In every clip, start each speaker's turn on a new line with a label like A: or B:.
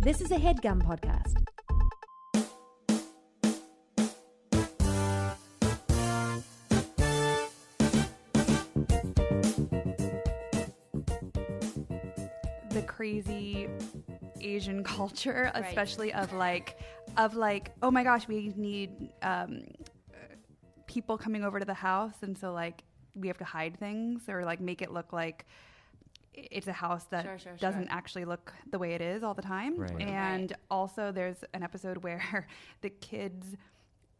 A: This is a headgum podcast.
B: the crazy Asian culture,
C: Right.
B: especially of like, of like, oh my gosh, we need um, uh, people coming over to the house, and so like we have to hide things or like make it look like it's a house that
C: Sure, sure, sure.
B: doesn't actually look the way it is all the time.
D: Right.
B: And also, there's an episode where the kids.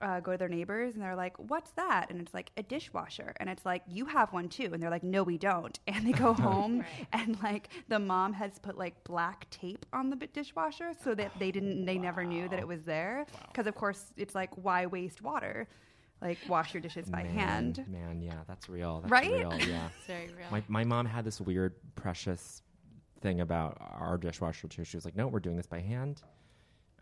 B: Uh, go to their neighbors and they're like, "What's that?" And it's like a dishwasher, and it's like, "You have one too." And they're like, "No, we don't." And they go home
C: Right.
B: and like the mom has put like black tape on the b- dishwasher so that they didn't they never knew that it was there because of course it's like why waste water like wash your dishes by
D: man,
B: hand
D: Man, yeah, that's real. That's
B: Right?
D: real, yeah.
C: It's very real.
D: my, my mom had this weird, precious thing about our dishwasher too. She was like, "No, we're doing this by hand,"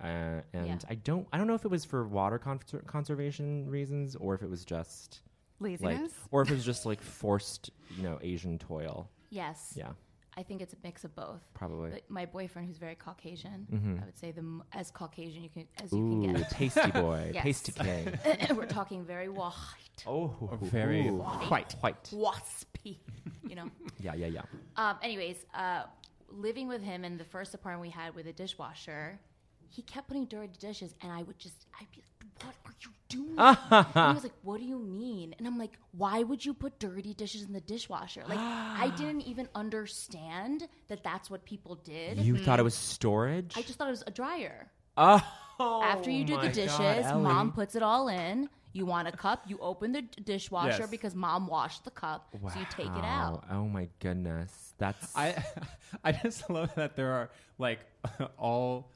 D: uh, and
C: Yeah.
D: I don't I don't know if it was for water conser- conservation reasons or if it was just
B: laziness
D: like or if it was just like forced, you know, Asian toil.
C: yes.
D: Yeah,
C: I think it's a mix of both.
D: probably.
C: But my boyfriend, who's very Caucasian, I would say the m- as Caucasian you can as you
D: Mm-hmm. Ooh,
C: can
D: tasty boy,
C: Yes.
D: tasty king.
C: get. We're talking very white,
D: Oh,
E: very
D: ooh.
E: white.
D: white.
C: waspy, you know.
D: Yeah, yeah, yeah.
C: Um, anyways, uh, living with him in the first apartment we had with a dishwasher, he kept putting dirty dishes, and I would just, I'd be like, "What are you doing?" and he was like, "What do you mean?" And I'm like, "Why would you put dirty dishes in the dishwasher?" Like, I didn't even understand that that's what people did.
D: You thought it was storage?
C: I just thought it was a dryer.
D: oh,
C: After you do
D: my
C: the dishes,
D: God, Ellie.
C: mom puts it all in. You want a cup, you open the d- dishwasher
E: Yes.
C: because mom washed the cup, so you take it
D: Wow.
C: out.
D: Oh my goodness, that's
E: I I just love that there are like all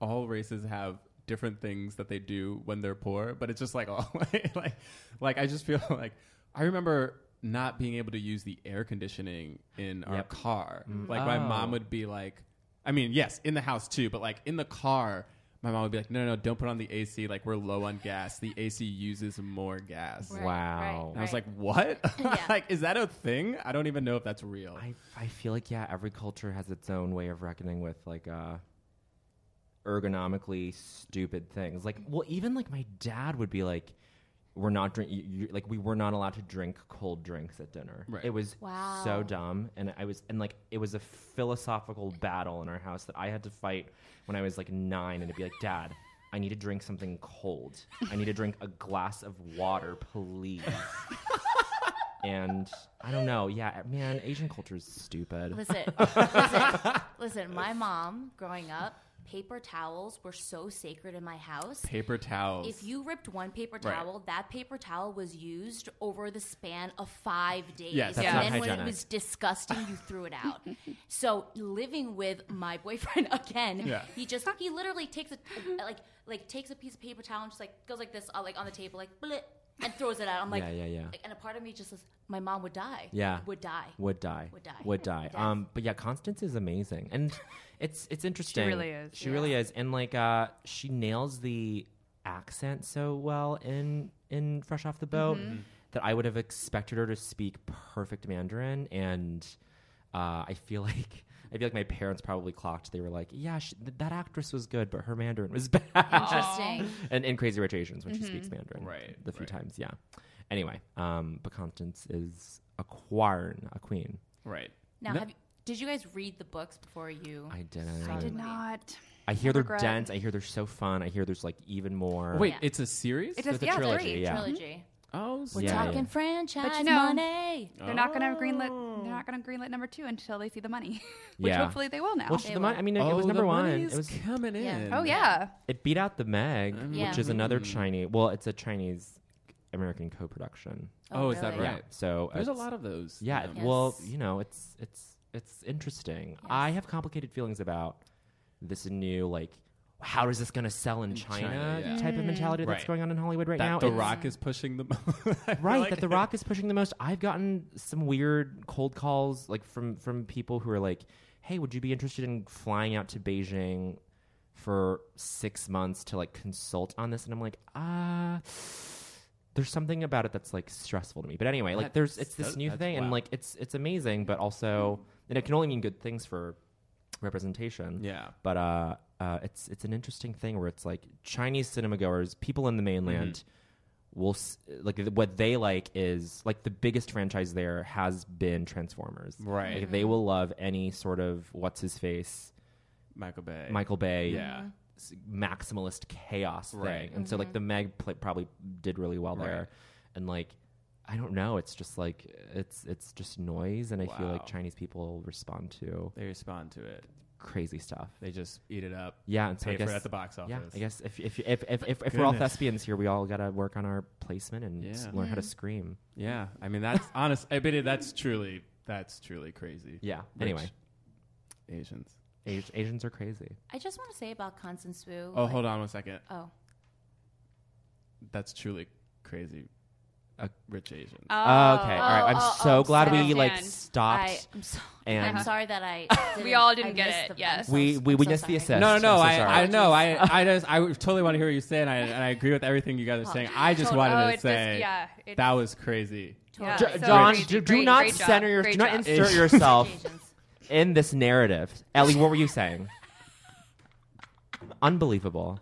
E: all races have different things that they do when they're poor, but it's just like all like like I just feel like I remember not being able to use the air conditioning in our
D: Yep.
E: car. Like my mom
D: Oh.
E: would be like I mean, yes, in the house too, but like in the car my mom would be like, "No, no, no! Don't put on the AC. Like we're low on gas. The AC uses more gas."
C: Right,
D: wow.
C: right,
E: And I was
C: right.
E: like, "What?
C: Yeah.
E: like, is that a thing? I don't even know if that's real."
D: I I feel like yeah, every culture has its own way of reckoning with like uh ergonomically stupid things. Like well, even like my dad would be like we're not drink you, you, like we were not allowed to drink cold drinks at dinner.
E: Right.
D: It was
C: Wow.
D: so dumb and I was and like it was a philosophical battle in our house that I had to fight when I was like 9 and it'd be like, "Dad, I need to drink something cold. I need to drink a glass of water, please." and I don't know. Yeah, eh, man, Asian culture is stupid.
C: Listen, listen, listen. My mom, growing up, paper towels were so sacred in my house.
E: paper towels.
C: If you ripped one paper
E: Right.
C: towel, that paper towel was used over the span of five days.
E: Yes, that's
C: and
B: not
C: then when it
D: hygienic.
C: was disgusting, you threw it out. so living with my boyfriend again,
E: Yeah.
C: he just he literally takes a like like takes a piece of paper towel and just like goes like this uh, like on the table like blit and throws it out. I'm like
D: Yeah, yeah, yeah.
C: like, and a part of me just says my mom would die.
D: Yeah.
C: would die.
D: Would die.
C: Would die.
D: Would die.
C: Death.
D: Um, but yeah, Constance is amazing, and it's it's interesting.
B: really is,
D: She really is, and like uh, she nails the accent so well in in Fresh Off the Boat
C: Mm-hmm.
D: that I would have expected her to speak perfect Mandarin, and uh, I feel like. I feel like my parents probably clocked. They were like, "Yeah, she, th- that actress was good, but her Mandarin was bad."
C: Interesting.
D: and in Crazy Rich Asians when she speaks
B: Mm-hmm.
D: Mandarin,
E: Right,
D: The few
E: right.
D: times, yeah. Anyway, um, but Constance is a quern, a queen.
E: right.
C: Now,
E: No-
C: have you, did you guys read the books before you?
D: I didn't.
B: i
D: I,
B: did
C: Maybe.
B: not
D: hear they're
B: Oh, regret.
D: dense. I hear they're so fun. I hear there's like even more.
E: Wait,
C: Yeah.
E: it's a series.
B: it's a,
D: It's a
B: yeah,
D: trilogy,
B: three.
D: yeah.
C: Trilogy.
E: oh,
C: We're
D: Yeah, yeah.
C: talking franchise
B: know-
C: money.
B: they're not gonna greenlit they're not gonna greenlit number two until they see the money which
D: Oh. Yeah.
B: hopefully they will now
D: Well, the mon- I mean, it, it
E: Oh,
D: was number one. It was.
E: coming
C: Yeah. in.
B: oh yeah
D: It beat out the Meg,
B: Mm-hmm.
C: Yeah.
D: which is another
E: Mm-hmm.
D: Chinese. Well, it's a Chinese American co-production.
E: Oh, is that
C: really?
E: right?
D: So
E: There's a
D: it's-
E: lot of those. um,
D: Yeah.
C: Yeah.
D: Well,
C: Yes.
D: you know, it's it's it's interesting. I have complicated feelings about this new like, how is this going to sell in China,
E: China, yeah.
D: type of mentality that's
E: Right.
D: going on in Hollywood right
E: that
D: now.
E: The
D: It's-
E: Rock is pushing the. mo- I feel
D: right
E: like-
D: that the rock is pushing the most i've gotten some weird cold calls like from from people who are like hey would you be interested in flying out to beijing for six months to like consult on this and i'm like ah there's something about it that's like stressful to me but anyway like there's
E: That's-
D: it's this
E: that-
D: new
E: that's
D: thing and
E: wild.
D: like it's it's amazing but also and it can only mean good things for representation.
E: Yeah.
D: But uh, uh, it's it's an interesting thing where it's like Chinese cinema goers, people in the mainland,
E: Mm-hmm.
D: will s- like th- what they like is like the biggest franchise there has been Transformers.
E: Right.
D: Like, they will love any sort of what's his face
E: Michael Bay.
D: Michael Bay.
C: Uh-huh.
E: Yeah.
D: s- Maximalist chaos
E: Right.
D: thing, and so like the Meg pl- probably did really well
E: Right.
D: there, and like I don't know, it's just like it's it's just noise, and I feel
E: Wow.
D: like Chinese people respond to
E: They respond to it.
D: crazy stuff.
E: They just eat it up.
D: Yeah, and so
E: Pay
D: I guess
E: for it at the box office.
D: yeah, I guess if if if if, if, if we're all
E: Goodness.
D: thespians here, we all gotta work on our placement and s-
E: Yeah.
D: learn how to scream.
E: Yeah. I mean, that's honest. I bet it, that's truly, that's truly crazy.
D: Yeah.
E: Rich
D: Anyway,
E: Asians.
D: Asi- Asians are crazy.
C: I just want to say about Constance Wu.
E: Oh, hold on one second.
C: Oh,
E: That's truly crazy. A rich Asian.
B: Um,
D: Oh, okay, all right. I'm
C: oh,
D: so
C: oh,
D: glad we
B: sorry.
D: like
B: Understand.
D: stopped.
C: I, I'm, so,
D: And-
C: I'm sorry that I. Didn't,
B: We all didn't
C: I
B: get
C: missed
B: it,
C: The,
B: yes.
C: I'm
D: We-
C: so-
D: we
C: I'm so
D: witnessed the
C: sorry.
D: assist.
E: No,
D: I'm
E: no,
D: so sorry.
E: I, I know, I, I just, I totally want to hear what you say, and I, and I agree with everything you guys are saying. I just
B: Tot-
E: wanted
B: oh,
E: to
B: it's just-
E: say
B: yeah, it's-
E: that was crazy.
B: Yeah,
D: Jo-
B: so
D: John,
B: great-
D: do, do
B: great-
D: not
B: great job,
D: center your, do
B: great
D: not
B: job.
D: insert
E: Asians.
D: yourself
C: Asians.
D: in this narrative. Ellie, what were you saying? Unbelievable.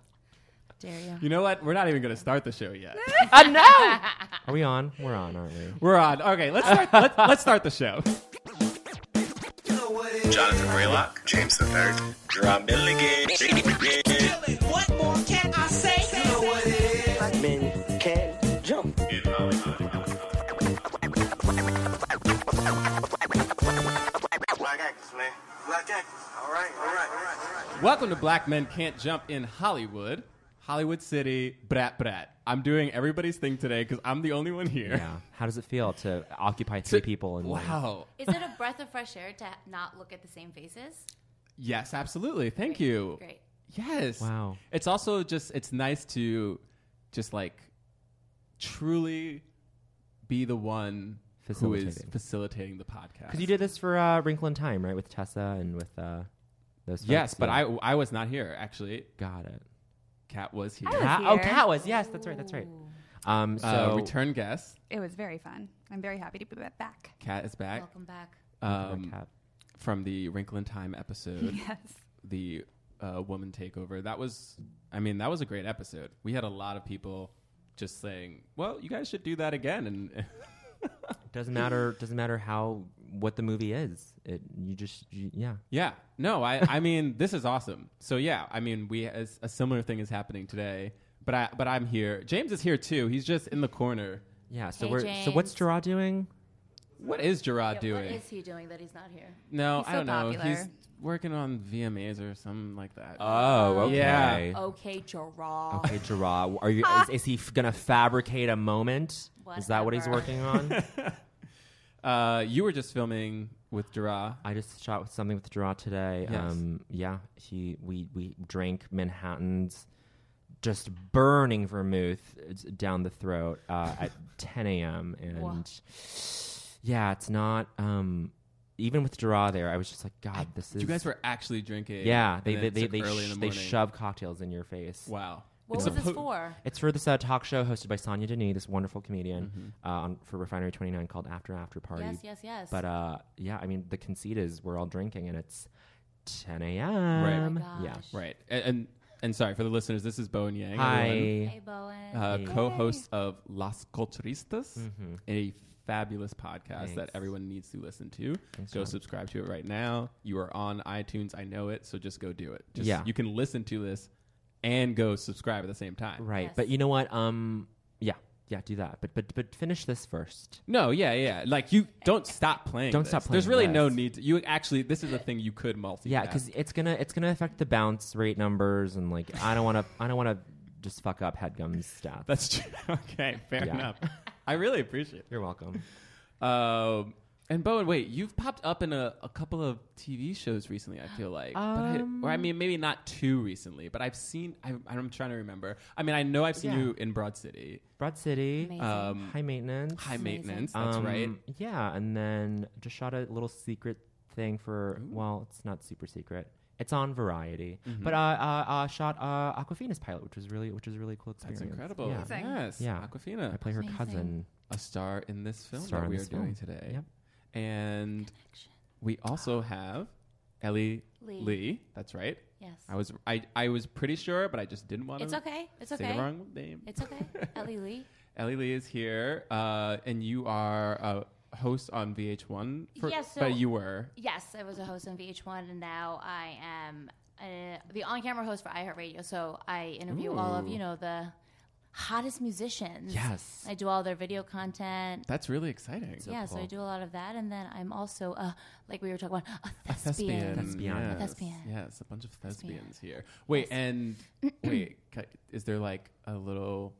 C: Dare you?
E: You know what? We're not even going to start the show yet.
D: Uh, no. Are we on? We're on, aren't we?
E: We're on. Okay, let's start, let's, let's start the show.
F: Jonathan Raylock, James the Third, Drum Milligan.
G: What more can I say? You know what it is. Black men can jump.
F: Black actors, man. Black actors. All right, all right, all right, all right.
E: Welcome to Black Men Can't Jump in Hollywood, Hollywood City, brat brat. I'm doing everybody's thing today because I'm the only one here.
D: Yeah. How does it feel to occupy three people and
E: Wow.
C: Is it a breath of fresh air to not look at the same faces?
E: Yes, absolutely. Thank you.
C: Great.
E: Yes.
D: Wow.
E: It's also just it's nice to just like truly be the one who is
D: Facilitating.
E: facilitating the podcast.
D: Because you did this for uh, Wrinkle in Time, right? With Tessa and with uh, those. Folks.
E: Yes, but
D: yeah.
E: I I was not here actually.
D: got it.
E: Cat was here.
C: was
D: Cat- oh,
C: here.
D: Cat was yes. That's right. That's right. Um. So
E: Uh, return guest.
B: It was very fun. I'm very happy to be back.
E: Cat is back
C: Welcome back.
D: um,
E: um,
D: Cat.
E: from the Wrinkle in Time episode,
B: Yes.
E: the uh, woman takeover. That was, I mean, that was a great episode. We had a lot of people just saying, "Well, you guys should do that again," and
D: Doesn't matter. Doesn't matter how what the movie is. It you just you, yeah.
E: Yeah. No, I, I mean, this is awesome. So yeah, I mean, we as, a similar thing is happening today, but I but I'm here. James is here too. He's just in the corner.
D: Yeah, so
C: Hey,
D: we're so what's
C: James.
D: Gerard doing?
E: What is Gerard
C: Yeah,
E: doing?
C: What is he doing that he's not here?
E: no,
B: He's
E: I
B: so
E: don't know.
B: popular.
E: He's working on VMAs or something like that.
D: Oh,
E: okay. Yeah.
C: Okay, Gerard.
D: Okay, Gerard, are you is, is he f- gonna fabricate a moment? Is that what he's
C: Whatever.
D: working on?
E: Uh, you were just filming with Gerard.
D: I just shot with something with Gerard today.
E: Yes.
D: Um, yeah, he we we drank Manhattan's just burning vermouth uh, down the throat uh, at 10 a.m. and
C: Wha-
D: yeah, it's not um, even with Gerard there. I was just like, God, this is
E: You guys were actually drinking.
D: yeah. They
E: and
D: they
E: it's,
D: they
E: like,
D: they,
E: early in the
D: sh- they
E: morning.
D: shove cocktails in your face.
E: Wow.
C: What
E: It's
C: was this
E: suppo-
C: for?
D: It's for this uh, talk show hosted by Sonia Denis, this wonderful comedian
E: Mm-hmm.
D: uh, on, for Refinery 29 called After After Party.
C: Yes, yes, yes.
D: But uh, yeah, I mean, the conceit is we're all drinking and it's 10 a.m.
C: oh
E: Right.
C: my gosh.
D: yeah.
E: Right. And, and and sorry for the listeners. This is Bo and Yang. everyone.
D: Hi.
C: Hey, Bowen.
E: uh,
D: Hey.
E: co-host of Las Culturistas, a fabulous podcast that
D: Mm-hmm. Thanks.
E: everyone needs to listen to.
D: Thanks,
E: go
D: John.
E: subscribe to it right now. You are on iTunes. I know it, so just go do it. Just,
D: Yeah.
E: you can listen to this and go subscribe at the same time.
D: Right.
C: Yes.
D: But you know what? Um, yeah, yeah, do that. But but but finish this first.
E: No, yeah, yeah. Like you don't stop playing.
D: Don't
E: this.
D: stop
E: There's
D: playing
E: really no
D: this.
E: need. To, you actually, this is a thing you could multi.
D: Yeah, because it's gonna it's gonna affect the bounce rate numbers and like I don't want to I don't want to just fuck up headgum's stats.
E: that's true. okay, fair
D: Yeah.
E: enough. I really appreciate
D: You're welcome.
E: it. Um, and Bowen, wait, you've popped up in a, a couple of TV shows recently. I feel like, but I,
C: Um,
E: or I mean, maybe not too recently, but I've seen. I, I'm trying to remember. I mean, I know I've seen
D: Yeah.
E: you in Broad City,
D: Broad City,
C: Amazing.
E: um,
D: high maintenance,
E: High
C: amazing.
E: Maintenance. That's
D: Um,
E: right.
D: Yeah, and then just shot a little secret thing for. Well, it's not super secret. It's on Variety,
E: Mm-hmm.
D: but uh, uh, uh, shot uh, Aquafina's pilot, which was really, which was a really cool experience.
E: That's incredible.
D: Yeah.
B: Amazing.
E: Yes,
D: Yeah.
E: Aquafina,
D: I play her
C: Amazing.
D: cousin.
E: a star in this film
D: Star
E: that
D: in
E: we are
D: this
E: doing
D: film.
E: today,
D: Yep.
E: and
C: Connection.
E: we also have Ellie
C: Lee.
E: Lee. That's right.
C: Yes.
E: I was I, I was pretty sure, but I just didn't want to.
C: It's okay. It's
E: say
C: okay.
E: the wrong name.
C: It's okay. Ellie Lee.
E: Ellie Lee is here, uh, and you are a host on VH1. For,
C: Yeah, so-
E: but you were.
C: Yes, I was a host on VH1, and now I am uh the on-camera host for iHeartRadio. So I interview all of
E: Ooh.
C: you know the hottest musicians.
E: Yes.
C: I do all their video content.
E: That's really exciting.
C: yeah, so I do a lot of that, and then I'm also uh, like we were talking about a thespian.
D: Thespian.
E: Yes.
C: Thespian.
E: Yes, a bunch of thespians here. Wait, and wait, ca- is there like a little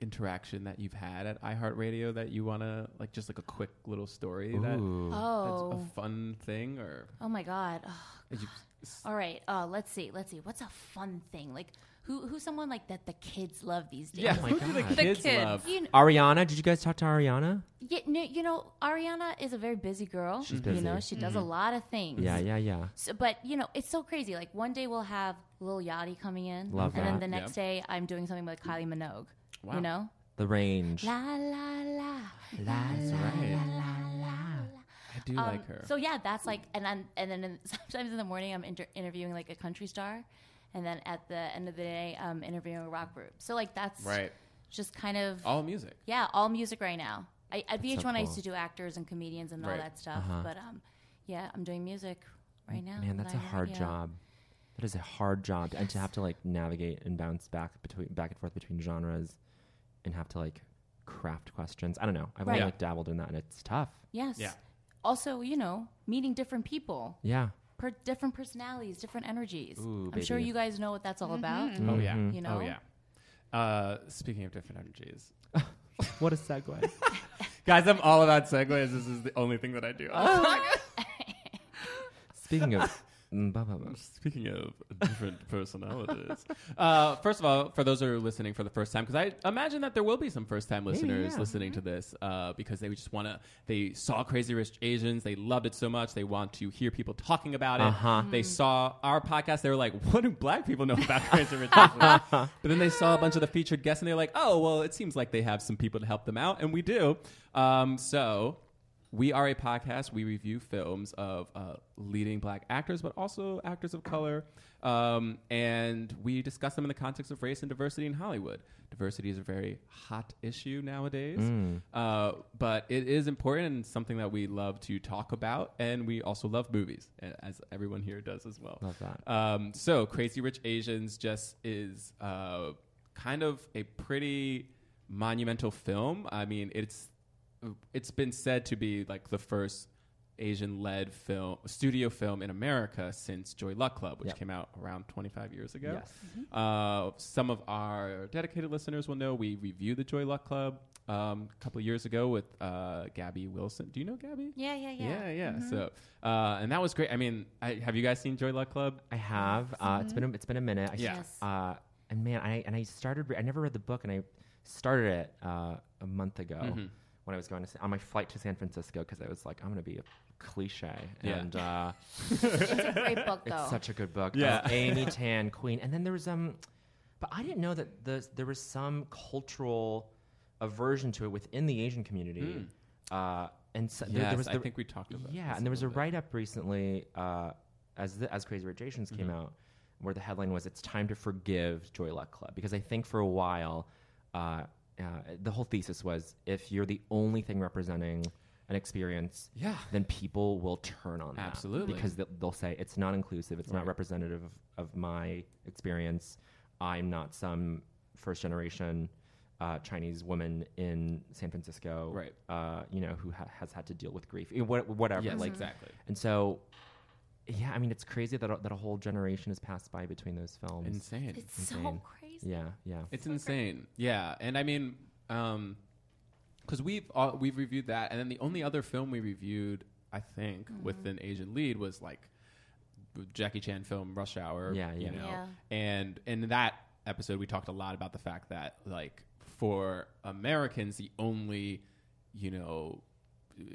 E: interaction that you've had at iHeartRadio that you want to like just like a quick little story that
D: Ooh.
C: Oh,
E: that's a fun thing or
C: oh my God. Ugh.
E: you,
C: All right. Uh, let's see. Let's see. What's a fun thing? Like who who's someone like that the kids love these days?
E: yeah,
D: my
E: who do the
D: God.
B: The
E: kids,
B: kids.
E: love?
C: You know,
D: Ariana, did you guys talk to Ariana?
C: yeah, no, you know, Ariana is a very busy girl.
D: She's
C: You know,
D: busy.
C: she
E: Mm-hmm.
C: does a lot of things.
D: Yeah, yeah, yeah.
C: So, but you know, it's so crazy. Like one day we'll have Lil Yachty coming in,
D: Love
C: and then
D: that.
C: the next
E: Yeah.
C: day I'm doing something with Kylie Minogue.
E: Wow.
C: You know,
D: The range.
C: la la la.
E: That's right. I do like her.
C: Um, So yeah, that's like, and then and then in, sometimes in the morning I'm inter- interviewing like a country star, and then at the end of the day I'm interviewing a rock group. So like that's
E: right.
C: just kind of
E: All music.
C: yeah, all music right now. I, at VH1
D: so
C: I
D: cool. Uh-huh.
C: used to do actors and comedians and all
E: Right.
C: that stuff, but um, yeah, I'm doing music right now.
D: Man, that's a
C: a
D: hard job. That is a hard job, and to have to like navigate and bounce back between back and forth between genres, and have to like craft questions. I don't know. I've
C: Right.
D: only like dabbled in that, and it's tough.
C: Yes.
E: Yeah.
C: Also, you know, meeting different people.
D: Yeah.
C: per- different personalities, different energies.
D: Ooh,
C: I'm sure
D: baby.
C: you guys know what that's all about.
B: Mm-hmm.
E: Oh yeah.
C: You know,
E: Oh yeah. Uh, speaking of different energies,
D: What a segue.
E: guys, I'm all about segues. This is the only thing that I do.
D: Speaking of, mm, blah, blah, blah.
E: Speaking of different personalities, uh, first of all, for those who are listening for the first time, because I imagine that there will be some first-time listeners
D: yeah.
E: listening to this, uh, because they just want to. They saw Crazy Rich Asians, they loved it so much, they want to hear people talking about it.
D: Uh-huh.
E: They saw our podcast, they were like, "What do black people know about Crazy Rich Asians?" but then they saw a bunch of the featured guests, and they're like, "Oh, well, it seems like they have some people to help them out," and we do. Um, so we are a podcast. We review films of uh, leading black actors, but also actors of color. Um, and we discuss them in the context of race and diversity in Hollywood. Diversity is a very hot issue nowadays,
D: Mm.
E: uh, but it is important and something that we love to talk about. And we also love movies, a- as everyone here does as well.
D: Love that.
E: Um, so, Crazy Rich Asians just is uh, kind of a pretty monumental film. I mean, it's it's been said to be like the first Asian-led film studio film in America since Joy Luck Club, which
D: Yep.
E: came out around 25 years ago.
D: Yes.
C: Mm-hmm.
E: Uh, some of our dedicated listeners will know we reviewed the Joy Luck Club um, a couple of years ago with uh, Gabby Wilson. Do you know Gabby?
C: yeah, yeah, Mm-hmm. yeah.
E: Yeah, yeah. So, uh, and that was great. I mean, I, have you guys seen Joy Luck Club?
D: I have. Uh, It's
E: Mm-hmm.
D: been a, it's been a minute. I,
E: Yeah.
C: Yes.
D: Uh, and man, I and I started. Re- I never read the book, and I started it uh, a month ago
E: Mm-hmm.
D: when I was going to Sa- on my flight to San Francisco because I was like, I'm going to be a cliche,
E: Yeah.
D: and uh,
C: It's a great book though.
D: it's such a good book.
E: Yeah.
D: Oh, Amy Tan Queen, and then there was um, but I didn't know that the, there was some cultural aversion to it within the Asian community. Uh, and so there, there
E: Hmm. Yes,
D: was
E: I
D: the-
E: think we talked about.
D: yeah,
E: this
D: and there was a
E: little bit.
D: write up recently uh, as the, as Crazy Rich Asians
E: Mm-hmm.
D: came out, where the headline was "It's time to forgive Joy Luck Club" because I think for a while, uh, uh, the whole thesis was if you're the only thing representing an experience,
E: Yeah.
D: then people will turn on that
E: Absolutely.
D: because they'll, they'll say it's not inclusive, it's not representative of, of my experience. I'm not some first generation. Uh, Chinese woman in San Francisco,
E: Right.
D: Uh, you know, who ha- has had to deal with grief, eh, what- whatever.
E: Yes,
C: Mm-hmm.
D: like,
E: exactly.
D: and so, yeah, I mean, it's crazy that a, that a whole generation has passed by between those films.
E: Insane.
C: it's so
D: Insane.
C: crazy.
D: yeah, yeah.
E: It's insane. Yeah, and I mean, um, because we've all, we've reviewed that, and then the only other film we reviewed, I think, with an Asian lead was like the Jackie Chan film Rush Hour.
D: Yeah, yeah.
E: You know,
C: Yeah.
E: and in that episode, we talked a lot about the fact that like for Americans, the only you know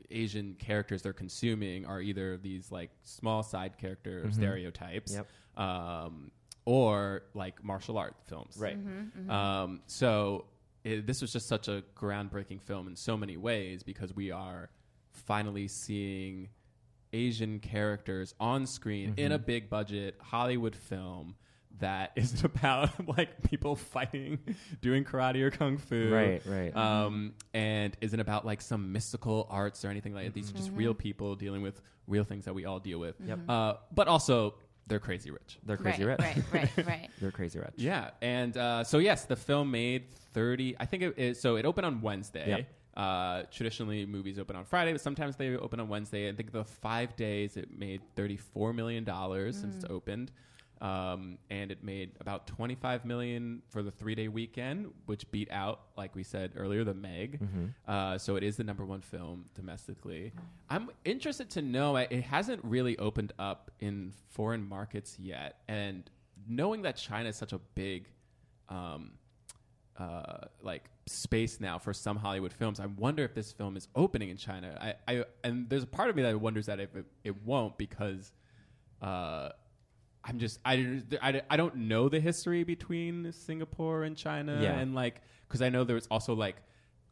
E: Asian characters they're consuming are either these like small side character stereotypes,
D: Mm-hmm. Yep.
E: um, or like martial art films, right? Um, so it, this was just such a groundbreaking film in so many ways because we are finally seeing Asian characters on screen in a big budget Hollywood film that isn't about like people fighting, doing karate or kung fu,
D: Right, right.
E: Um, and isn't about like some mystical arts or anything like that. These are just real people dealing with real things that we all deal with. Yep. Uh, but also, they're crazy rich.
D: They're crazy
C: right,
D: rich.
C: right, right, right.
D: They're crazy rich.
E: Yeah, and uh, so yes, the film made thirty. I think it, it so. It opened on Wednesday.
D: Yep.
E: Uh, traditionally, movies open on Friday, but sometimes they open on Wednesday. I think the five days it made thirty-four million dollars since it's opened, um, and it made about twenty-five million for the three-day weekend, which beat out, like we said earlier, the Meg. Uh, so it is the number one film domestically. I'm interested to know. It hasn't really opened up in foreign markets yet, and knowing that China is such a big um, uh, like space now for some Hollywood films. I wonder if this film is opening in China. I, I and there's a part of me that wonders that if it, it won't because uh, I'm just I, didn't- I I don't know the history between Singapore and China
D: Yeah.
E: and like because I know there was also like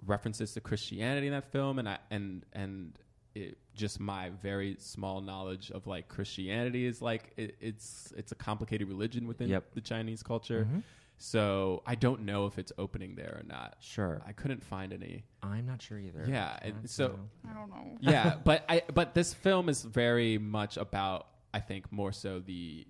E: references to Christianity in that film and I and and it, just my very small knowledge of like Christianity is like it, it's it's a complicated religion within
D: Yep.
E: the Chinese culture.
D: Mm-hmm.
E: So I don't know if it's opening there or not.
D: Sure.
E: I couldn't find any.
D: I'm not sure either.
E: Yeah, and so
B: I don't know.
E: yeah, but I but this film is very much about I think more so the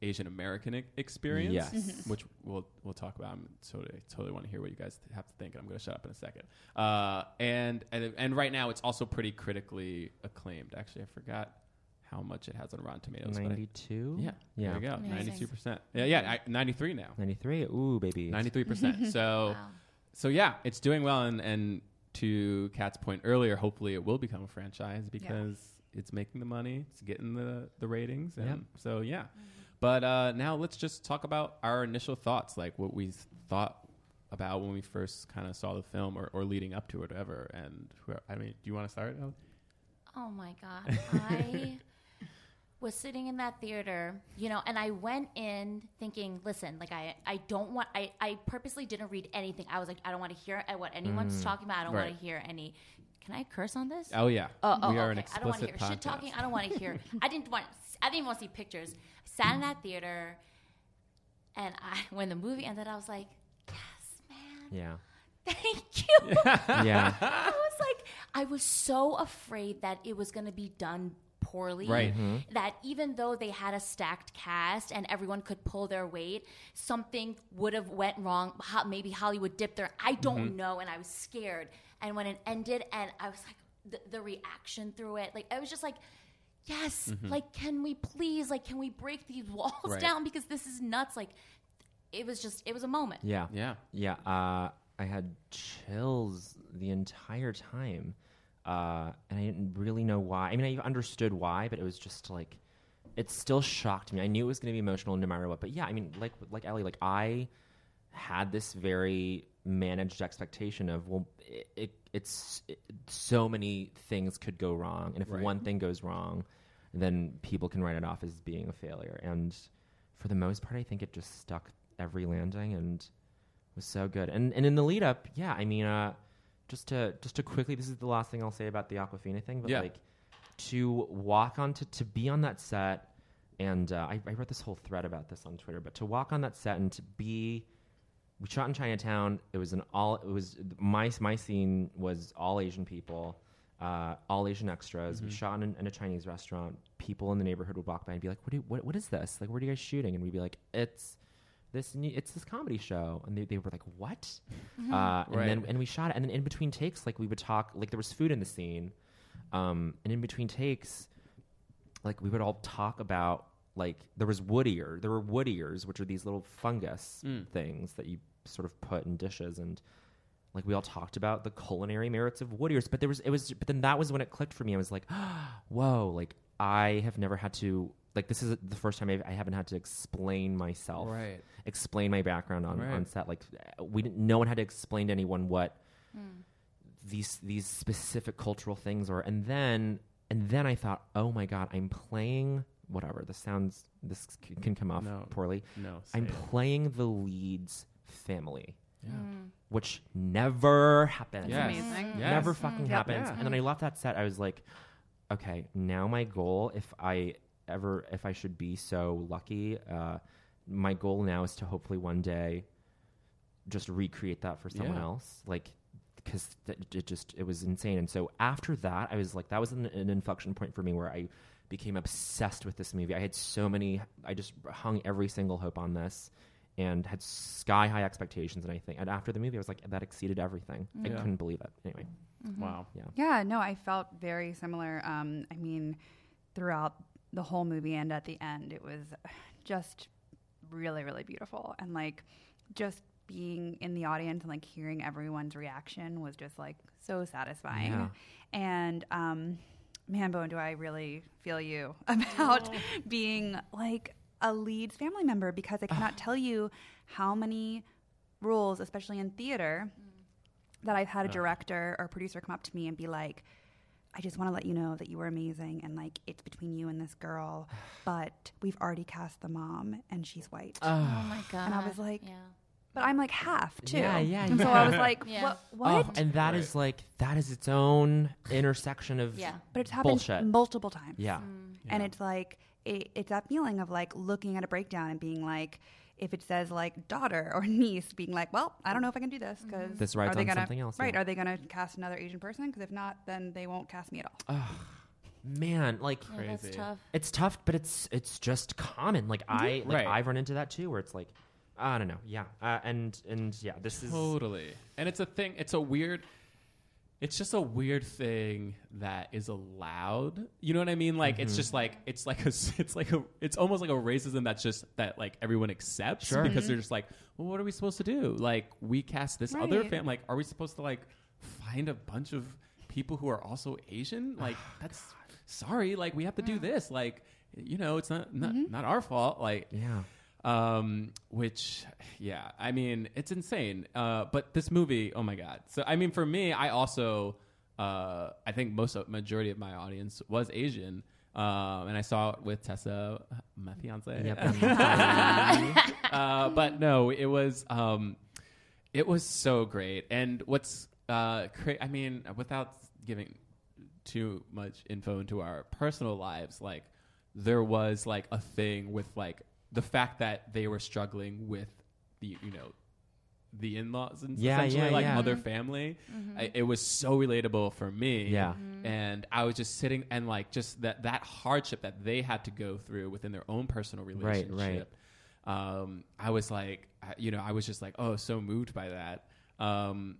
E: Asian American e- experience,
D: Yes. Mhm.
E: which we'll we'll talk about. I'm totally totally want to hear what you guys have to think, and I'm going to shut up in a second. Uh, and and and right now it's also pretty critically acclaimed. Actually, I forgot how much it has on Rotten Tomatoes. but I-
D: 92?
E: yeah,
D: Yeah.
E: there you go,
C: Amazing.
E: ninety two percent. Yeah, yeah, I, ninety three now.
D: 93? Ooh, baby.
E: 93%. so
C: Wow.
E: so yeah, it's doing well and and to Kat's point earlier, hopefully it will become a franchise because it's making the money, it's getting the the ratings and
D: Yep.
E: so yeah.
C: Mm-hmm.
E: But uh now let's just talk about our initial thoughts, like what we thought about when we first kind of saw the film or, or leading up to it, whatever. And where, I mean, do you want to start? Ellen?
C: Oh my God. I was sitting in that theater, you know, and I went in thinking, listen, like I, I don't want, I, I purposely didn't read anything. I was like, I don't want to hear uh, what
D: Mm.
C: anyone's talking about. I don't
E: Right.
C: want to hear any. Can I curse on this?
E: Oh yeah,
C: Oh, oh,
E: we are
C: okay.
E: an
C: I don't want to hear
E: explicit
C: shit talking.
E: podcast.
C: I don't want to hear. I didn't want. I didn't even want to see pictures. I sat in that theater, and I when the movie ended, I was like, "Yes, man,
D: Yeah.
C: thank you."
D: Yeah.
C: I was like, I was so afraid that it was going to be done poorly.
E: Right.
B: Mm-hmm.
C: That even though they had a stacked cast and everyone could pull their weight, something would have went wrong. Ho- Maybe Hollywood dipped there. I don't
E: Mm-hmm.
C: know, and I was scared. And when it ended, and I was like, the, the reaction through it, like I was just like. Yes, like can we please like can we break these walls
E: Mm-hmm. Right.
C: down because this is nuts like it was just it was a moment.
D: Yeah.
E: Yeah.
D: Yeah. Uh, I had chills the entire time. Uh, and I didn't really know why. I mean, I understood why, but it was just like, it still shocked me. I knew it was going to be emotional no matter what. But yeah, I mean, like, like Ellie, like, I had this very managed expectation of, well, it, it it's it, so many things could go wrong. And if
E: Right.
D: one thing goes wrong, then people can write it off as being a failure. And for the most part, I think it just stuck every landing and was so good. And and in the lead up, yeah, I mean, uh, just to just to quickly, this is the last thing I'll say about the Aquafina thing, but
E: Yeah.
D: like to walk onto to be on that set, and uh, I, I wrote this whole thread about this on Twitter, but to walk on that set and to be we shot in Chinatown. It was an all. It was my my scene was all Asian people, uh, all Asian extras. We shot in, in a Chinese restaurant. People in the neighborhood would walk by and be like, "What? Do you, what? What is this? Like, where are you guys shooting?" And we'd be like, "It's this. New, it's this comedy show." And they, they were like, "What?" Uh, and then
E: Right.
D: and we shot it. And then in between takes, like we would talk. Like there was food in the scene, um, and in between takes, like we would all talk about like there was wood ear there were wood ears which are these little fungus
E: Mm.
D: things that you sort of put in dishes and like we all talked about the culinary merits of wood ears but there was it was but then that was when it clicked for me i was like whoa like i have never had to like this is the first time I've, i haven't had to explain myself
E: Right.
D: explain my background on, on
E: Right.
D: set like we didn't no one had to explain to anyone what these these specific cultural things or and then and then I thought, oh my god, I'm playing whatever. This sounds this c- can come off
E: No.
D: poorly.
E: No,
D: I'm
E: say it.
D: playing the lead's family,
E: Yeah.
D: which never happens.
E: Yes.
B: Amazing.
E: Yes. Mm-hmm.
D: Never fucking
B: Yep.
D: happens.
E: Yeah.
D: And then I left that set. I was like, okay, now my goal, if I ever, if I should be so lucky, uh, my goal now is to hopefully one day just recreate that for someone
E: Yeah.
D: else. Like, because th- it just, it was insane. And so after that, I was like, that was an, an inflection point for me where I became obsessed with this movie. I had so many, I just hung every single hope on this and had sky high expectations. And I think, and after the movie, I was like, that exceeded everything. I
E: Yeah.
D: couldn't believe it. Anyway.
C: Mm-hmm.
E: Wow.
B: Yeah, no, I felt very similar. Um, I mean, throughout the whole movie and at the end, it was just really, really beautiful. And like, just being in the audience and like hearing everyone's reaction was just like so satisfying.
D: Yeah.
B: And, um, man, Bone, do I really feel you about being like a Leeds family member because I cannot tell you how many rules, especially in theater, that I've had a director or producer come up to me and be like, I just want to let you know that you were amazing and like it's between you and this girl, but we've already cast the mom and she's white.
D: Uh,
C: Oh my god.
B: and I was like,
C: yeah.
B: but I'm like half too.
D: Yeah, yeah,
B: And so I was
D: yeah.
B: like,
C: Yeah.
B: what? what?
D: Oh, and that is like that is its own intersection of
C: Yeah. Mm.
B: but it's happened
D: bullshit.
B: multiple times.
D: yeah.
B: And it's like, it, it's that feeling of like looking at a breakdown and being like, if it says like daughter or niece, being like, well, I don't know if I can do this because
D: This rides on
B: gonna,
D: something else,
B: Right.
D: yeah.
B: Are they going to cast another Asian person? Because if not, then they won't cast me at all.
D: Man, like
C: Yeah, that's tough.
D: it's tough, but it's it's just common. Like I like
E: Right.
D: I've run into that too, where it's like I don't know, yeah, uh, and and yeah, this is
E: Totally. And it's a thing, it's a weird it's just a weird thing that is allowed. You know what I mean? Like
D: Mm-hmm.
E: it's just like it's like a s- it's like a it's almost like a racism that's just that like everyone accepts
D: Sure.
E: because they're just like, well, what are we supposed to do? Like we cast this other
B: Right.
E: fan. Like, are we supposed to like find a bunch of people who are also Asian? Like
D: Oh,
E: that's sorry. Like we have to do this. Like you know, it's not not not our fault. Like
D: yeah.
E: um, which, yeah, I mean, it's insane. Uh, but this movie, oh my god! So, I mean, for me, I also, uh, I think most of, majority of my audience was Asian, um, and I saw it with Tessa, my fiance. uh, but no, it was, um, it was so great. And what's, uh, cra- I mean, without giving too much info into our personal lives, like there was like a thing with like the fact that they were struggling with the you know the in-laws and
D: Yeah,
E: essentially
D: yeah,
E: like
D: yeah.
E: mother family. I, it was so relatable for me.
D: Yeah.
E: And I was just sitting and like just that that hardship that they had to go through within their own personal
D: Right,
E: relationship.
D: right.
E: Um, I was like, I- you know, I was just like, oh, so moved by that. Um,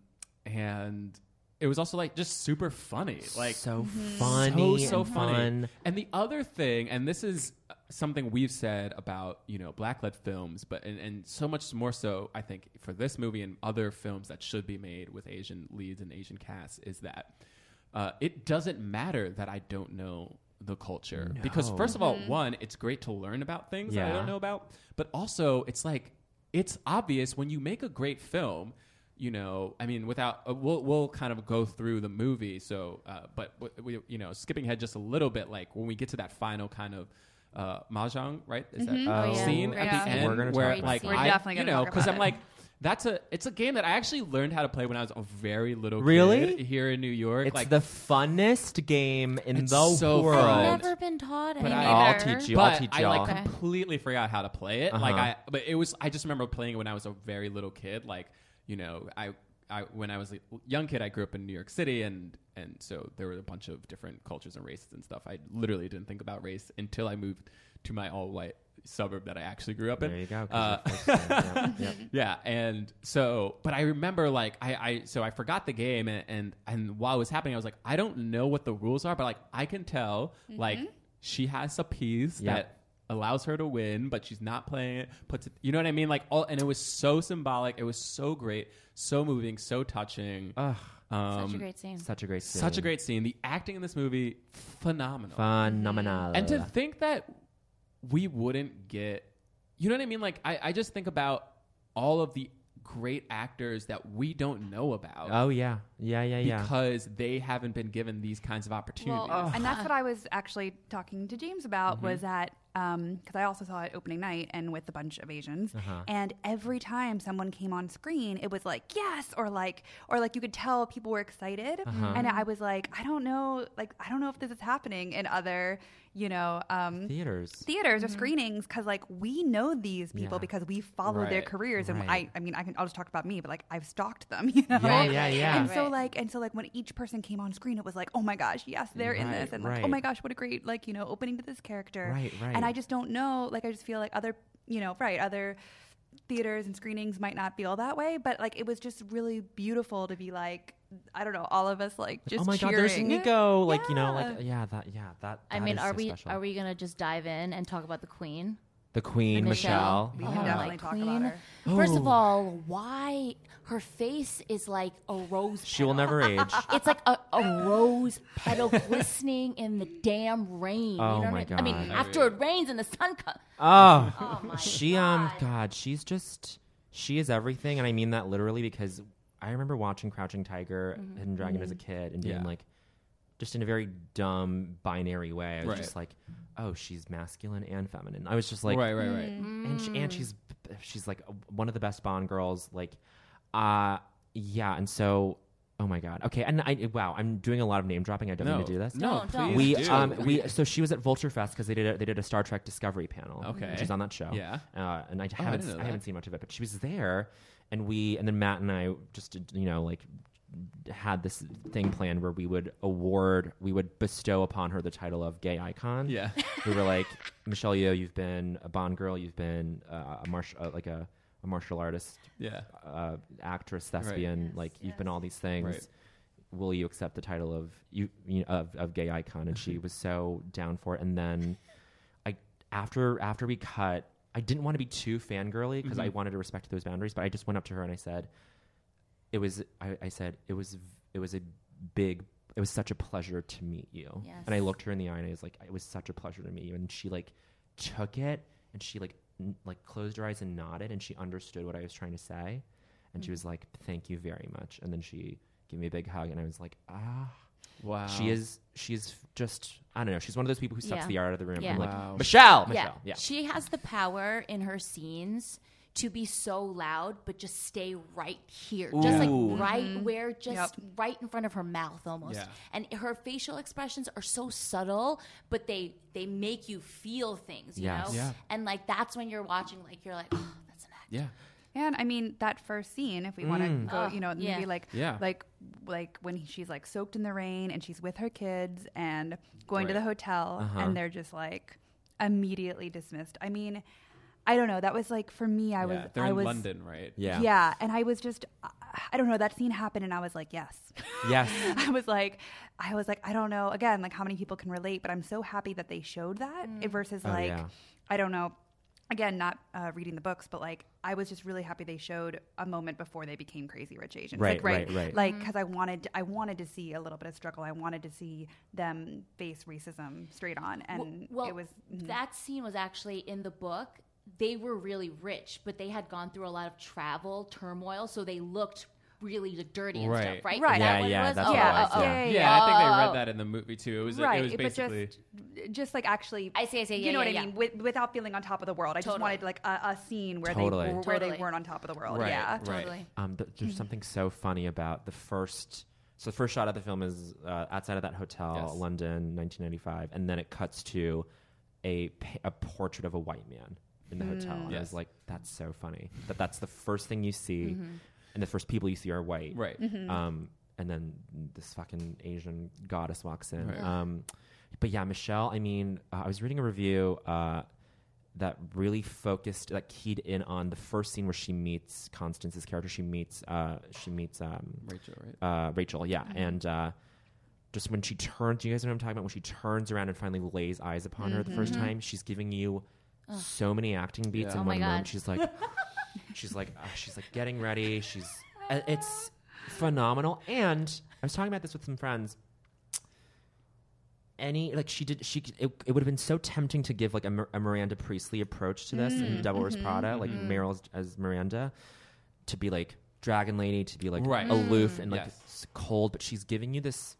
E: and it was also like just super funny. Like
D: so funny,
E: so, so
D: and
E: funny.
D: fun.
E: And the other thing, and this is uh, something we've said about you know black-led films, but and, and so much more so, I think for this movie and other films that should be made with Asian leads and Asian casts is that uh, it doesn't matter that I don't know the culture because
D: No.
E: first of all, one, it's great to learn about things that I
D: Yeah.
E: don't know about, but also it's like it's obvious when you make a great film you know, I mean, without uh, we'll we'll kind of go through the movie. So, uh, but w- we you know, skipping ahead just a little bit, like when we get to that final kind of uh, mahjong, right? Is that
D: Oh, yeah.
E: scene
C: Great
E: at the
B: scene.
E: end
D: We're gonna
E: where
C: talk
E: like
C: about
E: I,
C: that. We're
B: definitely
E: you
B: gonna
E: know,
B: talk
E: because
B: about
E: I'm
B: it.
E: like. That's a it's a game that I actually learned how to play when I was a very little
D: Really?
E: kid here in New York.
D: It's
E: like
D: the funnest game in
E: It's
D: the
E: so
D: world.
E: fun.
C: I've never been taught it.
E: But I-
D: I'll teach you.
E: but
D: I'll teach
E: I
D: y'all.
E: like completely forgot how to play it. Like
D: Uh-huh.
E: I, but it was. I just remember playing it when I was a very little kid. Like you know, I, I when I was a young kid, I grew up in New York City, and and so there were a bunch of different cultures and races and stuff. I literally didn't think about race until I moved to my all white suburb that I actually grew up in.
D: There you go. 'cause
E: Uh,
D: you're fixed it. Yep, yep.
E: yeah and so but i remember like i i so i forgot the game and and, and while it was happening i was like i don't know what the rules are but like i can tell like she has a piece
D: Yeah.
E: that allows her to win but she's not playing it puts it you know what i mean like all and it was so symbolic it was so great so moving so touching
D: Ugh,
E: um
C: Such a great scene.
D: such a great, scene.
E: such a great scene the acting in this movie phenomenal
D: phenomenal.
E: and to think that we wouldn't get, you know what I mean? Like, I, I just think about all of the great actors that we don't know about
D: oh yeah, yeah, yeah, yeah.
E: because they
B: oh,
E: haven't been given these kinds of opportunities.
D: Uh-huh. Mm-hmm.
B: Well, and that's what I was actually talking to James about was that because I also saw it opening night and with a bunch of Asians.
D: Uh-huh.
B: And every time someone came on screen, it was like yes, or like, or like you could tell people were excited.
D: Uh-huh.
B: And I was like, I don't know, like I don't know if this is happening in other, you know, um,
D: Theaters.
B: theaters or screenings because like we know these people
D: Yeah.
B: because we follow their
E: Right,
B: careers and
D: right.
B: I I mean I can I'll just talk about me but like I've stalked them you know
D: Yeah, yeah, yeah.
B: and so
C: Right.
B: like and so like when each person came on screen it was like oh my gosh yes they're in
D: Right,
B: this and like oh
D: right.
B: my gosh what a great like you know opening to this character
D: Right, right.
B: and I just don't know like I just feel like other you know right other theaters and screenings might not feel that way but like it was just really beautiful to be like I don't know all of us like just
D: oh my
B: cheering.
D: god, there's Nico. Like you know, like
B: Yeah.
D: yeah, that yeah, that.
C: I
D: that
C: mean,
D: is
C: are
D: so
C: we
D: special.
C: are we gonna just dive in and talk about the Queen?
D: the Queen Michelle?
B: We can
C: Oh,
B: definitely
C: my
B: talk about her.
C: First of
D: Oh.
C: all, why her face is like a rose.
D: She will never age.
C: It's like a, a rose petal glistening in the damn rain.
D: Oh
C: you know
D: my
C: what I mean? I mean,
D: God.
C: after it rains and the sun comes.
D: Oh,
C: Oh my
D: she um God, she's just she is everything, and I mean that literally because I remember watching Crouching Tiger and Dragon as a kid and being
E: Yeah.
D: like, just in a very dumb binary way. I was
E: Right.
D: just like, oh, she's masculine and feminine. I was just like,
E: right, right, right.
D: and she, and she's she's like one of the best Bond girls. Like, uh yeah, and so. Oh my God! Okay, and I wow, I'm doing a lot of name dropping. I don't
E: No,
D: mean to do this
E: No,
C: Don't, don't.
E: please
D: we
E: do.
D: um we so she was at Vulture Fest because they did a, they did a Star Trek Discovery panel.
E: Okay.
D: she's on that show.
E: Yeah. Oh,
D: uh, and I
E: I
D: haven't
E: didn't know
D: I,
E: that.
D: haven't seen much of it, but she was there, and we and then Matt and I just did, you know like had this thing planned where we would award we would bestow upon her the title of gay icon.
E: Yeah.
D: we were like Michelle Yeoh, you've been a Bond girl, you've been uh, a martial uh, like a, a martial artist,
E: Yeah.
D: uh, actress, thespian, like you've been all these things.
E: Right.
D: Will you accept the title of you, you know, of, of gay icon? And she was so down for it. And then I after after we cut, I didn't want to be too fangirly because I wanted to respect those boundaries. But I just went up to her and I said, "It was." I, I said, "It was. It was a big. It was such a pleasure to meet you."
C: Yes.
D: And I looked her in the eye and I was like, "It was such a pleasure to meet you." And she like took it and she like n- like closed her eyes and nodded and she understood what I was trying to say. And
C: Mm.
D: she was like, "Thank you very much." And then she gave me a big hug, and I was like, "Ah."
E: Wow.
D: She is. She's just. I don't know. She's one of those people who sucks
C: Yeah.
D: the air out of the room.
C: Yeah.
D: I'm like,
E: Wow.
D: Michelle.
C: Yeah.
D: Michelle. Yeah.
C: She has the power in her scenes to be so loud, but just stay right here. Just
D: Ooh.
C: like right where, just right in front of her mouth almost.
E: Yeah.
C: And her facial expressions are so subtle, but they they make you feel things, you
D: Yes.
C: know?
E: Yeah.
C: And like that's when you're watching, like you're like, oh, that's an act.
E: Yeah.
B: And I mean that first scene, if we want to go,
C: Oh,
B: you know,
C: yeah.
B: maybe like,
E: Mm. Yeah.
B: like, like when he- she's like soaked in the rain and she's with her kids and going to
E: Right. Uh-huh.
B: the hotel, and they're just like immediately dismissed. I mean, I don't know. That was like for me, I was,
E: yeah. They're
B: I
E: in
B: was,
E: London, right?
D: Yeah.
B: yeah, and I was just, uh, I don't know. That scene happened, and I was like, yes.
D: Yes.
B: I was like, I was like, I don't know. Again, like how many people can relate, but I'm so happy that they showed that versus
D: Oh,
B: like,
D: yeah.
B: I don't know. Again, not uh, reading the books, but like I was just really happy they showed a moment before they became crazy rich Asians. like,
D: Right, right, right.
B: Like because I wanted, I wanted to see a little bit of struggle. I wanted to see them face racism straight on, and
C: well,
B: it was mm-hmm.
C: that scene was actually in the book. They were really rich, but they had gone through a lot of travel turmoil, so they looked really dirty and
E: Right.
C: stuff, right? Is
B: Right.
C: that
D: Yeah,
C: what it
D: yeah,
C: was?
D: that's
C: Oh,
D: what it
C: oh,
D: was,
C: oh,
D: yeah.
C: oh.
E: Yeah, I think they
C: Oh.
E: read that in the movie too. It was
B: right.
E: it was
B: but
E: basically
B: just, just like actually,
C: I see, I see,
B: You
C: yeah,
B: know
C: yeah,
B: what I
C: yeah.
B: mean? With, without feeling on top of the world, I just
C: Totally.
B: wanted like a, a scene where
D: Totally.
B: they where they
C: Totally.
B: weren't on top of the world.
E: Right,
B: yeah,
E: right.
C: Totally.
D: um, th- there's something so funny about the first. So the first shot of the film is uh, outside of that hotel,
E: Yes.
D: London, 1995, and then it cuts to a pa- a portrait of a white man in the hotel. And I
E: Yes.
D: was like, that's so funny that that's the first thing you see, and the first people you see are white.
E: right.
D: Um, and then this fucking Asian goddess walks in.
E: Right.
D: Um, but yeah, Michelle. I mean, uh, I was reading a review uh, that really focused, that keyed in on the first scene where she meets Constance's character. She meets, uh, she meets um,
E: Rachel, right?
D: uh, Rachel. Yeah, and uh, just when she turns, do you guys know what I'm talking about? When she turns around and finally lays eyes upon her the first time, she's giving you so many acting beats in
E: Yeah. Oh
D: one
C: my
D: moment.
C: God.
D: She's like, she's like, uh, she's like getting ready. She's uh, it's phenomenal. And I was talking about this with some friends. Any like she did she it, it would have been so tempting to give like a, Mir- a Miranda Priestley approach to this in Devil Wears Prada like Meryl as- as Miranda to be like dragon lady to be like
E: Right.
D: aloof and like
E: Yes.
D: s- cold but she's giving you this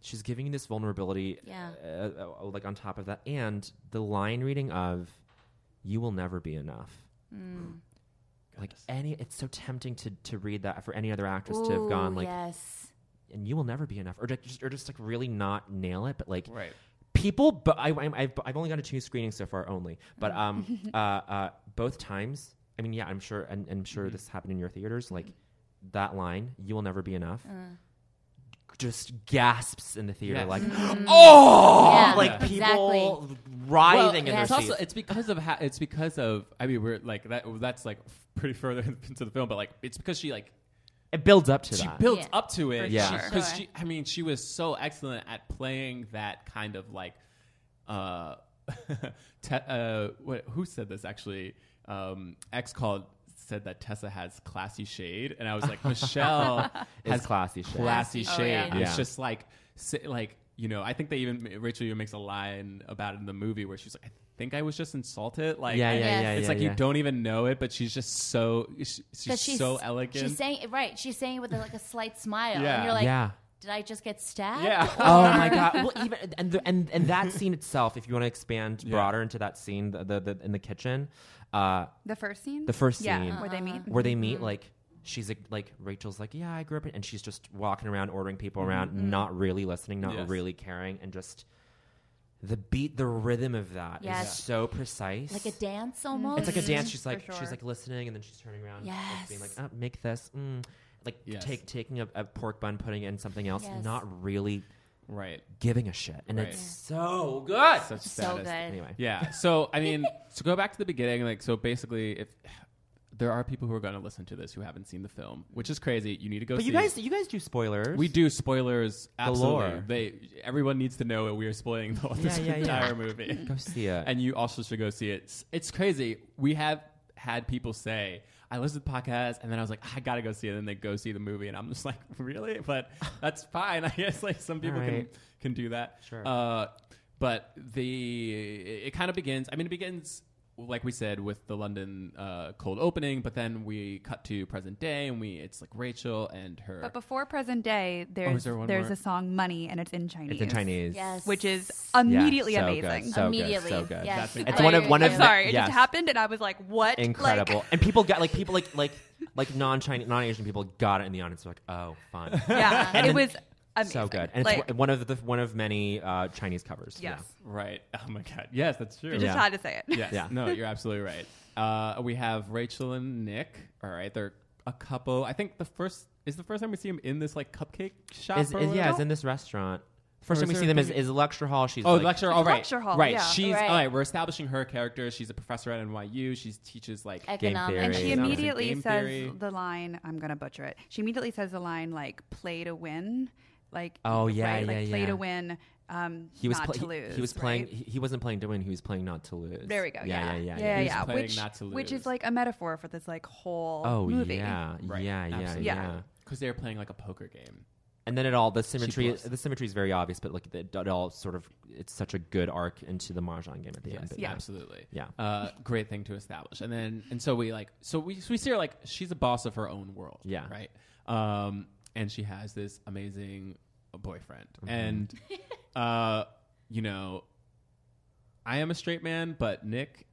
D: she's giving you this vulnerability,
C: Yeah.
D: uh, uh, like on top of that, and the line reading of "You will never be enough."
C: Mm.
D: Like any, it's so tempting to to read that for any other actress to have gone
C: Ooh,
D: like,
C: yes.
D: "And you will never be enough," or ju- just or just like really not nail it, but like
E: Right.
D: people but I, I, I've, I've only gone to two screenings so far only but um uh, uh both times i mean yeah i'm sure and i'm
E: Mm-hmm.
D: sure this happened in your theaters like that line you will never be enough
E: Uh.
D: just gasps in the theater
E: Yes.
D: like
E: Mm-hmm.
D: oh
C: Yeah,
D: like
C: exactly.
D: people writhing in
C: yeah.
D: their
E: it's also
D: seats
E: it's because of ha- it's because of I mean we're like that that's like pretty further into the film but like it's because she like
D: it builds up to
E: she
D: that
E: built
C: Yeah.
E: up to it
D: Yeah.
E: She-
D: sure.
B: Sure.
E: she I mean she was so excellent at playing that kind of like uh te- uh what who said this actually um X called said that Tessa has classy shade and I was like Michelle
D: It's
E: has
D: classy shit
C: Classy
E: classy shade.
C: shade.
D: Yeah.
E: It's just like si- like you know. I think they even Rachel Yeoh makes a line about it in the movie where she's like, "I think I was just insulted." Like,
D: yeah yeah yeah,
C: Yes.
D: yeah
E: It's like
D: yeah.
E: you don't even know it, but she's just so she, she's,
C: 'Cause
E: so elegant.
C: She's saying it right. She's saying it with like a slight smile,
E: Yeah.
C: and you're like,
D: yeah
C: "Did I just get stabbed?"
E: Yeah.
D: Oh my god! Well, even and the, and and that scene itself, if you want to expand
E: Yeah.
D: broader into that scene, the, the, the in the kitchen, uh,
B: The first scene.
D: The first
B: Yeah,
D: scene.
B: where they meet.
D: where they meet, like she's like, like Rachel's like, yeah, I grew up, in, and she's just walking around, ordering people around, not really listening, not
E: Yes.
D: really caring, and just the beat, the rhythm of that is
C: Yes.
D: so precise.
C: like a dance almost.
D: It's like a dance. She's
B: for
D: like
B: sure.
D: she's like listening, and then she's turning around, like, being like,
C: Yes.
D: oh, make this. Mm. Like
E: Yes.
D: take taking a, a pork bun, putting it in something else,
C: Yes.
D: not really
E: right.
D: giving a shit, and
E: Right.
D: it's so good.
E: Such
C: so good.
E: status.
D: Anyway,
E: Yeah. So I mean, to go back to the beginning, like so basically, if there are people who are going to listen to this who haven't seen the film, which is crazy, you need to go.
D: but
E: see
D: you guys, you guys do spoilers.
E: We do spoilers. Absolutely.
D: Galore.
E: They everyone needs to know that we are spoiling the whole this
D: yeah, yeah.
E: entire movie.
D: go see it.
E: and you also should go see it. It's, it's crazy. We have had people say, I listened to the podcast, and then I was like, I gotta go see it. And then they go see the movie, and I'm just like, really? But that's fine. I guess like some people can
D: right.
E: can do that.
D: Sure.
E: Uh, but the it kind of begins. I mean, it begins like we said with the London uh, cold opening, but then we cut to present day, and we it's like Rachel and her.
B: But before present day,
D: Oh,
B: there's
E: there one
B: there's
E: more?
B: a song "Money" and it's in Chinese.
D: it's in Chinese.
C: Yes.
B: which is
D: Yeah,
B: immediately
D: so good,
B: amazing.
D: so good,
C: Immediately.
D: so good.
C: Yes.
E: That's
D: It's
C: I
D: one of-
C: agree
D: one
C: with
B: I'm
D: of
C: you.
D: the-
B: sorry, it
D: yes.
B: just happened, and I was like, "What? Like-
D: incredible. and people got like people like like like non Chinese non Asian people got it in the audience. They're like, oh, fun,
B: yeah,
D: And
B: it
D: then-
B: was amazing.
D: so good. And
B: like,
D: it's one of the one of many uh, Chinese covers.
B: yes,
E: right. Oh my god. Yes, that's true.
B: I just
D: Yeah.
B: had to say it.
E: Yes.
D: Yeah.
E: No, you're absolutely right. Uh, we have Rachel and Nick. All right, they're a couple. I think the first is the first time we see him in this like cupcake shop.
D: Yeah, is,
E: or
D: is, yeah,
E: whatever?
D: it's in this restaurant. First
E: Or
D: time
E: is
D: we see
E: there
D: them is,
E: a-
D: is a lecture hall. She's
E: Oh,
D: like,
E: lecture.
B: It's
E: All
B: a
E: right,
B: lecture hall,
E: right.
B: yeah.
E: She's
C: Right.
E: all right. We're establishing her character. She's a professor at NYU. She teaches like
C: Economic.
D: Game
B: And
D: theory.
B: she
D: Very nice.
B: immediately
E: Game
B: says
E: theory.
B: the line, I'm going to butcher it. She immediately says the line, like, play to win. Like,
D: Oh, yeah,
B: right?
D: yeah,
B: like, play
D: yeah.
B: to win, um,
D: he was
B: not
D: pla-
B: to
D: he-
B: lose.
D: He was playing.
B: right?
D: He, he wasn't playing to win. He was playing not to lose.
B: There we go.
D: Yeah,
B: Yeah,
D: yeah,
B: yeah,
D: yeah.
E: He was playing
B: Which,
E: not to
B: which
E: lose.
B: is like a metaphor for this, like, whole
D: Oh,
B: movie.
D: yeah,
E: Right.
D: yeah, yeah,
E: Absolutely.
D: yeah,
B: Yeah.
E: because they're playing like a poker game.
D: And then it all the symmetry.
E: blows.
D: The symmetry is very obvious, but like it, it all sort of it's such a good arc into the mahjong game at the end.
E: Yes,
D: But
B: Yeah.
E: absolutely.
D: Yeah.
E: uh, great thing to establish. And then, and so we like, so we, so we see her like she's a boss of her own world.
D: Yeah.
E: right. Um, and she has this amazing boyfriend,
D: Mm-hmm.
E: and uh, you know, I am a straight man, but Nick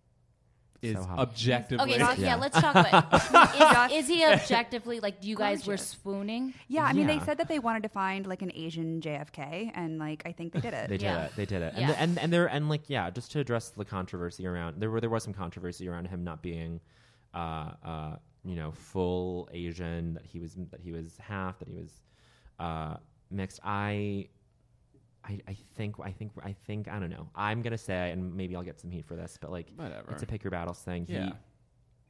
E: is
D: So hot.
E: objectively.
C: Okay, so- yeah.
D: Yeah.
C: let's talk about. Is, is he objectively like? Do you guys were
B: Gorgeous.
C: swooning?
B: Yeah, I mean,
D: Yeah.
B: they said that they wanted to find, like, an Asian JFK, and, like, I think they did it.
D: They did
C: Uh, Yeah.
D: it. They did it. And,
C: Yeah.
D: the, and and there and like yeah, just to address the controversy around there were there was some controversy around him not being, uh, uh, you know, full Asian that he was that he was half that he was, uh, mixed. I. I, I think I think I think I don't know. I'm gonna say, and maybe I'll get some heat for this, but like,
E: Whatever.
D: It's a pick your battles thing.
E: Yeah.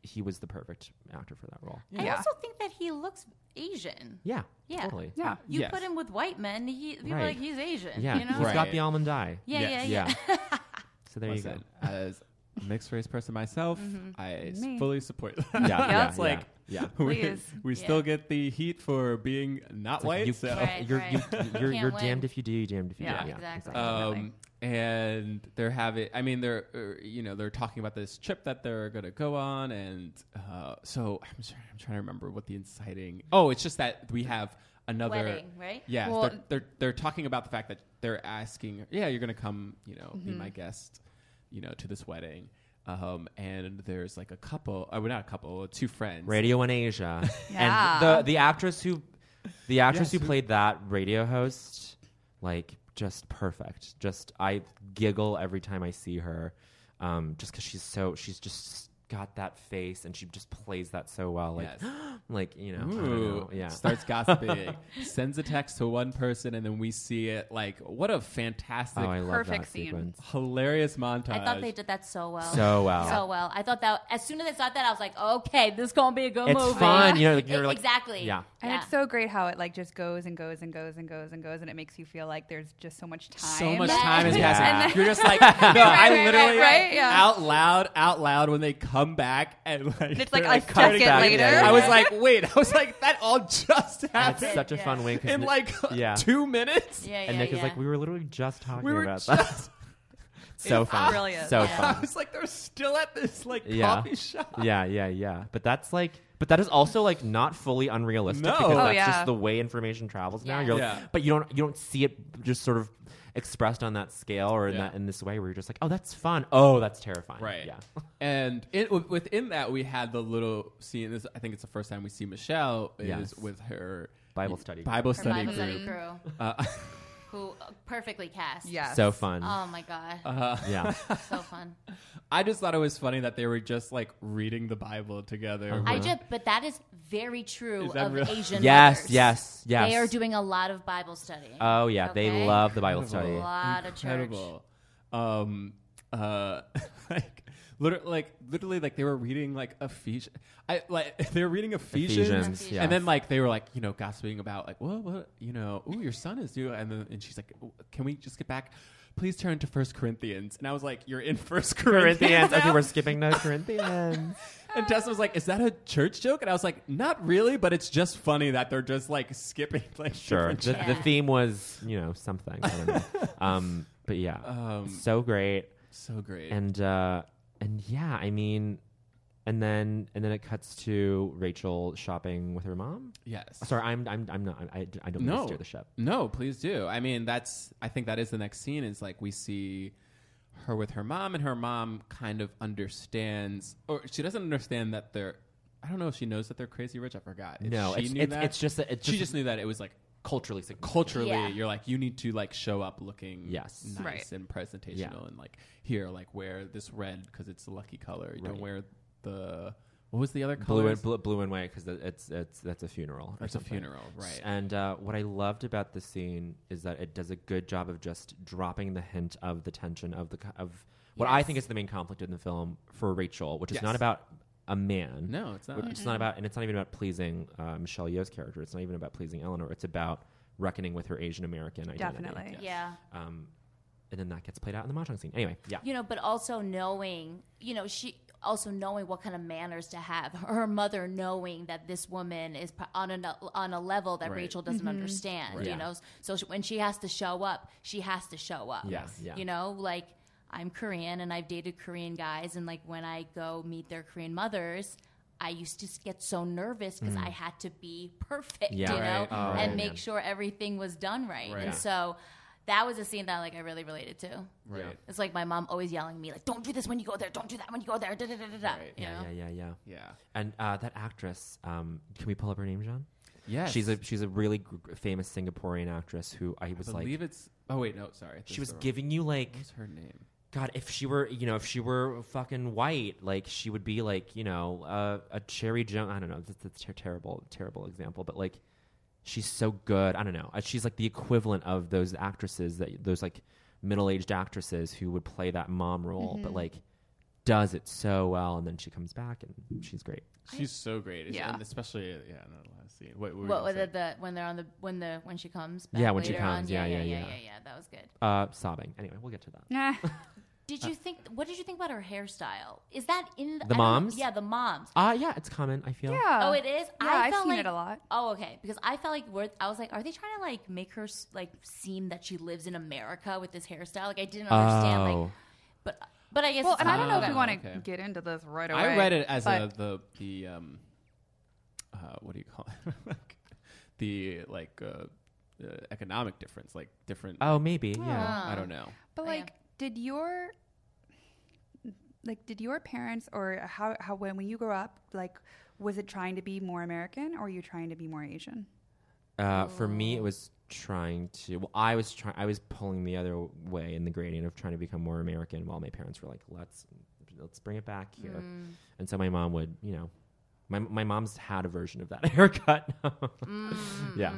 D: He he was the perfect actor for that role.
C: I
B: Yeah.
C: also think that he looks Asian.
D: Yeah.
C: Yeah.
D: Totally.
B: Yeah.
C: You
E: Yes.
C: put him with white men, he people
D: Right.
C: are like he's Asian.
D: Yeah.
C: You know?
D: He's got
E: Right.
D: the almond eye.
C: Yeah,
E: Yes.
C: yeah, yeah.
D: So there you
E: Listen,
D: go.
E: as a mixed race person myself, I
B: Mm-hmm. Me.
E: fully support that.
D: Yeah. yeah,
E: it's like
D: yeah.
E: we,
B: Please.
E: we still get the heat for being not
D: It's like,
E: white.
D: you
E: so.
D: can't- oh,
C: Right,
D: you're,
C: right.
D: You,
C: You
D: you're,
C: can't
D: you're
C: win.
D: damned if you do, you're damned if you
B: Yeah,
D: don't.
C: exactly.
E: Um, and they're having. I mean, they're uh, you know they're talking about this trip that they're gonna go on, and uh, so I'm sorry, I'm trying to remember what the inciting. Oh, it's just that we have a another
C: Wedding, right?
E: Yeah,
B: Well-
E: they're, they're they're talking about the fact that they're asking, yeah, you're gonna come, you know, be my
C: Mm-hmm.
E: guest, you know, to this wedding. Um, and there's like a couple, oh, well, not a couple, two friends.
D: Radio in Asia.
B: Yeah.
D: And the the actress who the actress
E: Yes,
D: who
E: who-
D: played that radio host, like just perfect. Just I giggle every time I see her. Um, just because she's so she's just got that face and she just plays that so well. Like
E: Yes.
D: like, you know, I don't
E: Ooh,
D: know. yeah.
E: starts gossiping, sends a text to one person, and then we see it. Like, what a fantastic,
D: oh, I love
B: perfect
D: that
B: scene.
D: sequence.
E: hilarious montage.
C: I thought they did that so well.
D: So well.
C: So well. I thought that as soon as I saw that, I was like, okay, this is gonna be a good
D: It's
C: movie.
D: fun, you know, like, you're
C: E-
D: like-
C: exactly.
D: yeah.
B: And
C: yeah.
B: it's so great how it like just goes and goes and goes and goes and goes, and it makes you feel like there's just so much time.
E: So much
C: Yes.
E: time is
D: Yeah.
E: passing.
D: And then-
E: You're just like, no, I
B: right,
E: literally
B: right, right, yeah.
E: out loud, out loud when they come back and like
B: It's like
E: they're,
B: a
E: cutting
B: second
E: back.
B: later.
E: I was like, wait, I was like, that all just
D: That's
E: happened
D: such a fun way 'cause
E: in
D: Ni-
E: like
D: yeah.
E: two minutes.
C: Yeah, yeah,
D: and Nick
C: yeah.
D: is like, we were literally just talking
E: We were
D: about
E: just.
D: that. so fun.
B: brilliant.
D: So
C: Yeah.
D: fun.
E: I was like, they're still at this like
D: Yeah.
E: coffee shop.
D: yeah, yeah, yeah. But that's like, but that is also like not fully unrealistic
E: No.
D: because
E: Oh,
D: that's
B: yeah.
D: just the way information travels now.
C: Yeah.
D: You're like,
E: Yeah.
D: but you don't you don't see it just sort of expressed on that scale or in
E: Yeah.
D: that in this way where you're just like, oh, that's fun. Oh, that's terrifying.
E: Right.
D: Yeah.
E: And it, w- within that, we had the little scene. This I think it's the first time we see Michelle is
D: Yes.
E: with her
D: Bible study group.
E: Bible
C: Her
E: study
C: Bible study
E: group.
C: crew,
E: Uh,
C: who uh, perfectly cast.
B: Yes.
D: So fun.
C: Oh my god,
D: Uh, yeah.
C: so fun.
E: I just thought it was funny that they were just like reading the Bible together.
D: Uh-huh.
C: I just, but that is very true
E: Is that
C: of
E: real?
C: Asian.
D: yes.
C: mothers.
D: Yes. Yes.
C: They are doing a lot of Bible study.
D: Oh yeah, they
C: Okay.
D: love the Bible
C: a
D: study.
C: lot of church.
E: incredible. Um, uh, like literally, like literally, like they were reading like Ephesians. I like they were reading Ephesians,
D: Ephesians.
C: Ephesians.
D: Yeah.
E: and then like they were like you know gossiping about like well what you know ooh your son is new and then and she's like can we just get back. Please turn to First Corinthians, and I was like, "You're in First Corinthians."
D: Corinthians. Okay,
E: now?
D: we're skipping no Corinthians.
E: And Tessa was like, "Is that a church joke?" And I was like, "Not really, but it's just funny that they're just like skipping like
D: sure.
E: different
D: The, the
C: Yeah.
D: theme was you know something. I don't know. um, but yeah,
E: Um,
D: so great.
E: So great.
D: and uh and yeah i mean and then and then it cuts to rachel shopping with her mom
E: yes.
D: sorry i'm i'm, I'm not i, I don't mean to
E: No.
D: steer the ship
E: No, please do. I mean, that's. I think that is the next scene. Is like we see her with her mom, and her mom kind of understands, or she doesn't understand that they're. I don't know if she knows that they're crazy rich. I forgot. If
D: no
E: she
D: it's
E: knew
D: it's,
E: that-
D: it's just that it's
E: she just knew that it was like
D: culturally significant.
E: culturally
C: Yeah.
E: you're like you need to like show up looking
D: Yes.
E: nice
B: Right.
E: and presentational and like here like wear this red because it's the lucky color you
D: Right.
E: don't wear the what was the other color
D: blue and blue, blue and white because it's it's that's a funeral or
E: it's a
D: something.
E: funeral right
D: And uh, what I loved about the scene is that it does a good job of just dropping the hint of the tension of the co- of what I
C: Yes.
D: think is the main conflict in the film for Rachel, which is
E: Yes.
D: not about a man.
E: no it's not
D: It's not about, and it's not even about pleasing uh, Michelle Yeoh's character. It's not even about pleasing Eleanor. It's about reckoning with her Asian American identity.
B: Definitely.
C: Yeah.
D: Um, and then that gets played out in the mahjong scene. Anyway, yeah.
C: you know but also knowing you know she also knowing what kind of manners to have her mother knowing that this woman is pro- on a on a level that
E: Right.
C: Rachel doesn't understand
E: Right.
C: you
E: Yeah.
C: know so she, when she has to show up she has to show up
D: Yes, yeah.
C: you know like I'm Korean and I've dated Korean guys and like when I go meet their Korean mothers I used to s- get so nervous because I had to be perfect,
D: Yeah.
C: you know,
E: Mm. Right. Oh,
C: and
D: man.
C: make sure everything was done right.
E: Right.
C: And
E: Yeah.
C: so that was a scene that like I really related to.
E: right
C: It's like my mom always yelling at me, like, "Don't do this when you go there. Don't do that when you go there." Da, da, da, da, da.
E: Right.
C: You
D: Yeah,
C: know?
D: yeah, yeah, yeah.
E: yeah
D: And uh, that actress, um, can we pull up her name, John?
E: yeah
D: She's a she's a really gr- gr- famous Singaporean actress who I was
E: I
D: like,
E: believe it's oh wait no sorry
D: she was giving you like,
E: what's her name
D: God, if she were you know if she were fucking white, like she would be like you know uh, a Cherry Jones. I don't know. That's, that's a ter- terrible, terrible example, but like she's so good. I don't know. Uh, She's like the equivalent of those actresses that those like middle-aged actresses who would play that mom role,
C: Mm-hmm.
D: but like does it so well, and then she comes back and she's great.
E: she's so great It's-
B: Yeah.
E: and especially yeah in the last scene what, were
C: What
E: you gonna
C: was
E: say?
C: it? The when they're on the when the when she comes. Back
D: Yeah, when she
C: later on?
D: comes. Yeah,
C: yeah,
D: yeah,
C: yeah,
D: yeah.
C: yeah, yeah. That was good.
D: Uh, sobbing. Anyway, we'll get to that.
B: Nah.
C: Did you think? What did you think about her hairstyle? Is that in the,
D: The
C: I don't-
D: moms?
C: Yeah, the moms.
D: Uh yeah, it's common. I feel.
B: yeah.
C: Oh, it is.
B: Yeah,
C: I
B: I've
C: felt
B: seen
C: like,
B: it a lot.
C: Oh, okay. Because I felt like we're, I was like, are they trying to like make her s- like seem that she lives in America with this hairstyle? Like I didn't understand. Like,
D: Oh.
C: but but I guess.
B: Well,
C: it's
B: and I
C: not
B: don't know if we
C: about-
B: want to
E: okay.
B: get into this right away.
E: I read it as
B: but
E: a, the the um, uh, what do you call it? the like uh, uh, economic difference, like different.
D: Oh, maybe. Yeah.
E: I don't know.
B: But
C: Oh, yeah.
B: like, did your like did your parents or how how when when you grew up like was it trying to be more American or were you trying to be more Asian?
D: Uh, for me, it was trying to. Well, I was trying. I was pulling the other way in the gradient of trying to become more American, while my parents were like, "Let's let's bring it back here." And so my mom would, you know, my my mom's had a version of that haircut. yeah.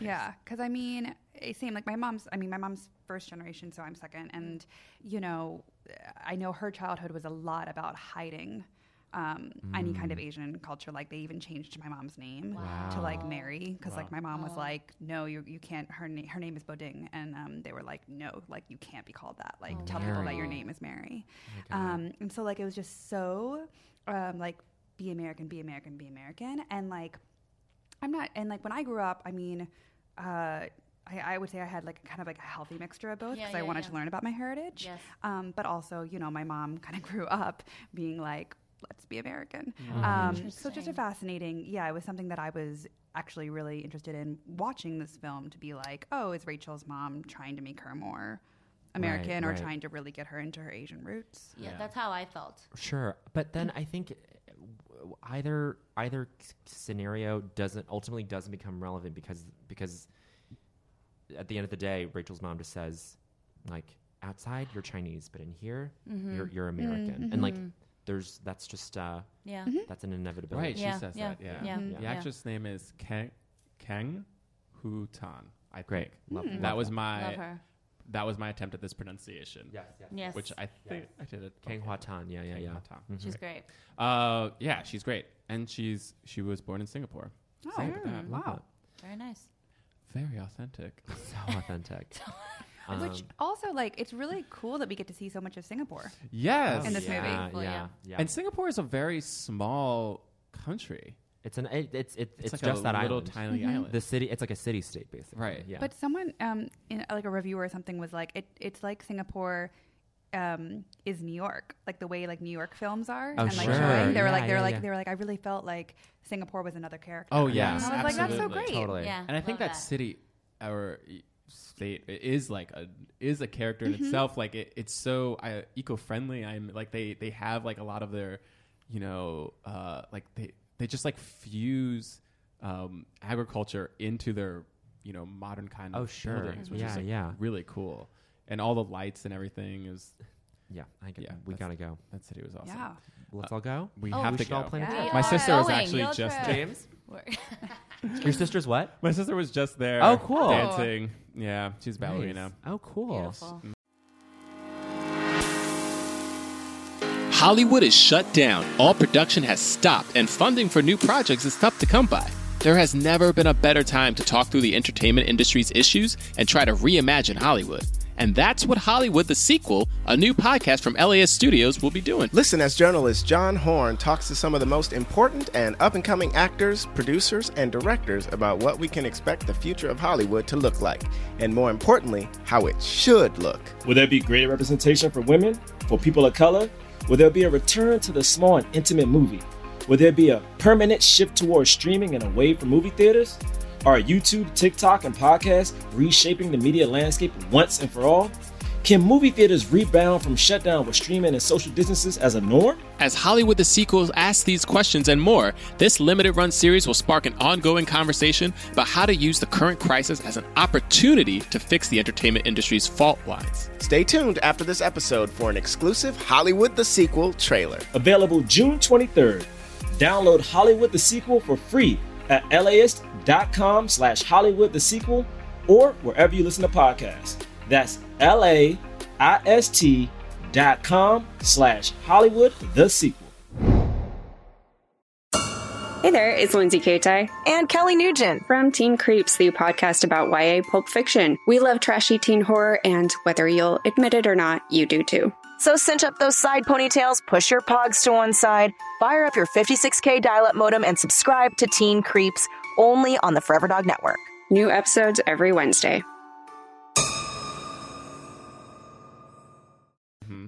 B: Yeah, because I mean, eh, same like my mom's. I mean, my mom's first generation, so I'm second, and you know, I know her childhood was a lot about hiding um, any kind of Asian culture. Like they even changed my mom's name to like Mary, because like my mom was like, no, you you can't. Her name her name is Boding, and um, they were like, no, like you can't be called that. Like tell people that your name is Mary. Um, and so like it was just so um, like be American, be American, be American, and like. I'm not, and like when I grew up, I mean, uh, I, I would say I had like kind of like a healthy mixture of both
C: Yeah,
B: because I
C: yeah,
B: wanted
C: yeah.
B: to learn about my heritage.
C: Yes.
B: Um, but also, you know, my mom kind of grew up being like, let's be American.
C: Mm-hmm.
B: Um, so just a
C: Interesting.
B: fascinating, yeah, it was something that I was actually really interested in watching this film to be like, oh, is Rachel's mom trying to make her more American or
D: right.
B: trying to really get her into her Asian roots?
C: Yeah, that's how I felt.
D: Sure, but then
B: Mm.
D: I think eh, w- either either s- scenario doesn't ultimately doesn't become relevant because because at the end of the day, Rachel's mom just says like outside you're Chinese, but in here
B: Mm-hmm.
D: you're you're American, and like there's that's just uh
C: Yeah.
B: Mm-hmm.
D: that's an inevitability.
E: Right,
C: Yeah,
E: she says
C: yeah,
E: that. Mm-hmm. Yeah.
C: yeah, Mhm.
E: The
C: yeah.
E: actress name is Kang Kang Hu Tan. I
D: Great.
E: think.
B: Mm.
D: Love, love
E: That was
C: Love
E: my
C: her.
E: that was my attempt at this pronunciation.
D: yes, yes.
C: Yes.
E: Which I think I did it.
D: Kang Hwa Tan. Yeah, yeah,
E: Kang
D: yeah. Mm-hmm.
E: Hwa Tan.
C: she's great.
E: Uh, yeah, she's great, and she's she was born in Singapore.
B: Oh,
E: Think about that.
B: wow.
C: Very nice.
E: Very authentic.
D: So authentic. Um,
B: Which also, like, it's really cool that we get to see so much of Singapore.
E: yes,
B: In this movie.
D: um, yeah,
C: Well,
D: yeah,
C: yeah.
D: yeah.
E: and Singapore is a very small country.
D: it's an it, it's it, it's,
E: like
D: just
E: a
D: that
E: little
D: island.
E: tiny
C: Mm-hmm.
E: island.
D: the city. It's like a city state basically.
E: Right.
D: Yeah.
B: But someone, um, in, like a reviewer or something, was like, it, "It's like Singapore." Um, is New York like the way like New York films are?
D: Oh,
B: and like
D: sure.
B: Troy? they were
D: Yeah,
B: like they were
D: yeah,
B: like
D: yeah.
B: they were like I really felt like Singapore was another character.
E: Oh,
B: yeah,
E: yes,
B: I was like, that's so
E: absolutely.
B: great.
D: Totally.
C: Yeah.
E: and I think
C: love
E: that, city or e- state i- is like a is a character in
C: Mm-hmm.
E: itself. Like it, it's so uh, eco friendly. I'm like they they have like a lot of their, you know, uh, like they they just like fuse um, agriculture into their you know modern kind of
D: Oh, sure.
E: buildings, which
D: Yeah,
E: is like
D: yeah.
E: really cool. And all the lights and everything is
D: Yeah, I get,
E: Yeah,
D: we
E: that's-
D: gotta go.
E: that city was awesome.
B: Yeah.
D: Let's all go.
E: We
C: Oh,
E: have
D: we
E: to
D: should
E: go.
D: all plan a
C: Yeah.
D: trip.
E: My
C: Are
E: sister was
C: going,
E: actually
C: field
E: just
C: trip.
E: James.
C: We're-
D: Your sister's what?
E: My sister was just there.
D: Oh, cool.
E: Dancing. Yeah, she's a ballerina. Mm-hmm.
D: Nice. Oh, cool.
C: Beautiful.
H: Hollywood is shut down. All production has stopped, and funding for new projects is tough to come by. There has never been a better time to talk through the entertainment industry's issues and try to reimagine Hollywood. And that's what Hollywood the Sequel, a new podcast from LAS Studios, will be doing.
I: Listen as journalist John Horn talks to some of the most important and up and coming actors, producers, and directors about what we can expect the future of Hollywood to look like, and more importantly, how it should look.
J: Will there be greater representation for women, for people of color? Will there be a return to the small and intimate movie? Will there be a permanent shift towards streaming and away from movie theaters? Are YouTube, TikTok, and podcasts reshaping the media landscape once and for all? Can movie theaters rebound from shutdown with streaming and social distances as a norm?
H: As Hollywood the Sequel asks these questions and more, this limited run series will spark an ongoing conversation about how to use the current crisis as an opportunity to fix the entertainment industry's fault lines.
I: Stay tuned after this episode for an exclusive Hollywood the Sequel trailer.
J: Available June 23rd. Download Hollywood the Sequel for free at laist.com slash Hollywood the Sequel or wherever you listen to podcasts. That's L-A-I-S-T dot com slash Hollywood the Sequel.
K: Hey there, it's Lindsay Kaitai
L: and Kelly Nugent.
K: from Teen Creeps, the podcast about YA pulp fiction. We love trashy teen horror, and whether you'll admit it or not, you do too.
L: So cinch up those side ponytails, push your pogs to one side, fire up your 56K dial up modem, and subscribe to Teen Creeps only on the Forever Dog Network.
K: New episodes every Wednesday.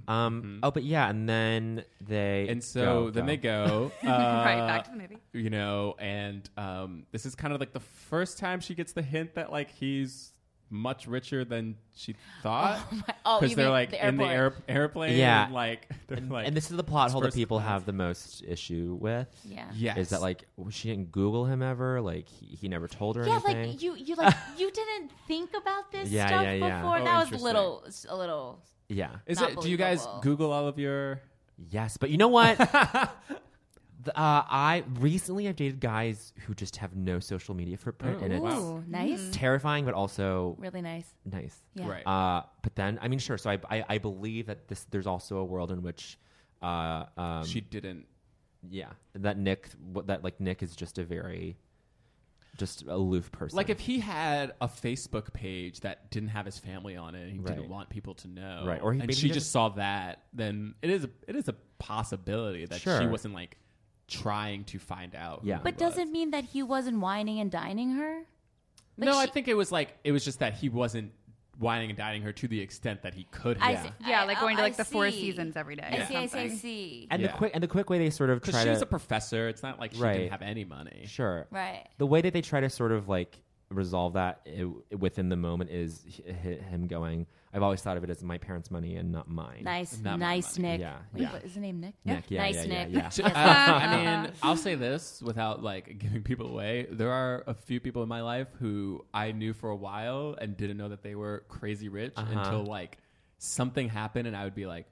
D: Um, Oh, but yeah, and then they
E: Mm-hmm. And so
D: go,
E: then
D: go.
E: they go. uh,
B: Right, back to the movie.
E: You know, and um, this is kind of like the first time she gets the hint that like he's much richer than she thought.
C: oh, you
E: they're
C: mean
E: like
C: the
E: in the air-
C: airport.
E: airplane.
D: Yeah.
E: And, like they're
D: and,
E: like.
D: and this is the plot hole that
E: first-
D: people have the most issue with.
C: Yeah.
D: Is
E: Yes.
D: that like well, she didn't Google him ever? Like he, he never told her
C: Yeah,
D: anything.
C: like you, you like you didn't think about this
D: Yeah,
C: stuff
D: yeah, yeah.
C: before.
D: Oh,
C: that was
D: interesting.
C: little, a little.
D: yeah.
E: Is
C: not
E: it? Do you guys
C: believable.
E: Google all of your?
D: Yes, but you know what? The, uh, I recently I've dated guys who just have no social media footprint,
C: Oh,
D: and it's
C: Ooh, nice.
D: terrifying, but also
C: Really nice.
D: nice.
C: Yeah. Right.
D: Uh, but then, I mean, sure. So I, I, I believe that this there's also a world in which uh, um,
E: She didn't.
D: Yeah, that Nick, what that like Nick is just a very, just aloof person.
E: Like if he had a Facebook page that didn't have his family on it, and he
D: Right.
E: didn't want people to know,
D: Right, or he-
E: and
D: maybe
E: she
D: he
E: just
D: didn't-
E: saw that, then it is a, it is a possibility that she
D: Sure.
E: wasn't like trying to find out. who
D: Yeah.
E: he
C: But
E: was.
C: does it mean that he wasn't whining and dining her? Like,
E: no, I
C: she-
E: think it was like it was just that he wasn't whining and dining her to the extent that he could
C: I
E: have.
C: see.
B: Yeah, like going to
C: I-
B: like the Four
C: see.
B: Seasons every day.
C: I
B: or
C: see, I see, I
B: something.
C: see.
D: and
E: Yeah.
D: the quick and the quick way they sort of
E: Because
D: try
E: she
D: to
E: was a professor. It's not like she
D: Right.
E: didn't have any money.
D: sure
C: Right.
D: the way that they try to sort of like resolve that i within the moment is h- h- him going. I've always thought of it as my parents' money and not mine.
C: Nice,
E: Not my
C: nice
E: money.
C: Nick.
D: Yeah,
C: Wait,
D: yeah.
C: what is the name Nick?
D: Nick, yeah,
C: nice
D: yeah, yeah,
C: Nick.
D: yeah.
E: J- uh, I mean, I'll say this without like giving people away. There are a few people in my life who I knew for a while and didn't know that they were crazy rich
D: Uh-huh.
E: until like something happened, and I would be like,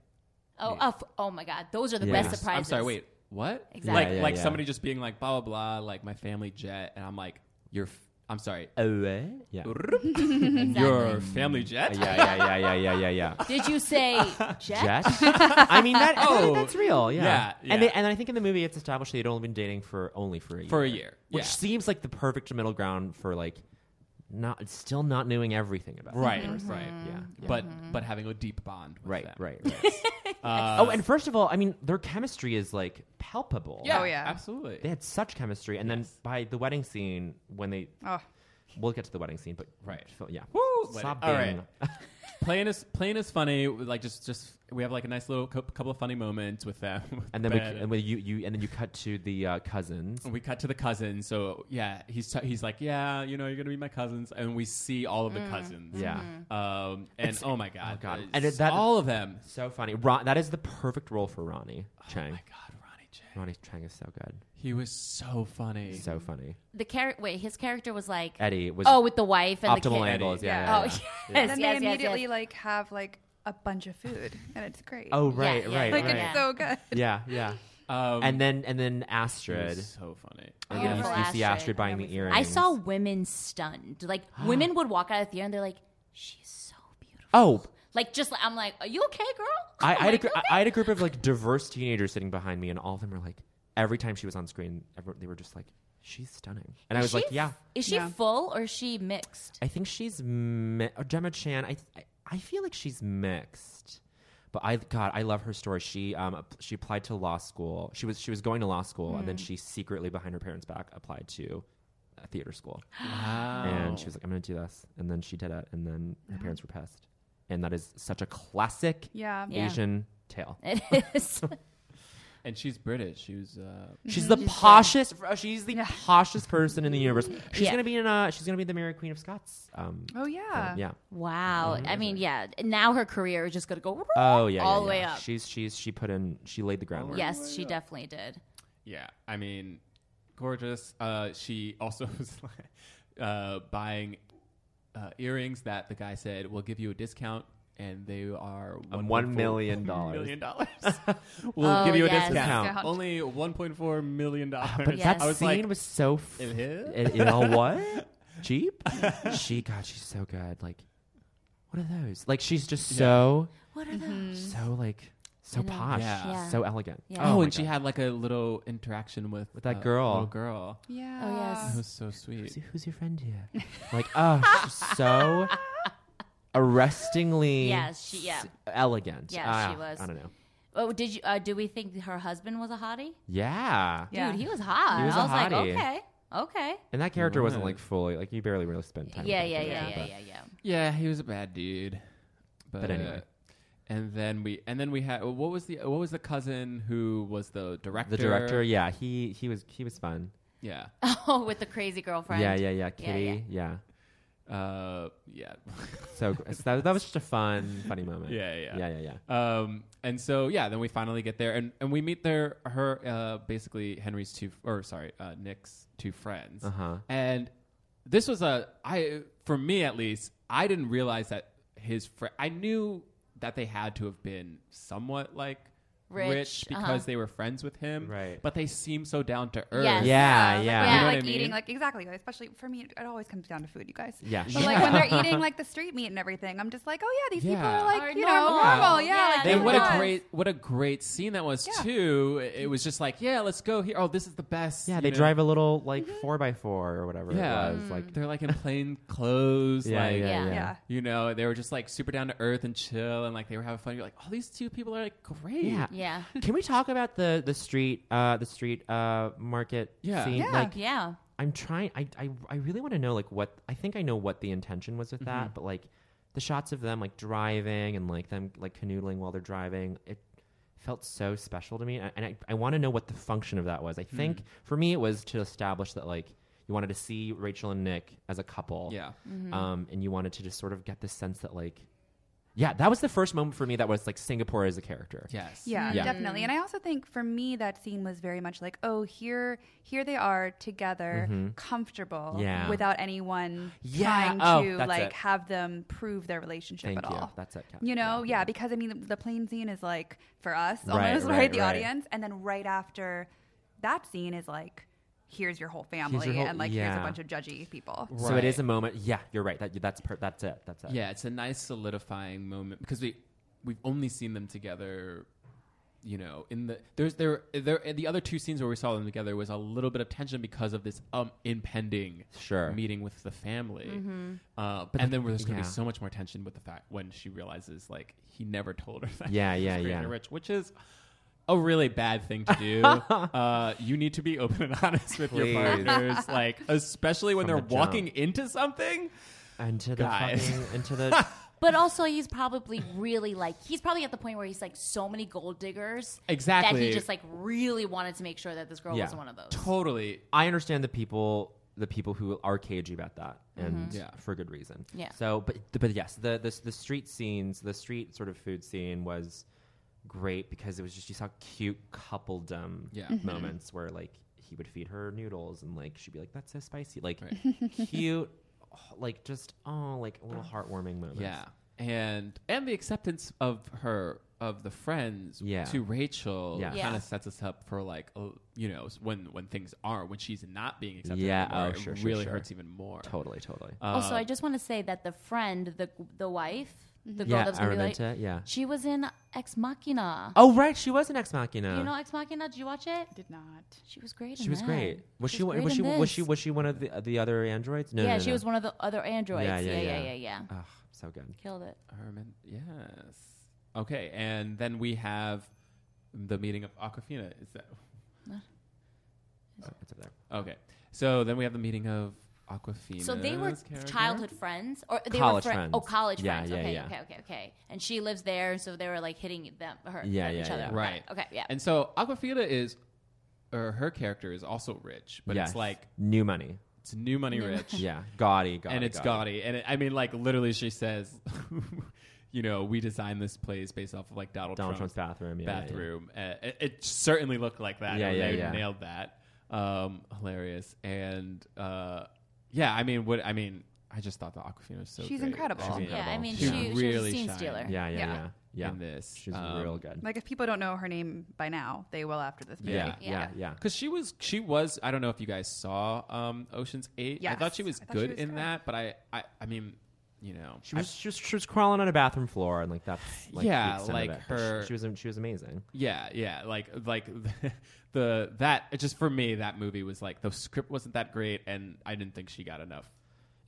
C: Oh, oh, f- oh my God, those are the
D: Yeah.
C: best
D: I'm
C: surprises.
E: "I'm sorry, wait, what?"
C: Exactly.
E: Like,
D: Yeah, yeah,
E: like
D: yeah.
E: somebody just being like, "Blah blah blah," like my family jet, and I'm like, "Your, f- I'm sorry,
D: Oh, eh? yeah.
E: your family jet."
D: Mm-hmm. yeah, yeah, yeah, yeah, yeah, yeah, yeah.
C: Did you say Jet?
D: Jet? I mean that. I think
E: Oh.
D: that's real. Yeah.
E: Yeah,
D: And
E: yeah.
D: they, and I think in the movie it's established they'd only been dating for only for a year.
E: For a year,
D: which
E: yeah.
D: seems like the perfect middle ground for like not still not knowing everything about the
E: Right,
B: Mm-hmm.
D: person.
E: right.
D: Yeah. yeah.
E: But but having a deep bond. With
D: right,
E: them.
D: right, right. oh, and first of all, I mean their chemistry is like palpable.
E: Yeah,
B: Oh, yeah.
E: absolutely.
D: They had such chemistry, and then by the wedding scene when they.
B: Oh.
D: We'll get to the wedding scene, but
E: Right.
D: so- yeah.
E: Wedding.
D: Stop
E: All
D: being-
E: Playing is playing is funny. Like just just we have like a nice little cou- couple of funny moments with them. with
D: And then we,
E: Ben.
D: and we, you, you, and then you cut to the uh, cousins.
E: And we cut to the cousins. So yeah, he's t- he's like, yeah, you know, you're gonna be my cousins, and we see all of the cousins.
D: Yeah.
E: Um. And oh my god.
D: Oh, God.
E: uh,
D: And it- that-
E: all of them.
D: So funny. Ron, that is the perfect role for Ronnie Chang.
E: Oh my god, Ronnie J.
D: Ronnie Chang is so good.
E: He was so funny.
D: So funny.
C: The character. Wait, his character was like.
D: Eddie was
C: Oh, with the wife and the
D: optimal
C: kid.
D: angles. Yeah.
B: Yeah.
D: yeah,
C: Oh,
D: yeah.
C: yes,
B: And
C: yes,
B: then
C: yes,
B: they immediately
C: yes.
B: like have like a bunch of food, and it's great.
D: Oh, right,
C: yeah,
D: right,
B: like
D: right.
B: it's so good.
D: yeah, yeah.
E: Um,
D: And then and then
E: he
D: Astrid.
E: was so funny.
D: And then you,
C: Beautiful
D: you see
C: Astrid.
D: Astrid buying the earrings.
C: I saw women stunned. Like women would walk out of the theater and they're like, "She's so beautiful."
D: Oh,
C: Like just like- I'm like, "Are you okay, girl?"
D: I, I,
C: I'm
D: had a,
C: like,
D: gr- I-
C: "Okay."
D: I had a group of like diverse teenagers sitting behind me, and all of them were like, every time she was on screen, everyone, they were just like, she's stunning. And I was
C: She
D: like,
C: f-
D: yeah.
C: Is she
B: Yeah.
C: full or is she mixed?
D: I think she's mi- or Gemma Chan. I, I I feel like she's mixed, but I God, I love her story. She um app- she applied to law school. She was she was going to law school, and then she secretly behind her parents' back applied to a theater school,
E: Wow.
D: and she was like, I'm gonna do this, and then she did it, and then her parents were pissed, and that is such a classic
B: Yeah.
C: Yeah.
D: Asian tale.
C: It is.
E: And she's British. She was. Uh,
C: Mm-hmm.
D: She's the poshest. oh, She's the poshest person in the universe. She's
C: Yeah.
D: gonna be in a. She's gonna be the Mary Queen of Scots. Um,
B: Oh
C: Uh,
B: yeah.
D: yeah.
C: wow. I
D: Mm-hmm.
C: mean, yeah. Now her career is just gonna go
D: Oh yeah,
C: all
D: yeah,
C: the way
D: yeah.
C: up.
D: She's she's she put in she laid the groundwork.
C: yes, she definitely did.
E: Yeah, I mean, gorgeous. Uh, she also was uh, buying uh, earrings that the guy said we'll give you a discount, and they are
D: Um,
E: $1.4
D: one million dollars.
E: Million dollars. we'll
C: Oh,
E: give you a
C: yes.
E: discount.
B: Discount.
E: Only one point four million dollars.
D: Ah, But
C: Yes.
D: that
E: I was
D: scene
E: like,
D: was so. F-
E: "It is?"
D: it- you know what? Cheap. she God, she's so good. Like, what are those? Like, she's just so
C: What are those?
D: so like so
C: know.
D: posh,
E: Yeah.
C: Yeah.
D: so elegant.
C: Yeah.
E: oh,
D: my
E: and she
D: God.
E: had like a little interaction with
D: With that
E: uh,
D: girl.
E: Little girl.
B: Yeah.
C: Oh, yes.
E: That was so sweet.
D: Who's, who's your friend here? like, oh, she's so arrestingly.
C: Yes, she- yeah.
D: s- Elegant.
C: Yeah, she
D: Ah,
C: was.
D: I don't know.
C: Oh, did you? Uh, do we think her husband was a hottie?
D: Yeah.
B: Yeah.
C: Dude, he was hot.
D: He was
C: I
D: a
C: was like,
D: hottie.
C: okay, okay.
D: And that character wasn't
E: Yeah.
D: like fully like you barely really spent time. with
C: Yeah,
D: that
C: yeah, yeah,
D: character,
C: yeah,
D: but-
C: yeah, yeah.
E: Yeah, he was a bad dude. But,
D: But anyway.
E: uh, And then we and then we had what was the what was the cousin who was the director?
D: The director, yeah, he he was he was fun.
E: Yeah.
C: Oh, with the crazy girlfriend.
D: Yeah, yeah, yeah. Kitty, yeah.
E: Uh, yeah.
D: so gr- so that, that was just a fun, funny moment.
E: Yeah, yeah,
D: yeah, yeah, yeah.
E: Um, and so yeah, then we finally get there, and, and we meet their her uh, basically Henry's two or sorry uh, Nick's two friends,
D: Uh-huh.
E: and this was a I for me at least I didn't realize that his friend I knew that they had to have been somewhat like
C: Rich,
E: rich,
C: uh-huh.
E: because they were friends with him,
D: right?
E: But they seem so down to earth.
C: Yes. Yeah, Yeah, yeah.
E: You know
B: like
E: what I mean?
B: eating like exactly especially for me it always comes down to food you guys
D: Yeah.
B: but like when they're eating like the street meat and everything i'm just like oh yeah these people
E: Yeah.
B: are like
C: Are
B: you know
C: normal.
B: normal, yeah,
C: Yeah.
B: like,
E: and
B: they're
E: what a
B: not-
E: great what a great scene that was too. It it was just like, yeah, let's go here. Oh, this is the best.
D: Yeah,
E: you
D: they
E: know?
D: drive a little like
C: Mm-hmm.
D: four by four or whatever
E: Yeah.
D: it was. Like
E: they're like in plain clothes.
D: Yeah,
E: like,
D: yeah, Yeah. yeah.
B: Yeah.
E: You know, they were just like super down to earth and chill, and like they were having fun. You're like, oh, these two people are like great.
D: Yeah.
C: Yeah.
D: Can we talk about the the street uh the street uh market
E: Yeah.
D: scene?
E: Yeah.
D: Like
C: yeah.
D: I'm trying I I I really want to know like what I think I know what the intention was with
E: Mm-hmm.
D: that, but like the shots of them like driving and like them like canoodling while they're driving, it felt so special to me and and I, I want to know what the function of that was. I think
E: Mm-hmm.
D: for me it was to establish that like you wanted to see Rachel and Nick as a couple.
E: Yeah.
C: Mhm.
D: Um and you wanted to just sort of get this sense that like yeah, that was the first moment for me that was like Singapore as a character.
E: Yes.
B: yeah,
D: Yeah.
B: definitely and i also think for me that scene was very much like oh here here they are together
D: Mhm.
B: comfortable
D: Yeah.
B: without anyone
D: Yeah.
B: trying
D: Oh,
B: to
D: that's
B: like
D: it.
B: have them prove their relationship
D: Thank
B: at
D: you.
B: all
D: That's it, Kat.
B: you know yeah, because i mean the, the plane scene is like for us
D: Right,
B: almost right,
D: right,
B: the
D: right.
B: audience and then right after that scene is like here's your whole family
D: whole-
B: and like here's a
D: yeah.
B: bunch of judgy people
D: So it is a moment. Yeah, you're right. That that's per, that's it. That's it.
E: Yeah, it's a nice solidifying moment because we we've only seen them together. You know, in the there's there there the other two scenes where we saw them together was a little bit of tension because of this um impending
D: Sure.
E: meeting with the family.
C: Mhm.
E: Uh,
D: But
E: and
D: the-
E: then there's gonna be
D: yeah.
E: so much more tension with the fact when she realizes like he never told her that.
D: Yeah,
E: he was
D: yeah,
E: great
D: yeah.
E: and Rich, which is a really bad thing to do. uh, you need to be open and honest with
D: Please.
E: your partners, like especially when
D: From
E: they're
D: the jump.
E: walking into something.
D: Into the
E: Guys.
D: fucking into the
C: But also, he's probably really like he's probably at the point where he's like so many gold diggers that he
E: Exactly.
C: just like really wanted to make sure that this girl
D: Yeah.
C: wasn't one of those.
E: Totally.
D: I understand the people the people who are cagey about that and
C: Mhm.
E: Yeah.
D: for good reason.
C: Yeah.
D: So but but yes, the the the street scenes, the street sort of food scene was great because it was just you saw cute coupledom
E: Yeah. Mhm.
D: moments where like he would feed her noodles and like she'd be like that's so spicy like
E: Right.
D: cute like just oh like little heartwarming moments.
E: Yeah, and and the acceptance of her of the friends
D: Yeah.
E: to Rachel
D: Yeah.
E: kind
C: Yeah.
E: of sets us up for like oh, you know s- when when things are when she's not being accepted.
D: Yeah,
E: anymore,
D: oh,
E: it
D: sure, sure,
E: really
D: sure.
E: hurts even more.
D: Totally, totally.
C: also,
E: Uh,
C: I just want to say that the friend, the the wife, the girl
D: Mm-hmm. Yeah,
C: that was gonna be like,
D: Araminta, yeah.
C: she was in Ex Machina.
D: Oh right, she was an ex machina.
C: You know Ex Machina? Did you watch it?
B: did not
C: She was great.
D: she
C: in
D: was
C: that.
D: great. Was she,
C: great
D: was
C: in
D: she was
C: this.
D: she was she one of the, uh, the other androids? No,
C: yeah,
D: no,
C: she
D: no.
C: was one of the other androids. Yeah, yeah, yeah, yeah, yeah.
D: Ugh, so good.
C: Killed it.
E: Herman, yes. Okay, and then we have the meeting of Aquafina. Is that
D: Oh, it's up there.
E: okay? So then we have the meeting of Aquafina.
C: So they were childhood friends, or they
D: College
C: were fri- Oh,
D: friends.
C: college
D: Yeah,
C: friends.
D: yeah,
C: okay,
D: yeah.
C: okay, okay, okay. And she lives there, so they were like hitting them, her,
D: Yeah,
C: each
D: yeah,
C: other.
D: yeah.
C: Okay,
E: right?
C: Okay, yeah.
E: And so Aquafina is, or her character is also rich, but
D: Yes.
E: it's like
D: new money.
E: It's new money rich.
D: yeah, gaudy, gaudy,
E: and it's gaudy. And it, I mean, like literally, she says, you know, we designed this place based off of like Donald,
D: Donald Trump's bathroom, yeah, yeah, yeah.
E: bathroom. Uh, it, it certainly looked like that.
D: Yeah, yeah,
E: they
D: yeah.
E: Nailed that. Um, hilarious. And uh, yeah, I mean, what I mean, I just thought the Aquafina was so.
B: She's
E: great.
B: incredible.
E: I mean,
C: yeah, I mean, she,
E: She
C: she was a
E: really
C: scene
E: shined.
C: stealer.
D: Yeah, yeah, yeah,
B: Yeah.
D: yeah.
E: In this,
D: she's
E: um,
D: real good.
B: like if people don't know her name by now they will after this movie
D: yeah,
C: Yeah.
D: yeah, yeah, yeah.
E: Because she was, she was. I don't know if you guys saw um, Ocean's Eight. I
B: Yes.
E: thought she was
B: I thought she
E: good
B: was
E: in
B: good.
E: that, but I, I, I mean, you know,
D: She was she was she was crawling on a bathroom floor and like that's like the
E: Yeah,
D: extent of
E: like
D: it. But she-
E: her-
D: She, was she was amazing.
E: Yeah, yeah, like like the that it just for me that movie was like the script wasn't that great and I didn't think she got enough.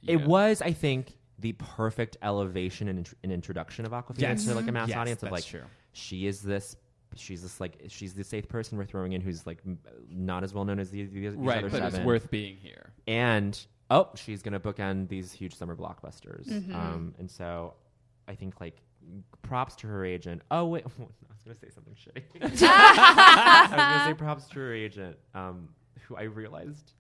E: you
D: It
E: know.
D: was, I think, the perfect elevation and, int- and introduction of Aquafina
E: Yes. Mm-hmm.
D: to like a mass
E: Yes,
D: audience of
E: that's
D: like
E: true.
D: she is this. She's this like she's the safe person we're throwing in who's like m- not as well known as the, the these
E: right,
D: other
E: but
D: seven.
E: it's worth being here.
D: and oh, she's gonna bookend these huge summer blockbusters. Um, and so I think like props to her agent. Oh wait, I was gonna say something shitty. I was gonna say props to her agent, um, who I realized.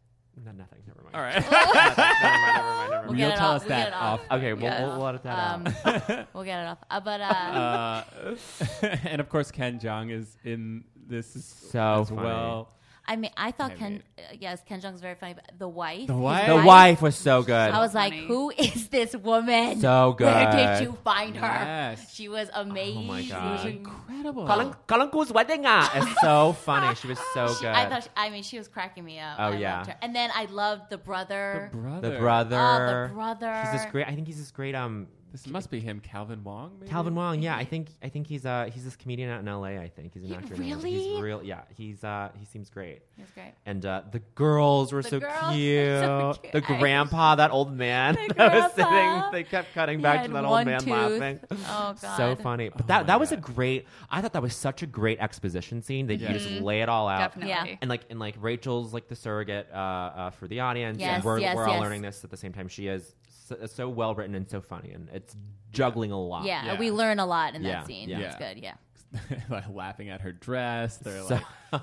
D: No, nothing. Never mind.
E: All right.
D: never mind. Never mind. Never
E: We'll
D: mind.
E: get You'll it tell off, us we'll that get it off. off.
D: Okay, we'll,
E: Yeah.
D: we'll, we'll edit that
C: um,
D: out.
C: we'll get it off. Uh, but uh,
E: Uh, and of course, Ken Jong is in this
D: So
E: as
D: funny.
E: well.
C: I mean, I thought
E: I
C: Ken. uh, yes, Ken Jong's very funny. But the wife.
D: The
C: his
D: wife? The wife was so good.
C: I was like, who is this woman?
D: So
C: Where did
D: good.
C: you find her?
D: Yes.
C: She was amazing.
D: God.
C: incredible.
D: Colin, Colin Ku's wedding. ah, It's so funny. She was so
C: Oh. She-
D: good.
C: I thought. She, I mean, she was cracking me up.
D: Oh,
C: I
D: yeah.
C: Loved her. And then I loved the brother.
D: the brother.
C: Oh, the brother.
D: He's this great. I think he's this great. Um,
E: this must be him, Calvin Wong. Maybe?
D: Calvin Wong. Yeah, I think I think he's uh he's this comedian out in L.A. I think he's an
C: He-
D: actor. in LA. He's
C: really?
D: real. Yeah, he's uh he seems great.
C: He's great.
D: And uh, the girls were
C: The
D: so,
C: girls
D: cute.
C: were so cute.
D: The grandpa, that old man
C: The
D: that was
C: grandpa.
D: sitting. They kept cutting
C: He
D: back
C: had
D: to that
C: one
D: old man
C: tooth.
D: laughing.
C: Oh,
D: So
C: God.
D: funny. But that that was a great. I thought that was such a great exposition scene. That
C: Yeah.
D: you just
C: Mhm.
D: lay it all out.
C: Definitely. Yeah.
D: And like and like Rachel's like the surrogate uh, uh, for the audience.
C: Yes,
D: and we're
C: yes,
D: we're all
C: yes.
D: learning this at the same time. She is so, so well written and so funny, and it's juggling a lot.
C: Yeah, we learn a lot in
D: Yeah,
C: that scene.
D: yeah.
C: That's
D: Yeah.
C: good. Yeah.
E: like laughing at her dress. They're
D: So-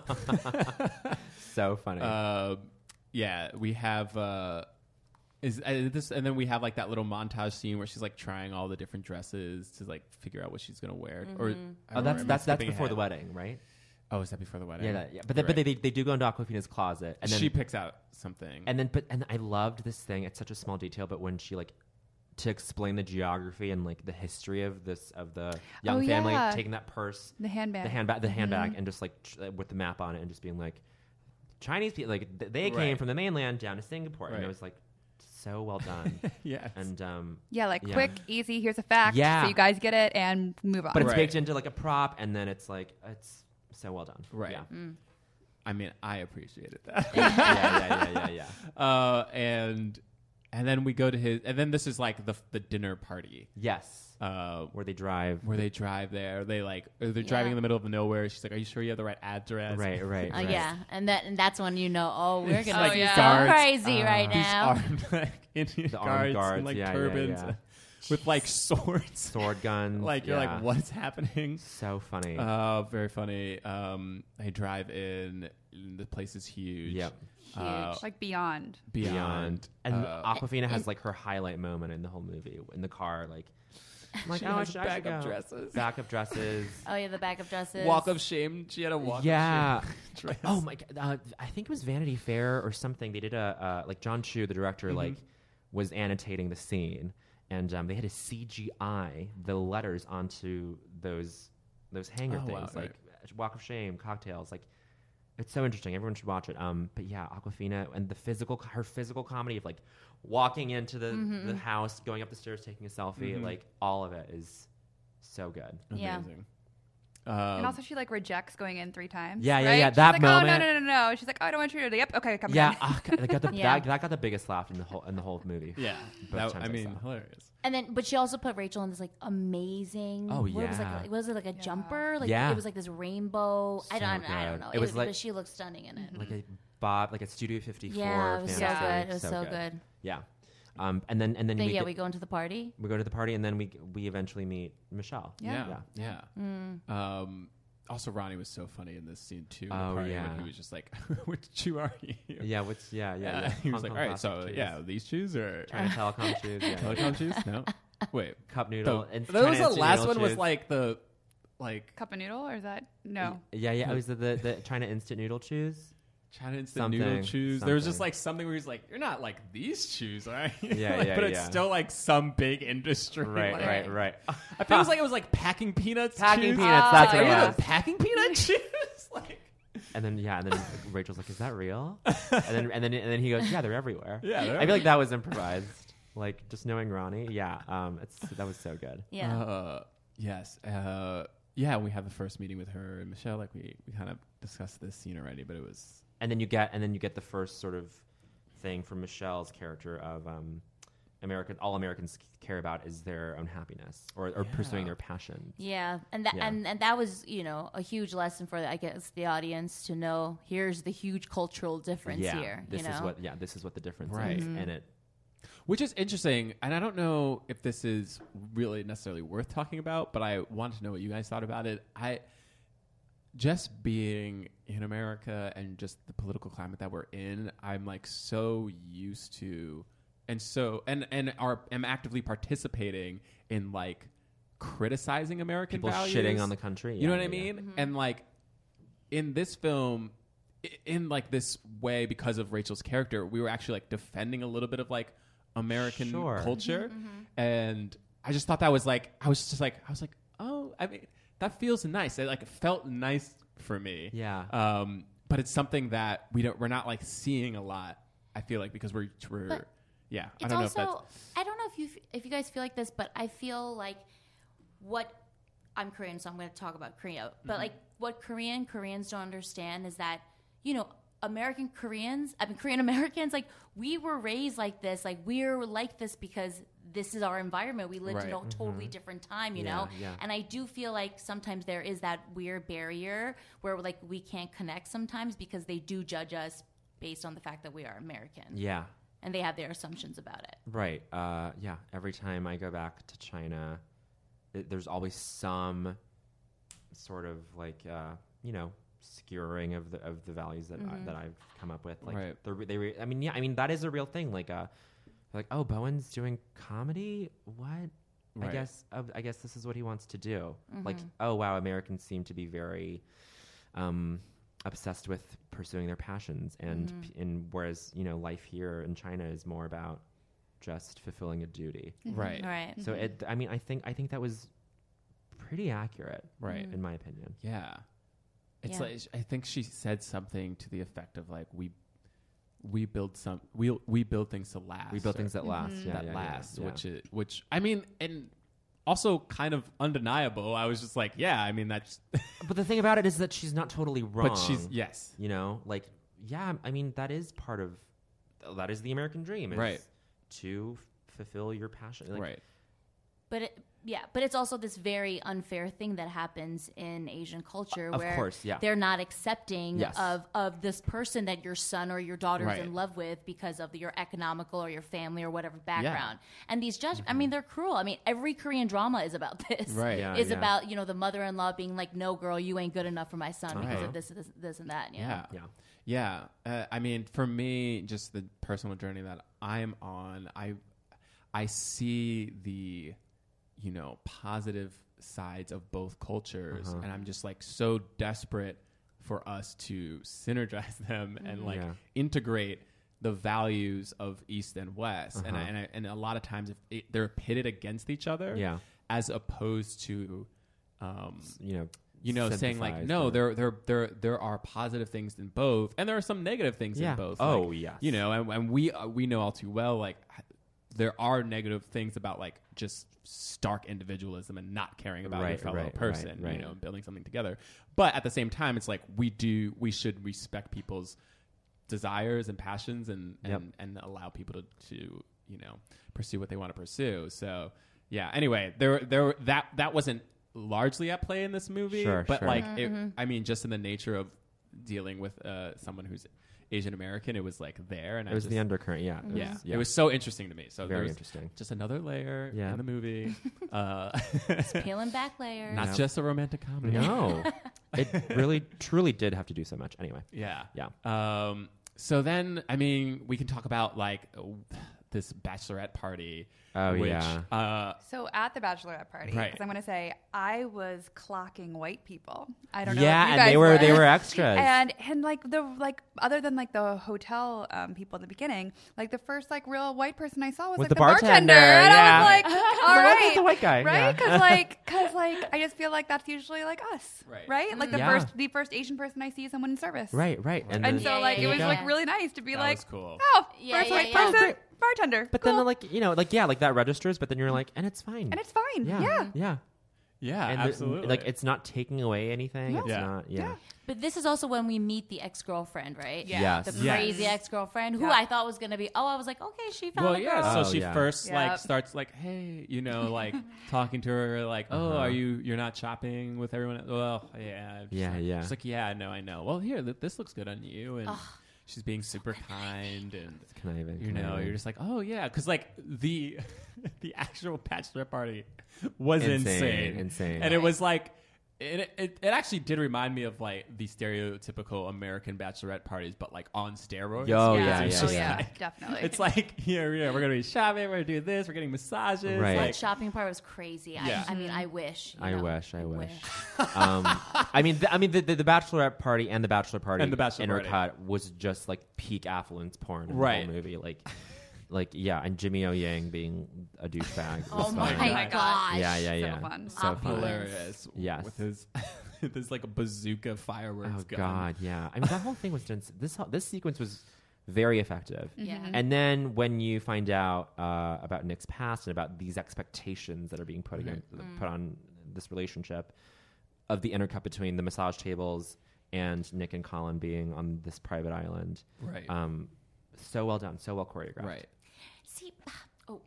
E: like
D: so funny.
E: Uh, yeah, we have uh, is uh, this, and then we have like that little montage scene where she's like trying all the different dresses to like figure out what she's gonna wear. Or I
D: Mhm. Oh,
E: don't know,
D: that's-
E: am I
D: that's- that's
E: skipping
D: before the
E: ahead?
D: wedding, right?
E: Oh, is that before the wedding?
D: Yeah, that, yeah. But, they, but they, they they do go into Aquafina's closet, and then
E: she picks out something.
D: And then, but and I loved this thing. It's such a small detail, but when she like to explain the geography and like the history of this of the young
B: Oh,
D: family
B: yeah.
D: taking that purse,
B: The handbag.
D: the handbag, the handbag,
B: Mhm.
D: and just like tr- with the map on it, and just being like Chinese people, like th- they came
E: Right.
D: from the mainland down to Singapore, and
E: Right.
D: it was like so well done.
E: yes,
D: and um,
B: Yeah, like quick, easy. Here's a fact.
D: Yeah.
B: So you guys get it and move on.
D: but it's baked into like a prop, and then it's like it's so well done,
E: Right.
D: Yeah.
B: Mm.
E: I mean, I appreciated that.
D: Yeah, yeah, yeah, yeah,
E: yeah. Uh, and and then we go to his, and then this is like the the dinner party.
D: Yes.
E: Uh,
D: where they drive.
E: Where they drive there. They like or they're driving
C: Yeah.
E: in the middle of nowhere. She's like, "Are you sure you have the right address?"
D: Right, right,
C: Uh, Yeah, and that and that's when you know. Oh, we're
E: It's
C: gonna
E: like
C: be
E: these
C: so
E: guards,
C: crazy
D: uh,
C: right
E: these
C: now.
E: armed, like, Indian
D: The
E: guards,
D: armed um, guards,
E: and, like
D: yeah, yeah,
E: turbans uh,
D: yeah.
E: with like swords,
D: sword guns.
E: like you're
D: yeah.
E: like, what is happening?
D: So funny.
E: Uh, very funny. Um, they drive in. The place is huge.
D: Yep.
E: Uh,
B: like beyond.
E: Beyond.
D: And
E: Uh,
D: Aquafina has like her highlight moment in the whole movie in the car. Like, I'm like
E: She
D: oh, I
E: has
D: should, I should
E: backup
D: go."
E: dresses.
D: Backup dresses.
C: Oh yeah, the back of dresses.
E: Walk of shame. She had a walk
D: yeah.
E: of shame. dress.
D: Oh my god. Uh, I think it was Vanity Fair or something. They did a uh, like John Chu, the director,
E: Mhm.
D: like was annotating the scene, and um, they had to CGI the letters onto those those hanger
E: Oh, wow,
D: things, like uh, Walk of Shame, cocktails, like. It's so interesting. Everyone should watch it. Um, but yeah, Aquafina and the physical, her physical comedy of like walking into the,
C: Mhm.
D: the house, going up the stairs, taking a selfie,
E: Mhm.
D: like all of it is so good.
C: Yeah.
E: Amazing. Um,
B: and also, she like rejects going in three times.
D: Oh. Yeah, yeah,
B: right?
D: yeah,
B: She's
D: that
B: like, Oh no,
D: moment-
B: no, no, no, no. She's like, oh, I don't want you to. Yep. Okay, come
D: yeah,
B: again.
D: ah, God, that got the,
C: Yeah.
D: That, that got the biggest laugh in the whole in the whole movie.
E: Yeah,
D: Both
E: that-
D: times
E: I mean,
D: saw.
E: hilarious.
C: And then, but she also put Rachel in this like amazing.
D: Oh,
C: what was,
D: yeah.
C: like, was it like a jumper? Like
D: Yeah.
C: it was like this rainbow. I
D: So
C: don't. I don't
D: good.
C: know.
D: It was like-
C: but she looked stunning in it.
D: like a Bob, like a Studio 54.
C: Mm-hmm. Yeah, it was so
D: fantasy.
C: good. It was so good.
D: Yeah, um, and then and then
C: But
D: we
C: yeah,
D: get-
C: we go into the party.
D: we go to the party, and then we we eventually meet Michelle.
E: Yeah. Yeah.
C: Mm.
E: Um, also, Ronnie was so funny in this scene too. in the
D: Oh,
E: party
D: yeah.
E: When he was just like, "Which shoe are you?"
D: Yeah, what's- yeah, yeah,
E: Uh,
D: yeah.
E: He was
D: Hong Kong
E: like, "All right,
D: plastic
E: so
D: shoes.
E: yeah, these shoes are
D: China telecom shoes, yeah,
E: telecom
D: yeah.
E: shoes? No, wait,
D: Cup noodle
E: The,
D: and
E: that was
D: China
E: the
D: instant
E: last
D: noodle
E: one. Was
D: shoes.
E: like the like
B: Cup of noodle or is that no?
D: Yeah, yeah.
E: Mm-hmm.
D: It was the the, the China instant noodle shoes.
E: China instant noodle shoes. There was just
D: something.
E: like something where he's like, "You're not like these shoes, are you?"
D: Yeah,
E: Like,
D: yeah,
E: But it's
D: yeah.
E: still like some big industry.
D: Right,
E: like-
D: right, right.
E: I feel it was like it was like packing peanuts.
D: Packing
E: shoes.
D: peanuts, that's
E: Are
D: what it
E: you the
D: was.
E: Packing peanut shoes. like,
D: And then yeah, and then Rachel's like, "Is that real?" And then and then and then he goes, "Yeah, they're everywhere."
E: Yeah, they're
D: I feel
E: everywhere.
D: like that was improvised. Like just knowing Ronnie, yeah, um, it's that was so good.
C: Yeah.
E: Uh, yes. Uh, yeah. We had the first meeting with her and Michelle. Like we, we kind of discussed this scene already, but it was
D: And then you get and then you get the first sort of thing from Michelle's character of um, American. All Americans care about is their own happiness or, or pursuing their passion.
C: Yeah, and that
D: Yeah.
C: and and that was you know a huge lesson for I guess the audience to know. Here's the huge cultural difference
D: yeah,
C: here.
D: this
C: you know? Mm-hmm.
D: is what yeah, this is what the difference
E: Right.
D: is,
E: Mhm.
D: and it
E: Which is interesting, and I don't know if this is really necessarily worth talking about, but I want to know what you guys thought about it. I just being in America and just the political climate that we're in, I'm like so used to and so and and are am actively participating in like criticizing American
D: People
E: values.
D: shitting on the country,
E: You know
D: yeah,
E: what I
D: yeah, yeah.
E: mean?
C: Mm-hmm.
E: And like in this film i- in like this way because of Rachel's character, we were actually like defending a little bit of like American
D: Sure.
E: culture.
C: Mm-hmm.
E: And I just thought that was like I was just like I was like, "Oh, I mean, that feels nice." It like felt nice for me.
D: Yeah.
E: Um but it's something that we don't we're not like seeing a lot. I feel like because we're we're
C: But
E: yeah,
C: It's
E: I don't know if
C: also
E: that's
C: I don't know if you f- if you guys feel like this, but I feel like what I'm Korean, so I'm going to talk about Korea. But
E: Mm-hmm.
M: Mhm.
C: like what Korean Koreans don't understand is that you know American Koreans, I mean Korean Americans, like we were raised like this, like we're like this because this is our environment. We lived in a
M: Right.
C: totally
E: Mm-hmm.
M: Mhm.
C: different time, you
M: Yeah,
C: know.
M: yeah.
C: And I do feel like sometimes there is that weird barrier where like we can't connect sometimes because they do judge us based on the fact that we are American
D: Yeah.
C: and they have their assumptions about it.
D: Right. Uh, yeah. Every time I go back to China, it, there's always some sort of like uh, you know skewering of the of the values that I,
E: Mhm.
D: that I've come up with. Like
E: Right.
D: they're, re- they. Re- I mean, yeah. I mean, that is a real thing. Like, uh, like oh, Bowen's doing comedy. What? I
E: Right.
D: guess. Uh, I guess this is what he wants to do. Like,
C: Mhm.
D: oh wow, Americans seem to be very. Um, obsessed with pursuing their passions and
C: Mhm.
D: p- and whereas you know life here in China is more about just fulfilling a duty
C: Mhm. Right. Right.
D: so
C: Mhm.
D: it I mean I think I think that was pretty accurate
E: Right.
D: in my opinion
E: yeah It's
D: Yeah.
E: like I think she said something to the effect of like we we build some we we build things to last.
D: We build things that
E: or-
D: last. Mhm. Yeah,
E: that
D: yeah, yeah,
E: last,
D: yeah.
E: which it, which I mean, and also kind of undeniable. I was just like, yeah, I mean that's
D: but the thing about it is that she's not totally wrong
E: But she's yes,
D: you know like yeah I mean that is part of that is the American dream is
E: Right.
D: to fulfill your passion like,
E: right
C: But it, yeah, but it's also this very unfair thing that happens in Asian culture
D: Of
C: where
D: course, yeah.
C: they're not accepting
D: Yes.
C: of of this person that your son or your daughter's
M: Right.
C: in love with because of your economical or your family or whatever background. And these judge I mean they're cruel. I mean every Korean drama is about this.
M: Right. Yeah,
C: is
M: yeah.
C: about, you know, the mother-in-law being like, "No girl, you ain't good enough for my son because
E: Right.
C: of this this this and that." Yeah.
E: yeah yeah Uh, i mean for me just the personal journey that i'm on i i see the you know positive sides of both cultures
D: Uh-huh.
E: and i'm just like so desperate for us to synergize them and
C: Mm-hmm.
D: Mhm.
E: like
D: Yeah.
E: integrate the values of east and west and, I,
D: Uh-huh.
E: and, I, and a lot of times if it, they're pitted against each other
D: Yeah.
E: as opposed to um,
D: you know
E: you know saying like
D: synthesize
E: no there there there there are positive things in both and there are some negative things
D: Yeah.
E: in both
D: Oh,
E: like,
D: yes.
E: you know and, and we uh, we know all too well like h- there are negative things about like just stark individualism and not caring about your
D: Right,
E: fellow
D: right, right,
E: person
D: right.
E: you know and building something together but at the same time it's like we do we should respect people's desires and passions and and,
D: Yep.
E: and allow people to, to you know pursue what they want to pursue so yeah anyway there there that that wasn't largely at play in this movie
D: Sure,
E: but
D: sure.
E: like
D: Mhm.
E: it, i mean just in the nature of dealing with uh, someone who's asian american it was like there and
D: It
E: I
D: was the
E: just-
D: undercurrent, yeah. It
E: yeah.
D: was- yeah.
E: it was so interesting to me so
D: Very
E: there was
D: interesting.
E: just another layer
D: Yeah.
E: in the movie uh,
C: Peeling back layers.
E: Not just a romantic comedy.
D: no it really truly did have to do so much anyway
E: Yeah.
D: yeah
E: Um, so then, I mean, we can talk about like w- this bachelorette party.
D: Oh,
E: which,
D: yeah.
E: Uh,
B: So at the bachelorette party,
E: Right.
B: because I'm going to say I was clocking white people. I don't know.
D: Yeah,
B: if you
D: and
B: guys
D: they were- they were extras.
B: And and like the like other than like the hotel um, people in the beginning, like the first like real white person I saw was,
D: Was
B: like
D: the
B: the bartender,
D: bartender,
B: and I
D: yeah.
B: was like,
D: I was
B: all
D: like,
B: right,
D: why is it the white guy? Yeah.
B: right? Because like because like I just feel like that's usually like us,
E: right?
B: Like the
D: Yeah.
B: first the first Asian person I see is someone in service,
D: Right, right.
B: And,
D: And then-
B: so like
D: There
B: it
D: you
B: was
D: go.
B: like really nice to be
E: That
B: like,
E: was cool.
B: oh,
C: Yeah,
B: first
C: yeah,
B: white
C: yeah.
B: person,
C: Great.
B: bartender.
D: But then, like you know, like yeah, like that registers. But then you're like, and it's fine,
B: And it's fine.
D: Yeah,
B: Yeah.
D: yeah,
E: Yeah,
D: And the-
E: absolutely.
D: like it's not taking away anything.
C: No.
D: It's
C: Yeah.
D: not. Yeah.
C: But this is also when we meet the ex girlfriend, right?
D: Yeah. Yes.
C: The
D: Yes.
C: crazy ex girlfriend who
B: Yeah.
C: I thought was going to be, oh, I was like, okay, she found
E: Well,
C: a
E: yeah.
C: girl.
E: So
D: Oh,
E: she
D: yeah.
E: first
C: Yep.
E: like starts like, hey, you know, like talking to her, like, oh,
D: Uh-huh.
E: are you you're not shopping with everyone? Else? Well, yeah, I'm just
D: Yeah,
E: like-
D: yeah.
E: She's like, yeah, no, I know. Well, here, th- this looks good on you, and
C: Ugh.
E: she's being super kind and
D: conniving,
E: you know,
D: conniving.
E: you're just like, oh yeah, because like the the actual bachelor party was
D: Insane,
E: insane,
D: insane.
E: and it was like. It, it, it actually did remind me of like the stereotypical American bachelorette parties, but like on steroids.
D: Yo, Oh, Yeah, yeah,
E: It's
D: yeah,
E: just
D: yeah.
E: like-
C: Definitely.
E: Oh, It's like here, yeah, we're gonna be shopping, we're gonna do this, we're getting massages.
D: Right.
E: Like,
C: That shopping part was crazy.
E: Yeah.
C: I, I mean, I wish. you
D: I
C: know.
D: wish, I wish. um, I mean, th- I mean, the, the the bachelorette party and the bachelor party
E: And the bachelor
D: intercut
E: party.
D: was just like peak affluence porn. In
E: Right.
D: the whole movie, like, like yeah, and Jimmy O Yang being a douchebag.
C: Oh
D: was
C: my
D: fun.
C: My gosh.
D: Yeah, yeah,
C: So
D: yeah.
C: fun.
D: So fun.
E: hilarious.
D: Yes.
E: With his this like a bazooka fireworks
D: Oh
E: gun.
D: God, yeah. I mean, that whole thing was done. This whole- this sequence was very effective.
C: Yeah.
E: Mm-hmm.
C: Mhm.
D: And then when you find out uh, about Nick's past and about these expectations that are being
E: Mm-hmm.
D: put again,
C: Mhm.
D: put on this relationship, of the intercut between the massage tables and Nick and Colin being on this private island,
E: Right.
D: Um, so well done, so well choreographed. Right.
C: See, oh,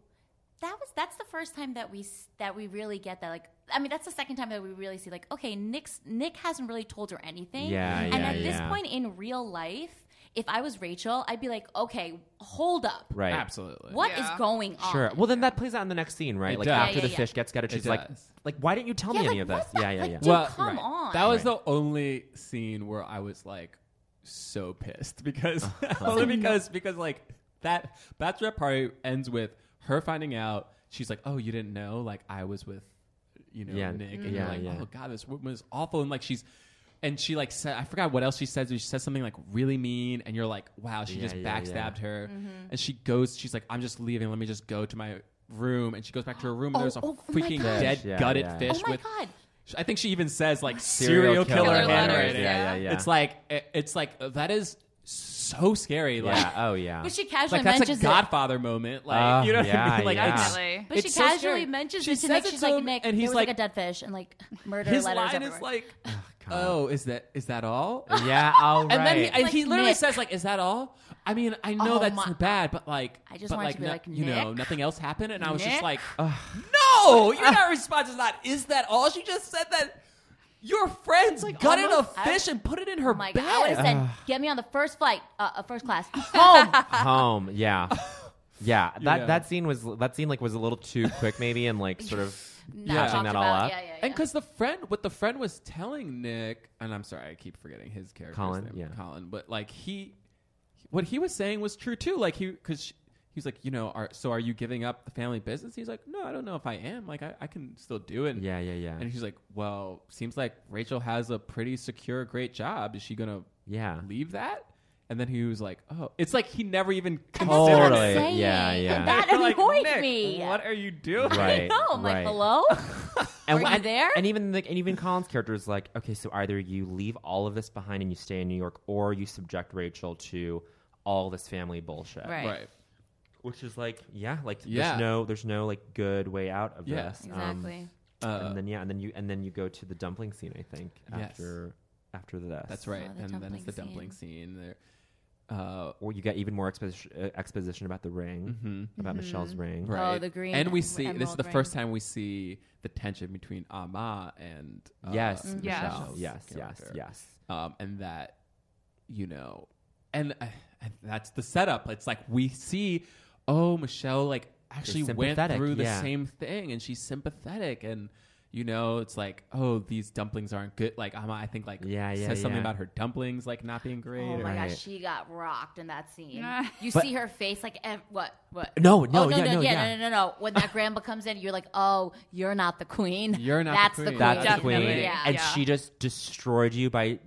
C: that was that's the first time that we s- that we really get that. Like, I mean, that's the second time that we really see like, okay, Nick's Nick hasn't really told her anything.
D: Yeah,
C: and
D: yeah,
C: at this
D: yeah.
C: point in real life, if I was Rachel, I'd be like, okay, hold up,
D: Right.
E: Absolutely.
C: What is going on?
D: Sure. Well, then that plays out in the next scene, right?
E: It
D: like
E: does.
D: after
E: Yeah,
D: the
E: yeah,
D: fish
E: yeah.
D: gets gutted,
E: It
D: she's like,
E: does.
D: like, why didn't you tell me
E: Yeah,
D: any
E: like,
D: of this? Yeah, yeah, yeah.
E: well,
C: come on.
E: That was
C: Right.
E: the only scene where I was like so pissed because only because because like that bachelorette party ends with her finding out she's like, oh, you didn't know, like I was with you know
D: Yeah,
E: Nick, and
D: yeah,
E: you're like,
D: yeah.
E: oh god, this woman is awful, and like she's. And she like said, I forgot what else she said. but She said something like really mean, and you're like, wow, she
D: Yeah,
E: just
D: yeah,
E: backstabbed
D: yeah.
E: her.
C: Mhm.
E: And she goes, she's like, I'm just leaving. Let me just go to my room. And she goes back to her room, and
C: Oh,
E: there's a
C: oh, oh my
E: freaking
C: God.
E: dead,
D: Fish, yeah,
E: gutted
D: yeah.
E: fish
C: Oh my
E: with
C: god.
E: I think she even says like
D: Serial
E: serial,
D: killer
E: killer,
D: letters,
E: handwriting.
D: yeah, yeah, yeah.
E: It's like it- it's like uh, that is so scary. Like,
D: Yeah, oh, yeah.
C: But she casually
E: like, that's
C: mentions
E: a
C: it.
E: Godfather moment. Like
D: Oh,
E: you know what
D: yeah,
E: I mean? Like
D: yeah.
E: it's-
B: Definitely.
C: But she
E: it's so
C: casually
E: scary.
C: mentions
E: She
C: it to
E: says
C: Nick.
E: it
C: She's
E: to
C: like,
E: him,
C: Nick,
E: and he's
C: there was like,
E: like-
C: a dead fish and like murder
E: His
C: letters
E: line
C: everywhere.
E: is like, "Oh, is that is that all?"
D: Yeah, all right.
E: And then he, and
C: Like,
E: he literally
C: Nick.
E: says like, "Is that all?" I mean, I know
C: Oh
E: that's
C: my-
E: bad, but like,
C: I just
E: but,
C: wanted to be
E: no-
C: like,
E: you know,
C: "Nick?
E: nothing else happened, and I was
C: Nick?
E: just like, "No, your not response is not. Is that all?" She just said that your friends gutted a
C: almost- I-
E: fish and put it in her
C: my god! I would
E: bag.
C: have said, "Get me on the first flight, uh, uh, first class, home."
D: home. Yeah. Yeah, that
E: Yeah.
D: that scene was that scene like was a little too quick maybe and like sort of
C: Not
D: patching
C: talked
D: that all
C: about.
D: up.
C: Yeah, yeah,
E: And
C: yeah.
E: because the friend, what the friend was telling Nick, and I'm sorry, I keep forgetting his character,
D: Colin,
E: name,
D: yeah.
E: Colin. But like he, what he was saying was true too. Like he, because he's like, you know, are, so are you giving up the family business? He's like, no, I don't know if I am. Like I, I can still do it.
D: Yeah, yeah, yeah.
E: And he's like, well, seems like Rachel has a pretty secure, great job. Is she gonna
D: Yeah.
E: leave that? And then he was like, oh, it's like he never even
C: And that's what I'm
E: considered it.
D: Totally. Yeah,
C: saying.
D: yeah.
C: And that
E: You're like,
C: annoyed
E: "Nick,
C: me.
E: What are you doing?
C: I
D: Right.
C: know. I'm
D: right. Um,
C: like, hello?
D: And
C: Were
D: wh-
C: you
D: and-
C: there?
D: And even the, and even Colin's character is like, okay, so either you leave all of this behind and you stay in New York, or you subject Rachel to all this family bullshit.
C: Right.
E: Right.
D: Which is like, yeah, like
E: Yeah.
D: there's no there's no like good way out of
E: Yeah.
D: this. Um,
C: Exactly.
E: Uh,
D: and then yeah, and then you and then you go to the dumpling scene, I think,
E: Yes.
D: after after this.
E: That's right.
C: Oh, the
E: and then it's
C: dumpling
E: the dumpling scene. There. Uh,
D: Or you get even more exposition, uh, exposition about the ring,
E: Mhm.
D: about Michelle's
C: Mm-hmm.
D: ring.
E: right.
C: the green
E: And we
C: em-
E: see this is
C: emerald
E: the
C: ring.
E: first time we see the tension between Ama and uh,
D: Yes,
B: Mhm.
D: Michelle.
E: Michelle's
D: Yes, yes,
E: character.
D: yes.
E: Um, and that, you know, and, uh, and that's the setup. It's like we see, oh, Michelle like actually went
D: sympathetic,
E: through the
D: yeah.
E: same thing, and she's sympathetic and. You know, it's like, oh, these dumplings aren't good. Like, Ama, I think, like,
D: Yeah, yeah,
E: says something
D: yeah.
E: about her dumplings, like, not being great.
C: Oh
E: or-
C: my
D: Right.
C: gosh, she got rocked in that scene.
B: Nah.
C: You
D: But-
C: see her face like ev- what? What?
D: No, no,
C: oh, no,
D: yeah,
C: no,
D: no,
C: yeah,
D: yeah.
C: no, no, no, no. When that grandma comes in, you're like, oh, you're not the queen.
E: You're not the
C: That's
E: queen.
D: That's the
E: Definitely.
D: queen.
C: Yeah.
D: And
B: Yeah.
D: she just destroyed you by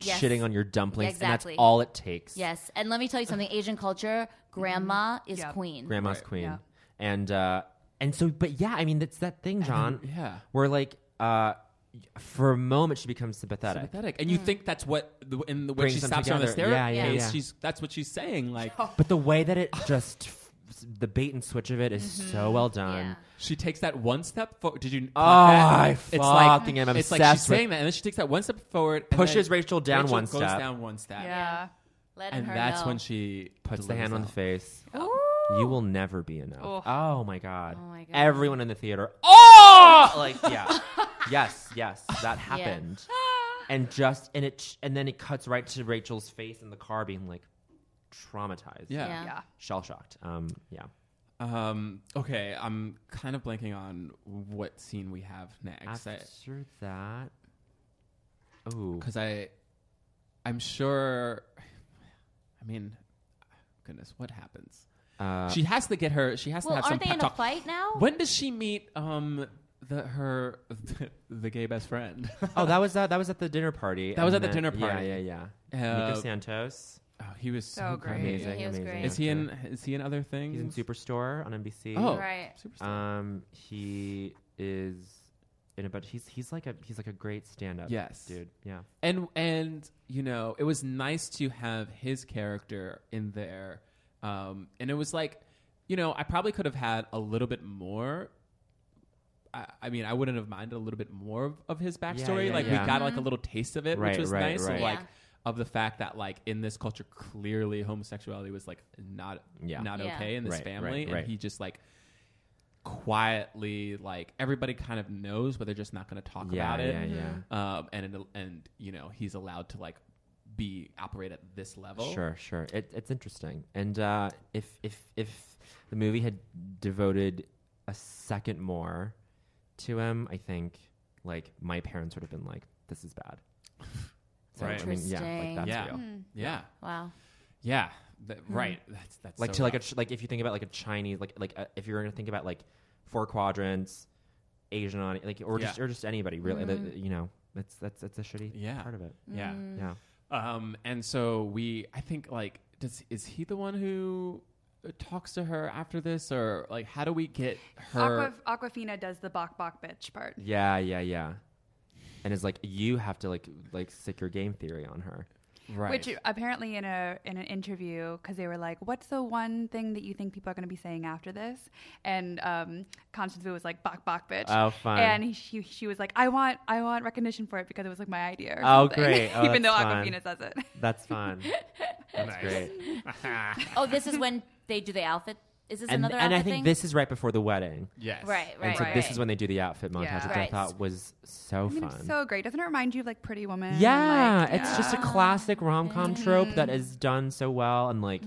C: Yes.
D: shitting on your dumplings.
C: Exactly.
D: And that's all it takes.
C: Yes, and let me tell you something. Asian culture, grandma is
B: Yep.
C: queen.
D: Grandma's
E: Right.
D: queen.
B: Yeah.
D: And uh and so but yeah, I mean that's that thing, John.
E: yeah.
D: Where like uh for a moment she becomes sympathetic.
E: sympathetic, and you
C: Hmm.
E: think that's what the, in the when she
D: Brings them
E: stops her on the
D: together. Yeah,
E: staircase,
D: yeah, yeah.
E: she's that's what she's saying. Like
D: But the way that it just the bait and switch of it is so well done.
C: Mm-hmm. Yeah.
E: she takes that one step forward. Did you? Oh,
D: I
E: it's like
D: fucking am
E: it's like she's
D: obsessed with-
E: saying that, and then she takes that one step forward, and
D: Pushes
E: then
D: Rachel down one
E: goes
D: step.
E: down one step,
B: Yeah.
C: Letting
E: and
C: her
E: that's
C: know.
E: when she
D: Puts the hand on the face. You will never be enough.
B: Oh.
D: Oh my god.
C: Oh my God.
D: Everyone in the theater. Oh, like yeah. yes, yes, that happened. And just and it and then it cuts right to Rachel's face in the car being like, traumatized.
E: Yeah. Yeah. Yeah.
D: Shell shocked. Um, yeah.
E: Um, okay, I'm kind of blanking on what scene we have next.
D: After that, oh,
E: because I, I'm sure. I mean, goodness, what happens?
D: Uh,
E: she has to get her. She has
C: Well,
E: to have some
C: aren't they
E: pep
C: in a
E: talk.
C: fight now?
E: When does she meet um the her the, gay best friend? Uh,
D: oh, that was that. That was at the dinner party.
E: That was
D: and
E: at the
D: then-
E: dinner party.
D: Yeah, yeah, yeah.
E: Uh,
D: Nico Santos.
E: Oh, he was so,
D: So great. Amazing, He was amazing great.
E: Is he in?
D: actor.
E: Is he in other things?
D: He's in Superstore on NBC.
E: Oh, Right.
D: Um, he is in a but he's he's like a he's like a great stand-up.
E: Yes,
D: dude. Yeah.
E: And and you know, it was nice to have his character in there, um, and it was like, you know, I probably could have had a little bit more. I, I mean, I wouldn't have minded a little bit more of, of his backstory.
D: yeah,
E: like
D: yeah.
E: we got like a
D: Mhm.
E: little taste of it,
D: Right,
E: which was
D: right,
E: nice. of,
D: right.
E: Like
D: Yeah.
E: of the fact that like in this culture, clearly homosexuality was like not
D: Yeah.
E: not
D: Yeah.
E: okay in this
D: Right, right,
E: family, and
D: right.
E: he just like quietly like everybody kind of knows but they're just not going to talk
D: Yeah,
E: about it
D: yeah, yeah.
E: um, and it, and you know he's allowed to like be operate at this level.
D: Sure, sure. It, it's interesting. And uh, if if if the movie had devoted a second more to him, I think like my parents would have been like, "This is bad."
E: Right.
D: I mean, yeah, like that's
E: yeah.
D: real.
E: Mm. yeah,
C: Wow.
E: yeah. That-
C: Hmm.
E: Right. That's that's
D: like
E: so
D: to like a
E: rough.
D: ch- like if you think about like a Chinese like like uh, if you're gonna think about like four quadrants, Asian on like or
E: Yeah.
D: just or just anybody really
E: Mhm.
C: Mm-hmm.
D: that- you know that's that's that's a shitty
E: yeah
D: part of it
E: Yeah,
D: Mm. Yeah.
E: Um, and so we, I think, like, does is he the one who uh, talks to her after this, or like, how do we get her?
B: Aquaf- Aquafina does the bok bok bitch part.
D: yeah yeah yeah, and it's like you have to like like stick your game theory on her,
B: Which apparently in a in an interview, because they were like, "What's the one thing that you think people are going to be saying after this?" And um, Constance Wu was like, "Bok bok bitch."
D: Oh, fun.
B: And he, she she was like, "I want I want recognition for it because it was like my idea." Or
D: Oh,
B: something.
D: great. Oh,
B: Even though
D: that's fun.
B: Aquafina says it.
D: That's fun. That's
B: Nice.
D: great.
C: oh, this is when they do the outfit. Is this
D: and
C: another?
D: and I
C: outfit
D: think
C: thing?
D: this is right before the wedding.
E: Yes.
C: Right,
D: And
C: right,
D: so this
C: right.
D: is when they do the outfit montage,
B: Yeah.
D: which I
B: Right.
D: thought was so
B: I mean,
D: fun.
B: it's so great. Doesn't it remind you of like Pretty Woman?
D: Yeah,
B: Like,
D: it's just a
B: yeah.
D: classic rom com trope
C: Mm.
D: that is done so well and like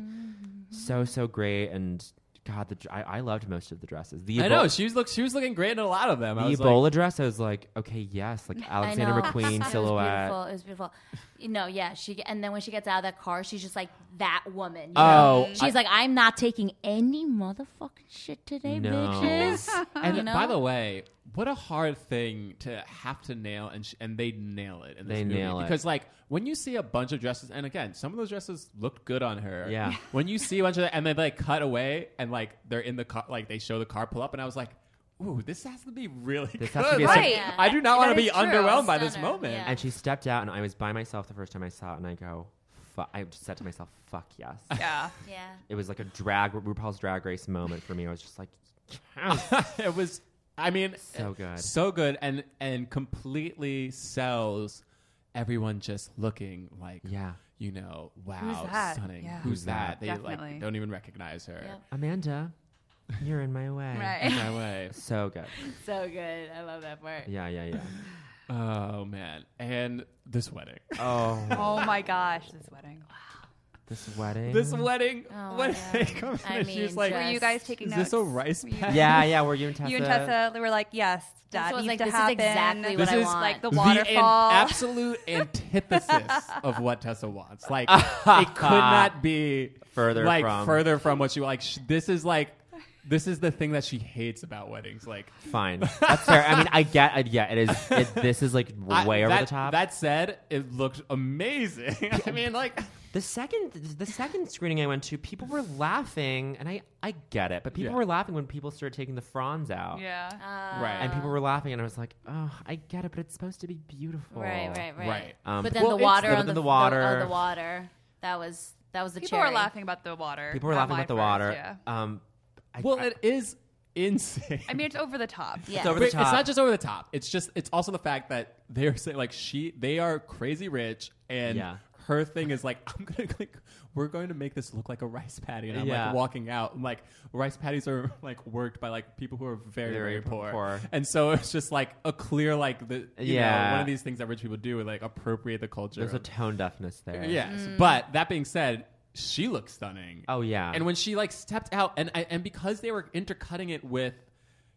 D: so so great. And God, the dr- I, I loved most of the dresses. The
E: I know
D: Ebo-
E: she was look, she was looking great in a lot of them. I
D: the
E: was
D: Ebola
E: like,
D: dress. I was like, okay, yes, like
C: I
D: Alexander
C: know. It
D: McQueen
C: was
D: silhouette.
C: beautiful. It was beautiful. You know, yeah. She and then when she gets out of that car, she's just like that woman. you
D: Oh,
C: know? she's
D: I-
C: like, I'm not taking any motherfucking shit today,
E: No.
C: bitches.
E: and
C: You know?
E: by the way, what a hard thing to have to nail, and sh- and they nail it. In this
D: They
E: movie.
D: nail it.
E: because like when you see a bunch of dresses, and again, some of those dresses looked good on her.
D: Yeah.
E: when you see a bunch of, and then they like, cut away, and like they're in the car, like they show the car pull up, and I was like, ooh, this has to be really
D: This
E: good.
D: has to be a
E: Like,
D: stunner.
E: I do not
D: That
E: want to be
D: is true.
E: underwhelmed by this
D: Stunner,
E: moment.
D: And she stepped out, and I was by myself the first time I saw it, and I go, fuck. I just said to myself, fuck yes.
B: Yeah.
C: Yeah.
D: It was like a drag, RuPaul's Drag Race moment for me. I was just like,
E: it was i mean
D: So good.
E: so good and and completely sells everyone just looking like
D: yeah
E: you know wow
D: that?
E: stunning
D: Yeah.
E: who's
D: Who's
E: that,
D: that?
E: they
D: Definitely.
E: like don't even recognize her
D: Amanda, you're in my way.
C: Right. In my
E: way.
D: So good.
C: so good. I love that part.
D: Yeah, yeah, yeah.
E: oh man and this wedding
D: Oh,
B: Oh my gosh, this wedding.
D: this wedding.
E: this wedding
B: Oh,
E: when
B: yeah.
E: they come in
B: I
E: and she's
B: mean,
E: like
B: Were you guys taking
E: is
B: notes?
E: this a rice
B: Were you-
E: pack
D: Yeah, yeah, were you and
B: You and
D: Tessa-
B: Tessa they were like, yes, that
C: So I was
B: needs
C: like,
B: to
C: this is
B: happen.
C: exactly
E: this is
B: Like the
E: an
B: waterfall.
E: absolute antithesis of what Tessa wants. Like it could not be
D: Further
E: like
D: from.
E: further from what she like. Sh- this is like this is the thing that she hates about weddings. Like
D: Fine. That's fair. I mean, I get. I, yeah, it is. It, this is like
E: I-
D: way over
E: that-
D: the top.
E: That said, it looked amazing. I mean, like
D: the second, the second screening I went to, people were laughing, and I, I get it. But people
E: Yeah.
D: were laughing when people started taking the fronds out.
B: Yeah.
E: Right.
D: And people were laughing, and I was like, oh, I get it, but it's supposed to be beautiful.
C: Right, right, right.
D: Right. Um,
C: but then
D: well,
C: the
D: it's-
C: water
D: But
C: on
D: then
C: the,
D: the water.
C: The, oh, the water. That was that was the
B: People
C: cherry.
B: were laughing about the water.
D: People were laughing
B: online
D: about the
B: first,
D: water.
B: yeah.
D: Um, I-
E: well,
D: I-
E: it is insane.
B: I mean, it's over the top.
D: It's over the
E: But
D: top.
E: not just over the top. It's just it's also the fact that they're saying like she they are crazy rich and
D: Yeah.
E: her thing is like I'm gonna like we're going to make this look like a rice patty and I'm
D: Yeah.
E: like walking out and like rice patties are like worked by like people who are very very,
D: Very
E: poor.
D: poor.
E: and so it's just like a clear like the you know,
D: Yeah.
E: one of these things that rich people do and like appropriate the culture.
D: there's a
E: of-
D: tone deafness there.
E: Yes, but that being said, she looked stunning.
D: Oh yeah.
E: And when she like stepped out, and I, and because they were intercutting it with,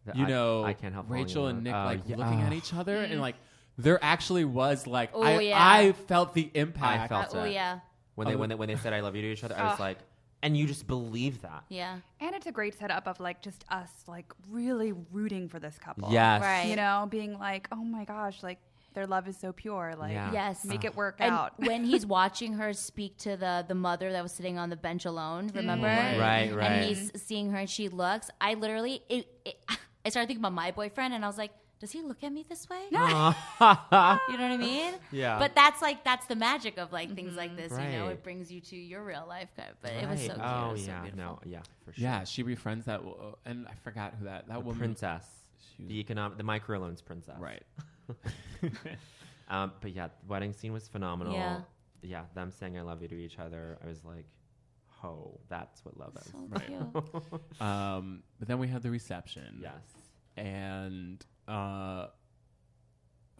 D: The-
E: you
D: I-
E: know,
D: I can't help falling
E: Rachel
D: in
E: and Nick
D: love. Oh,
E: like
D: yeah.
E: looking at
D: Oh.
E: each other, and like there actually was like
C: Oh,
E: I
C: yeah.
E: I felt the impact.
D: I felt
C: Uh, oh, Ah.
D: it.
C: yeah.
D: When they
E: Of-
D: when they when they said I love you to each other, I was
B: Ugh.
D: like, and you just believe that.
C: Yeah.
B: And it's a great setup of like just us like really rooting for this couple.
D: Yes. Right.
B: You know, being like, oh my gosh, like their love is so pure. Like,
C: Yeah. Yes.
B: make it work
C: And
B: out.
C: when he's watching her speak to the the mother that was sitting on the bench alone, remember?
D: Mm. Right, right.
C: And he's seeing her, and she looks. I literally, it, it, I started thinking about my boyfriend, and I was like, does he look at me this way? you know what I mean?
D: Yeah.
C: But that's like that's the magic of like things like this. You know,
D: Right.
C: it brings you to your real life. Kind of, but it was so
D: Right.
C: cute.
D: Oh
C: it was so
D: yeah.
C: beautiful.
D: no. Yeah. For sure.
E: Yeah, she befriends that, wo- and I forgot who that that
D: The
E: woman
D: princess.
E: She was-
D: the economic, the microloans princess.
E: Right.
D: um, but yeah, the wedding scene was phenomenal.
C: Yeah.
D: Yeah, them saying "I love you" to each other. I was like, "Ho, that's what love is."
C: So
E: Right. um, but then we had the reception.
D: Yes.
E: And uh,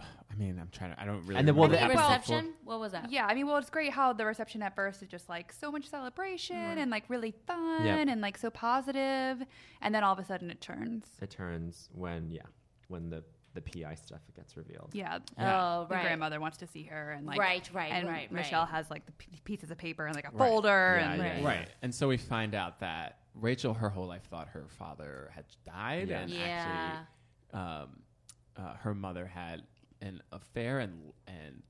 E: I mean, I'm trying to. I don't really.
D: And then, well, the
E: remember what happened
C: reception. What was that?
B: yeah, I mean, well, it's great how the reception at first is just like so much celebration and like really fun
D: Yep.
B: and like so positive, and then all of a sudden it turns.
D: It turns when yeah, when the the PI stuff gets revealed.
B: Yeah.
C: Oh,
B: The
C: right.
B: grandmother wants to see her, and like
C: Right, right,
B: and
C: right, right.
B: Michelle has like the p- pieces of paper and like a
E: Right.
B: folder,
E: Yeah,
B: and
E: yeah, yeah. right. And so we find out that Rachel, her whole life, thought her father had died,
D: Yeah.
E: and
C: Yeah.
E: actually, um, uh, her mother had an affair, and and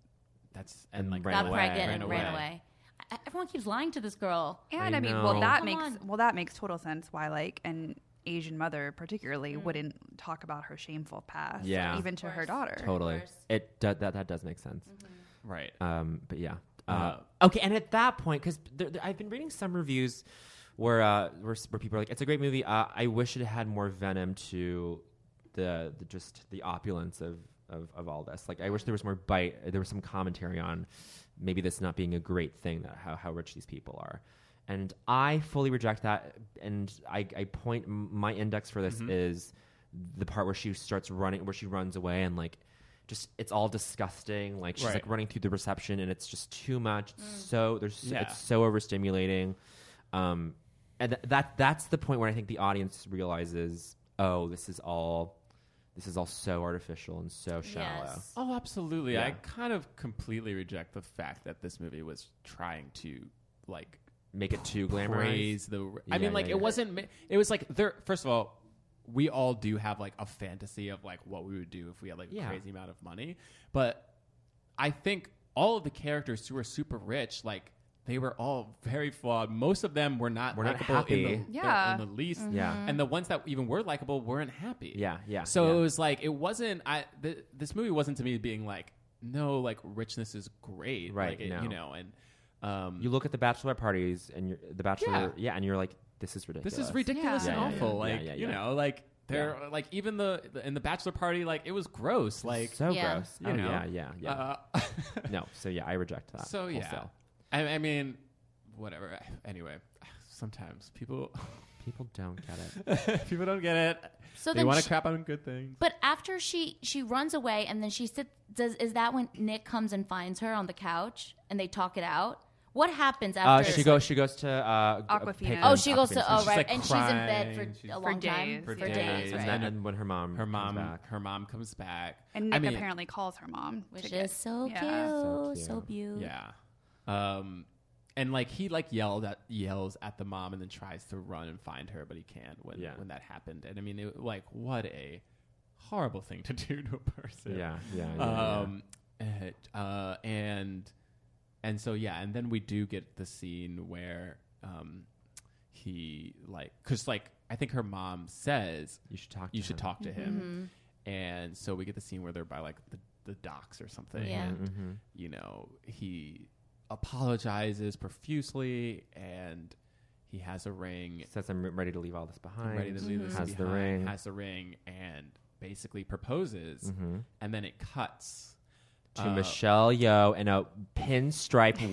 E: that's and,
D: And
E: like
D: ran
C: Got
D: away.
C: pregnant and ran away. I- Everyone keeps lying to this girl.
B: And
D: I
B: I, mean,
D: know.
B: well, that
C: Come
B: makes
C: on.
B: well that makes total sense why like an Asian mother particularly
C: Mm.
B: wouldn't talk about her shameful past,
D: Yeah.
B: even to her daughter.
D: Totally.
C: course.
D: It do, that that does make sense.
E: Right.
D: Um, but yeah. Uh, okay, and at that point, because I've been reading some reviews where uh, where, s- where people are like, "It's a great movie. Uh, I wish it had more venom to the, the just the opulence of, of of all this. Like, I wish there was more bite. There was some commentary on maybe this not being a great thing that how how rich these people are." And I fully reject that. And I, I point my index for this is the part where she starts running, where she runs away, and like, just it's all disgusting. Like she's
E: Right.
D: like running through the reception and it's just too much. It's
C: Mm.
D: So there's
E: Yeah.
D: it's so overstimulating. Um and th- that that's the point where I think the audience realizes, "Oh, this is all this is all so artificial and so shallow."
C: Yes.
E: Oh, absolutely. I
D: Yeah.
E: kind of completely reject the fact that this movie was trying to like
D: Make it too
E: praise
D: glamorized.
E: the. I
D: Yeah,
E: mean, like
D: yeah,
E: it
D: yeah.
E: wasn't. ma- It was like there. First of all, we all do have like a fantasy of like what we would do if we had like
D: Yeah.
E: a crazy amount of money, but I think all of the characters who were super rich, like they were all very flawed. Most of them were not
D: Were not
E: likable in
D: happy.
E: the,
B: Yeah.
E: in the least.
D: Yeah.
E: And the ones that even were likable weren't happy.
D: Yeah, yeah,
E: So
D: yeah.
E: it was like it wasn't. I th- this movie wasn't to me being like, no, like richness is great,
D: Right,
E: Like, it-
D: no.
E: You know, and um,
D: You look at the bachelor parties and you're, the bachelor yeah.
E: Yeah.
D: and you're like, "This is ridiculous."
E: this is ridiculous
D: Yeah.
E: and
D: Yeah, yeah,
E: awful.
D: yeah.
E: like
D: Yeah, yeah,
E: you
D: yeah.
E: know, like they're like even the, the in the bachelor party, like it was gross. Like
D: so
C: Yeah.
D: gross.
E: you
D: oh,
E: know,
D: yeah, yeah, yeah.
E: Uh,
D: no, so yeah, I reject that.
E: so yeah,
D: wholesale.
E: I, I mean, whatever. Anyway, sometimes people
D: people don't get it. Uh,
E: people don't get it.
C: So
E: they
C: then
E: want to
C: she-
E: crap on good things.
C: But after she she runs away and then she sits does is that when Nick comes and finds her on the couch and they talk it out? What happens
D: Uh,
C: after
D: she goes. She goes to uh,
B: Aquafina.
D: Pigman's-
C: Oh, she goes to
D: Aquafina's
C: oh
D: house.
E: she's,
C: right,
E: like,
C: and she's in bed
E: crying.
C: for
E: She's-
C: a
E: For
C: long time
B: days,
C: for
B: yeah.
C: days,
E: days,
C: right?
D: And then and when her mom,
E: her
D: comes
E: mom,
D: back.
E: her mom comes back,
B: And Nick
E: I mean,
B: apparently calls her mom,
C: which
B: to
C: is
B: get-
C: so
B: yeah.
C: cute,
D: So
C: so,
D: cute.
C: beautiful.
E: Yeah. Um, and like he like yelled at yells at the mom and then tries to run and find her, but he can't when
D: Yeah.
E: when that happened. And I mean, it, like what a horrible thing to do to a person.
D: Yeah, yeah, yeah, yeah.
E: Um, and, uh, and and so yeah, and then we do get the scene where um, he like because like I think her mom says
D: You should talk. To
E: you should
D: him.
E: talk to him, and so we get the scene where they're by like the, the docks or something.
C: Yeah.
D: Mm-hmm.
E: and, you know he apologizes profusely and he has a ring
D: Says I'm re- ready to leave all this behind.
E: ready to leave this
D: Has the
E: behind,
D: ring. Mm-hmm.
E: has the ring and basically proposes and then it cuts
D: to
E: uh,
D: Michelle Yeoh in a pinstripe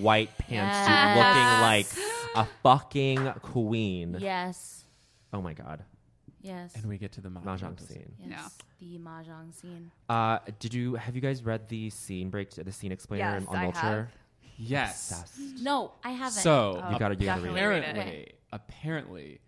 D: white pantsuit,
C: Yes.
D: looking like a fucking queen.
C: Yes.
D: Oh my god,
C: Yes.
E: and we get to the
D: mahjong
E: mahjong
D: scene.
C: yes. The mahjong scene.
D: Uh, did you have you guys read the scene break the scene explainer
B: Yes,
D: in- on
B: I
D: Vulture?
B: have.
E: Yes.
C: No, I haven't.
E: So
C: Oh, You gotta- you gotta read it. definitely read it.
E: apparently, apparently,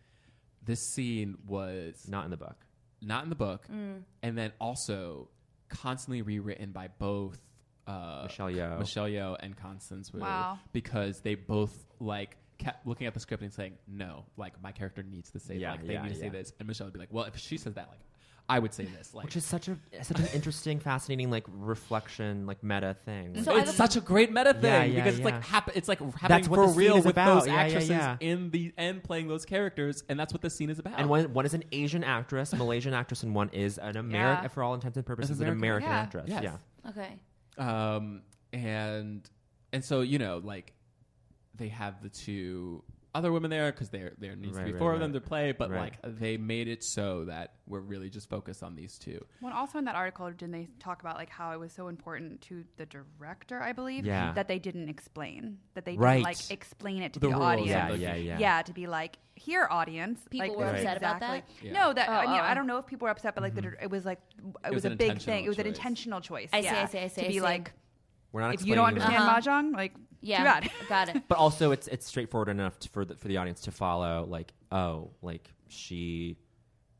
E: this scene was
D: not in the book.
E: Not in the book,
C: Mm.
E: and then also constantly rewritten by both uh,
D: Michelle Yeoh.
E: Michelle Yeoh and Constance Wu,
B: Wow.
E: because they both like kept looking at the script and saying, "No, like my character needs to say
D: Yeah,
E: like they
D: yeah,
E: need to say
D: yeah.
E: this," and Michelle would be like, "Well, if she says that, like." I would say this, like,
D: Which is such a such an interesting, fascinating like reflection, like meta thing.
E: So it's such a great meta thing
D: Yeah, yeah,
E: because it's
D: yeah.
E: like hap- it's like happening
D: That's what
E: for
D: the scene
E: real
D: is
E: with
D: about.
E: those
D: Yeah, yeah,
E: actresses
D: yeah.
E: in the end playing those characters, and that's what the scene is about.
D: And
B: Oh.
D: one one is an Asian actress, Malaysian actress, and one is an American.
E: Yeah.
D: For all intents and purposes,
E: An
D: an American
E: American. Yeah.
D: actress.
E: Yes.
D: Yeah.
C: Okay.
E: Um, and and so you know, like they have the two other women there because there there needs
D: Right,
E: to be
D: right,
E: four of
D: right.
E: them to play, but
D: Right.
E: like they made it so that we're really just focused on these two.
B: Well, also in that article, didn't they talk about like how it was so important to the director? I believe
E: Yeah.
B: that they didn't explain that they
E: Right.
B: didn't like explain it to
E: The
B: the,
E: rules
B: audience.
E: and the- Yeah, yeah, yeah.
B: to be like here, audience.
C: People
B: like,
C: were
B: this is
C: upset about that? Yeah.
B: No, that I
C: Oh,
B: mean
C: oh.
B: I don't know if people were upset, but like the, dir- it was like w- it,
D: Mm-hmm. It
B: was,
D: was an
B: a big thing.
D: intentional
B: It was an
D: choice.
B: intentional choice.
C: I see,
B: yeah,
C: I see, I see,
B: To
C: I
B: be
C: see. Uh-huh.
B: like,
D: We're not
B: if you don't
D: explaining
B: understand
C: that.
B: mahjong, like
C: Yeah,
B: too bad.
C: got it.
D: But also, it's it's straightforward enough to, for the for the audience to follow. Like, oh, like she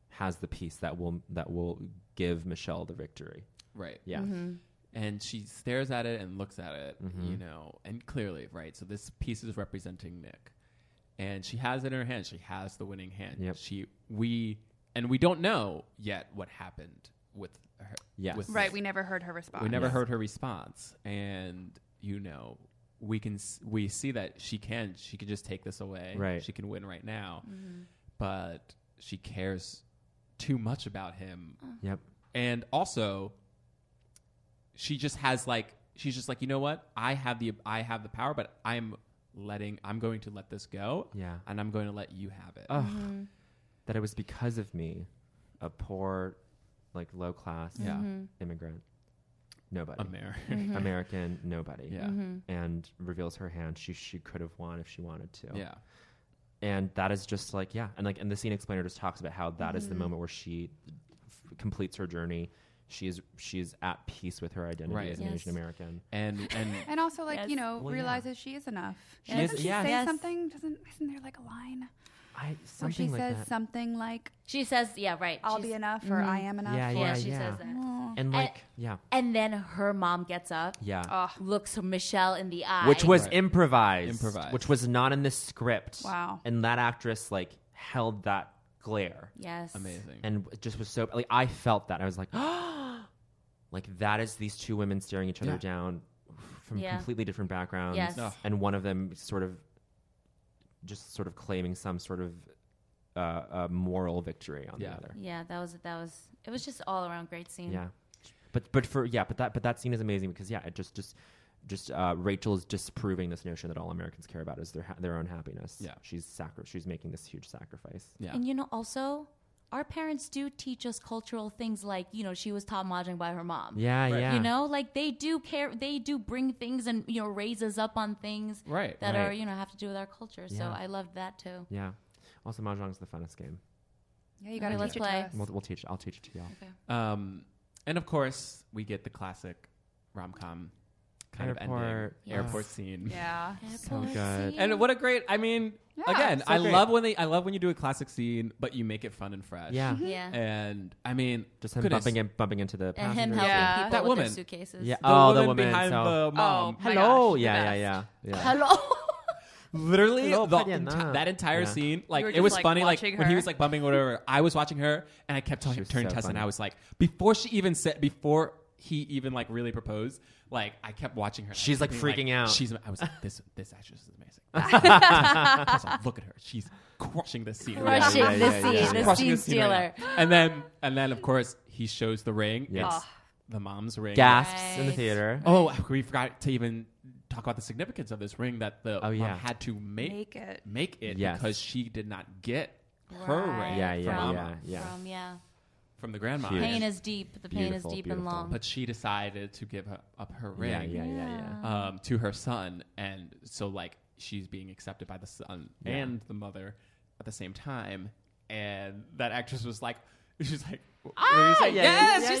D: has the piece that will that will give Michelle the victory.
E: Right.
D: Yeah.
B: Mm-hmm.
D: Mhm.
E: And she stares at it and looks at it,
D: Mhm.
E: you know, and clearly, right? So this piece is representing Nick. And she has it in her hand. She has the winning hand.
D: Yep.
E: She we and we don't know yet what happened with her.
D: Yes.
E: with
B: Right,
E: Nick.
B: we never heard her
E: We
B: response.
E: never
B: Yes.
E: heard her response. And you know, we can s- we see that she can she can just take this away.
D: Right.
E: She can win right now.
D: Mhm.
E: But she cares too much about him.
D: Yep.
E: And also she just has like she's just like you know what i have the i have the power but i'm letting i'm going to let this go
D: Yeah.
E: and i'm going to let you have it
D: Ugh.
B: Mm-hmm.
D: That it was because of me, a poor, like low class
E: Yeah.
B: Mm-hmm.
E: Mhm.
D: immigrant, nobody,
E: American, Mhm.
D: American, nobody.
E: Yeah. Mhm.
D: And reveals her hand. She she could have won if she wanted to.
E: Yeah.
D: And that is just like yeah, and like and the scene explainer just talks about how that is the
E: Mhm.
D: moment where she f- completes her journey. She is she is at peace with her identity
E: Right.
D: as an
E: Yes.
D: Asian American.
E: And and
B: And also, like
D: Yes.
B: you know,
D: Well, yeah.
B: realizes she is enough.
D: She
B: doesn't
D: is-
B: she
D: yes.
B: say
D: Yes.
B: something? Doesn't isn't there like a line?
D: I
B: Where
D: something
B: she
D: like
B: says
D: that.
B: something like
C: she says, yeah, right.
B: I'll
C: She's-
B: be enough or I
C: Mhm.
B: am enough.
D: Yeah,
B: or-
D: yeah,
C: she
D: yeah.
C: says that.
B: Mm.
D: And like yeah,
C: And then her mom gets up.
D: Yeah.
C: Looks Michelle in the eye.
D: which was improvised,
E: Improvised.
D: which was not in the script.
C: Wow.
D: And that actress like held that glare.
C: Yes. Amazing.
D: And it just was so like I felt that I was like, like that is these two women staring each other
E: Yeah.
D: down from
C: Yeah.
D: completely different backgrounds,
C: Yes. Ugh.
D: and one of them sort of just sort of claiming some sort of uh, uh, moral victory on the
E: Yeah.
D: other.
C: Yeah, that was that was. It was just all around great scene.
D: Yeah. But but for yeah, but that but that scene is amazing because yeah, it just just just uh, Rachel is disproving this notion that all Americans care about is their ha- their own happiness.
E: Yeah.
D: she's sacri- she's making this huge sacrifice.
E: Yeah,
C: And you know, also, our parents do teach us cultural things like, you know, she was taught mahjong by her mom.
D: Yeah, Right. yeah.
C: You know, like they do care, they do bring things and, you know, raise us up on things
D: Right,
C: that are,
D: right.
C: you know, have to do with our culture. So
D: Yeah.
C: I loved that too.
D: yeah. Also, mahjong's the funnest game.
B: Yeah, you gotta
C: Okay,
B: teach it to us.
D: We'll, we'll teach. I'll teach it to y'all.
C: Okay.
E: um and of course we get the classic rom-com kind of ending
D: Airport. Yes.
E: airport scene
B: Yeah.
D: So good.
E: And what a great! I mean,
B: Yeah.
E: again,
D: So
E: I
D: great.
E: love when they. I love when you do a classic scene, but you make it fun and fresh.
D: Yeah. Mhm.
C: Yeah.
E: And I mean,
D: Just him
E: goodness.
D: bumping in, bumping into the
C: Mm-hmm. And him
D: passenger.
C: helping
E: Yeah.
C: people
E: That
C: with their
E: woman.
C: suitcases.
D: Yeah.
E: The
D: oh, the
E: woman
D: woman.
E: behind
D: so.
E: the mom.
B: my
D: Hello.
B: gosh, the
D: yeah, yeah. Yeah. Yeah.
C: Hello.
E: Literally,
D: Hello,
E: the
D: Fabiana.
E: enti- that entire
D: Yeah.
E: scene,
B: You
E: like
B: were
E: it
B: just,
E: was
B: like,
E: funny. Like
B: watching
E: when he
B: her.
E: was like bumping whatever, I was watching her, and I kept talking,
D: was
E: turning
D: so
E: Tess, and
D: funny.
E: I was like, before she even said, before he even like really proposed, like I kept watching her. I
D: She's,
E: kept
D: like,
E: being
D: freaking out.
E: She's. I was like, this this actress is amazing. I was like, Look at her. She's crushing this scene. right now."
C: Crushing Yeah, yeah, this yeah, scene, yeah, this
E: Crushing
C: scene stealer.
E: right now. and then and then of course he shows the ring.
D: Yes.
E: It's
D: Ah.
E: the mom's ring.
D: Gasps in the
C: Right.
D: theater.
E: Oh, we forgot to even talk about the significance of this ring that the mom
D: Oh, yeah.
E: had to make,
B: Make it.
E: make it
D: Yes.
E: because she did not get her ring
D: Yeah,
E: from,
D: yeah,
E: mama,
D: yeah.
C: From, yeah.
E: from the grandma.
D: Huge.
C: Pain is deep. The pain
D: Beautiful,
C: is deep
D: beautiful.
C: and long.
E: But she decided to give up- up her ring
D: Yeah, yeah, yeah, yeah.
E: Um, to her son, and so like she's being accepted by the son
D: Yeah.
E: and the mother at the same time, and that actress was like, she's like,
D: Ah,
E: like,
D: yeah,
E: yes,
D: yeah,
E: she
D: yeah,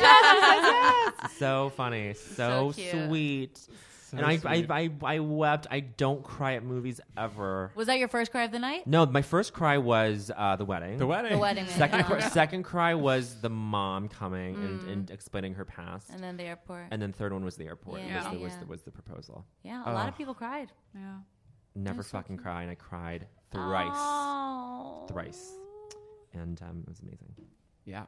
D: yeah,
E: yes,
D: So funny. So,
C: So cute.
D: sweet. and I, I,
E: sweet.
D: I, I wept. I don't cry at movies ever.
M: Was that your first cry of the night?
D: No, my first cry was uh, the wedding.
E: The wedding. The
M: wedding.
D: Second, cry,
M: Uh-huh.
D: second cry was the mom coming and,
M: Mm.
D: and explaining her past.
M: And then the airport.
D: And then third one was the airport.
M: Yeah.
D: Was, the, was,
M: Yeah.
D: the, was the proposal.
M: Yeah, a lot
D: Ugh,
M: of people cried.
B: Yeah.
D: never
M: That's so
D: fucking cry, and I cried thrice,
M: Oh.
D: thrice, and um, it was amazing.
E: Yeah.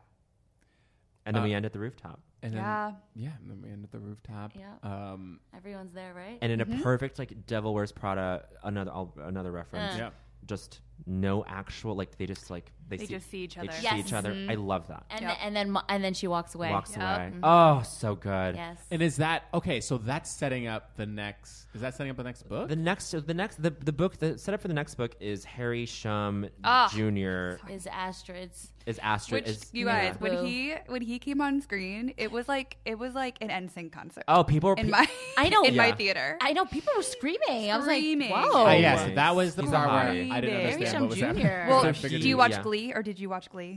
D: And then
E: Uh,
D: we end at the rooftop.
E: And then,
M: Yeah.
E: yeah, and then we end at the rooftop.
M: Yeah.
E: Um,
M: Everyone's there, right?
D: and in
M: Mhm.
D: a perfect like Devil Wears Prada, another I'll, another reference.
M: Uh. Yeah.
D: Just no actual like they just like they,
M: They
D: see,
M: just see each
D: They
M: other.
D: just see
M: Yes.
D: each other.
M: Mhm.
D: I love that.
M: And, th- and then mo- and then she walks away.
D: Walks away.
M: Mhm.
D: Oh, so good.
M: Yes.
E: And is that okay? So that's setting up the next. Is that setting up the next book?
D: The next, the next, the, the book, the setup for the next book is Harry Shum
B: Ah.
D: Jr.
M: Is Astrid's
D: is Astrid.
B: Which
D: is,
B: you guys,
D: yeah.
B: when he when he came on screen, it was like it was like an NSYNC concert.
D: Oh, people were
B: in
D: pe-
B: my
D: I know.
B: in my
D: Yeah.
B: theater.
M: I know people were screaming. I was like,
B: Screaming.
M: whoa.
D: uh,
E: Ah, yeah, so that was the
D: He's a
E: part
D: hottie.
E: where I didn't
D: Harry
E: understand
D: Shum
E: what was happening.
D: Jr.
B: Well,
E: I figured
B: do you
E: it-
B: watch
E: yeah.
B: Glee or did you watch Glee?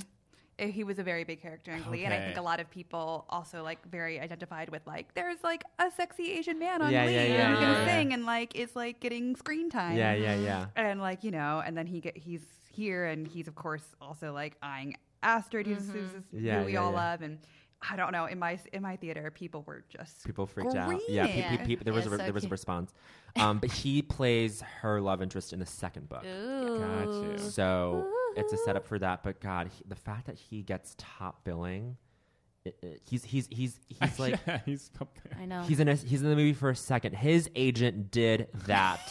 B: Uh, He was a very big character in Glee, and I think
E: Okay.
B: a lot of people also like very identified with like there's like a sexy Asian man on
D: Yeah,
B: Glee
D: yeah, yeah,
B: who's gonna
D: yeah, yeah.
B: sing and like is like getting screen time.
D: Yeah, yeah, yeah.
B: And like you know, and then he get he's here, and he's of course also like eyeing Astrid, who's, who's this-
D: Mm-hmm. Yeah,
B: who we
D: yeah,
B: all
D: yeah.
B: love, and I don't know in my in my theater people were just
D: People freaked out. Yeah, pe- pe-
B: screaming.
D: pe- there was a,
B: Yeah, so
D: there was a
B: cute.
D: response, um, but he plays her love interest in the second book.
E: Got you.
D: So it's a setup for that. But God, he, the fact that he gets top billing, it, it- he's he's he's he's like
E: Yeah, he's up there.
M: I know.
D: He's in a, he's in the movie for a second. His agent did that.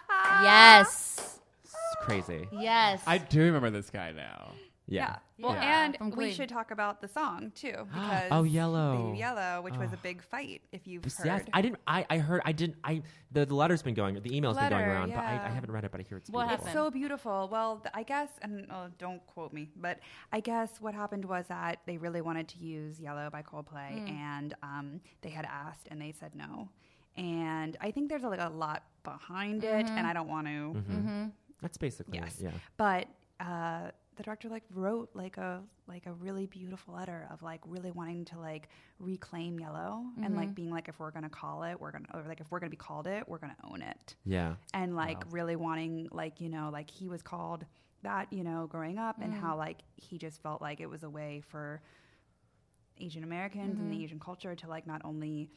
M: Yes. yes.
D: it's crazy.
M: Yes.
E: I do remember this guy now.
D: Yeah.
B: Well,
E: Yeah.
M: From
B: and we
M: Glee.
B: should talk about the song too because
D: Oh, Yellow.
B: the Yellow, which was
D: Oh.
B: a big fight. If you've
D: Yes,
B: heard,
D: I didn't. I, I heard. I didn't. I the, the letter's been going. The email's been going
B: Letter,
D: around, but I, I
B: yeah.
D: haven't read it. But I hear it's
B: It's
D: beautiful.
B: so beautiful. Well, th- I guess, and oh, don't quote me, but I guess what happened was that they really wanted to use Yellow by Coldplay,
D: Hmm.
M: Mm.
B: and um, they had asked, and they said no. And I think there's like a lot behind it,
M: Mhm.
D: Mm-hmm.
B: and I don't want to.
D: Mhm. That's basically
B: Yes.
D: it. Yeah.
B: But uh, the director like wrote like a like a really beautiful letter of like really wanting to like reclaim yellow and like
M: Mhm.
B: being like if we're gonna call it we're gonna or like if we're gonna be called it we're gonna own it
D: Yeah.
B: and like
D: Wow.
B: really wanting like you know like he was called that you know growing up and
M: Mm.
B: how like he just felt like it was a way for Asian Americans and
M: Mhm.
B: the Asian culture to like not only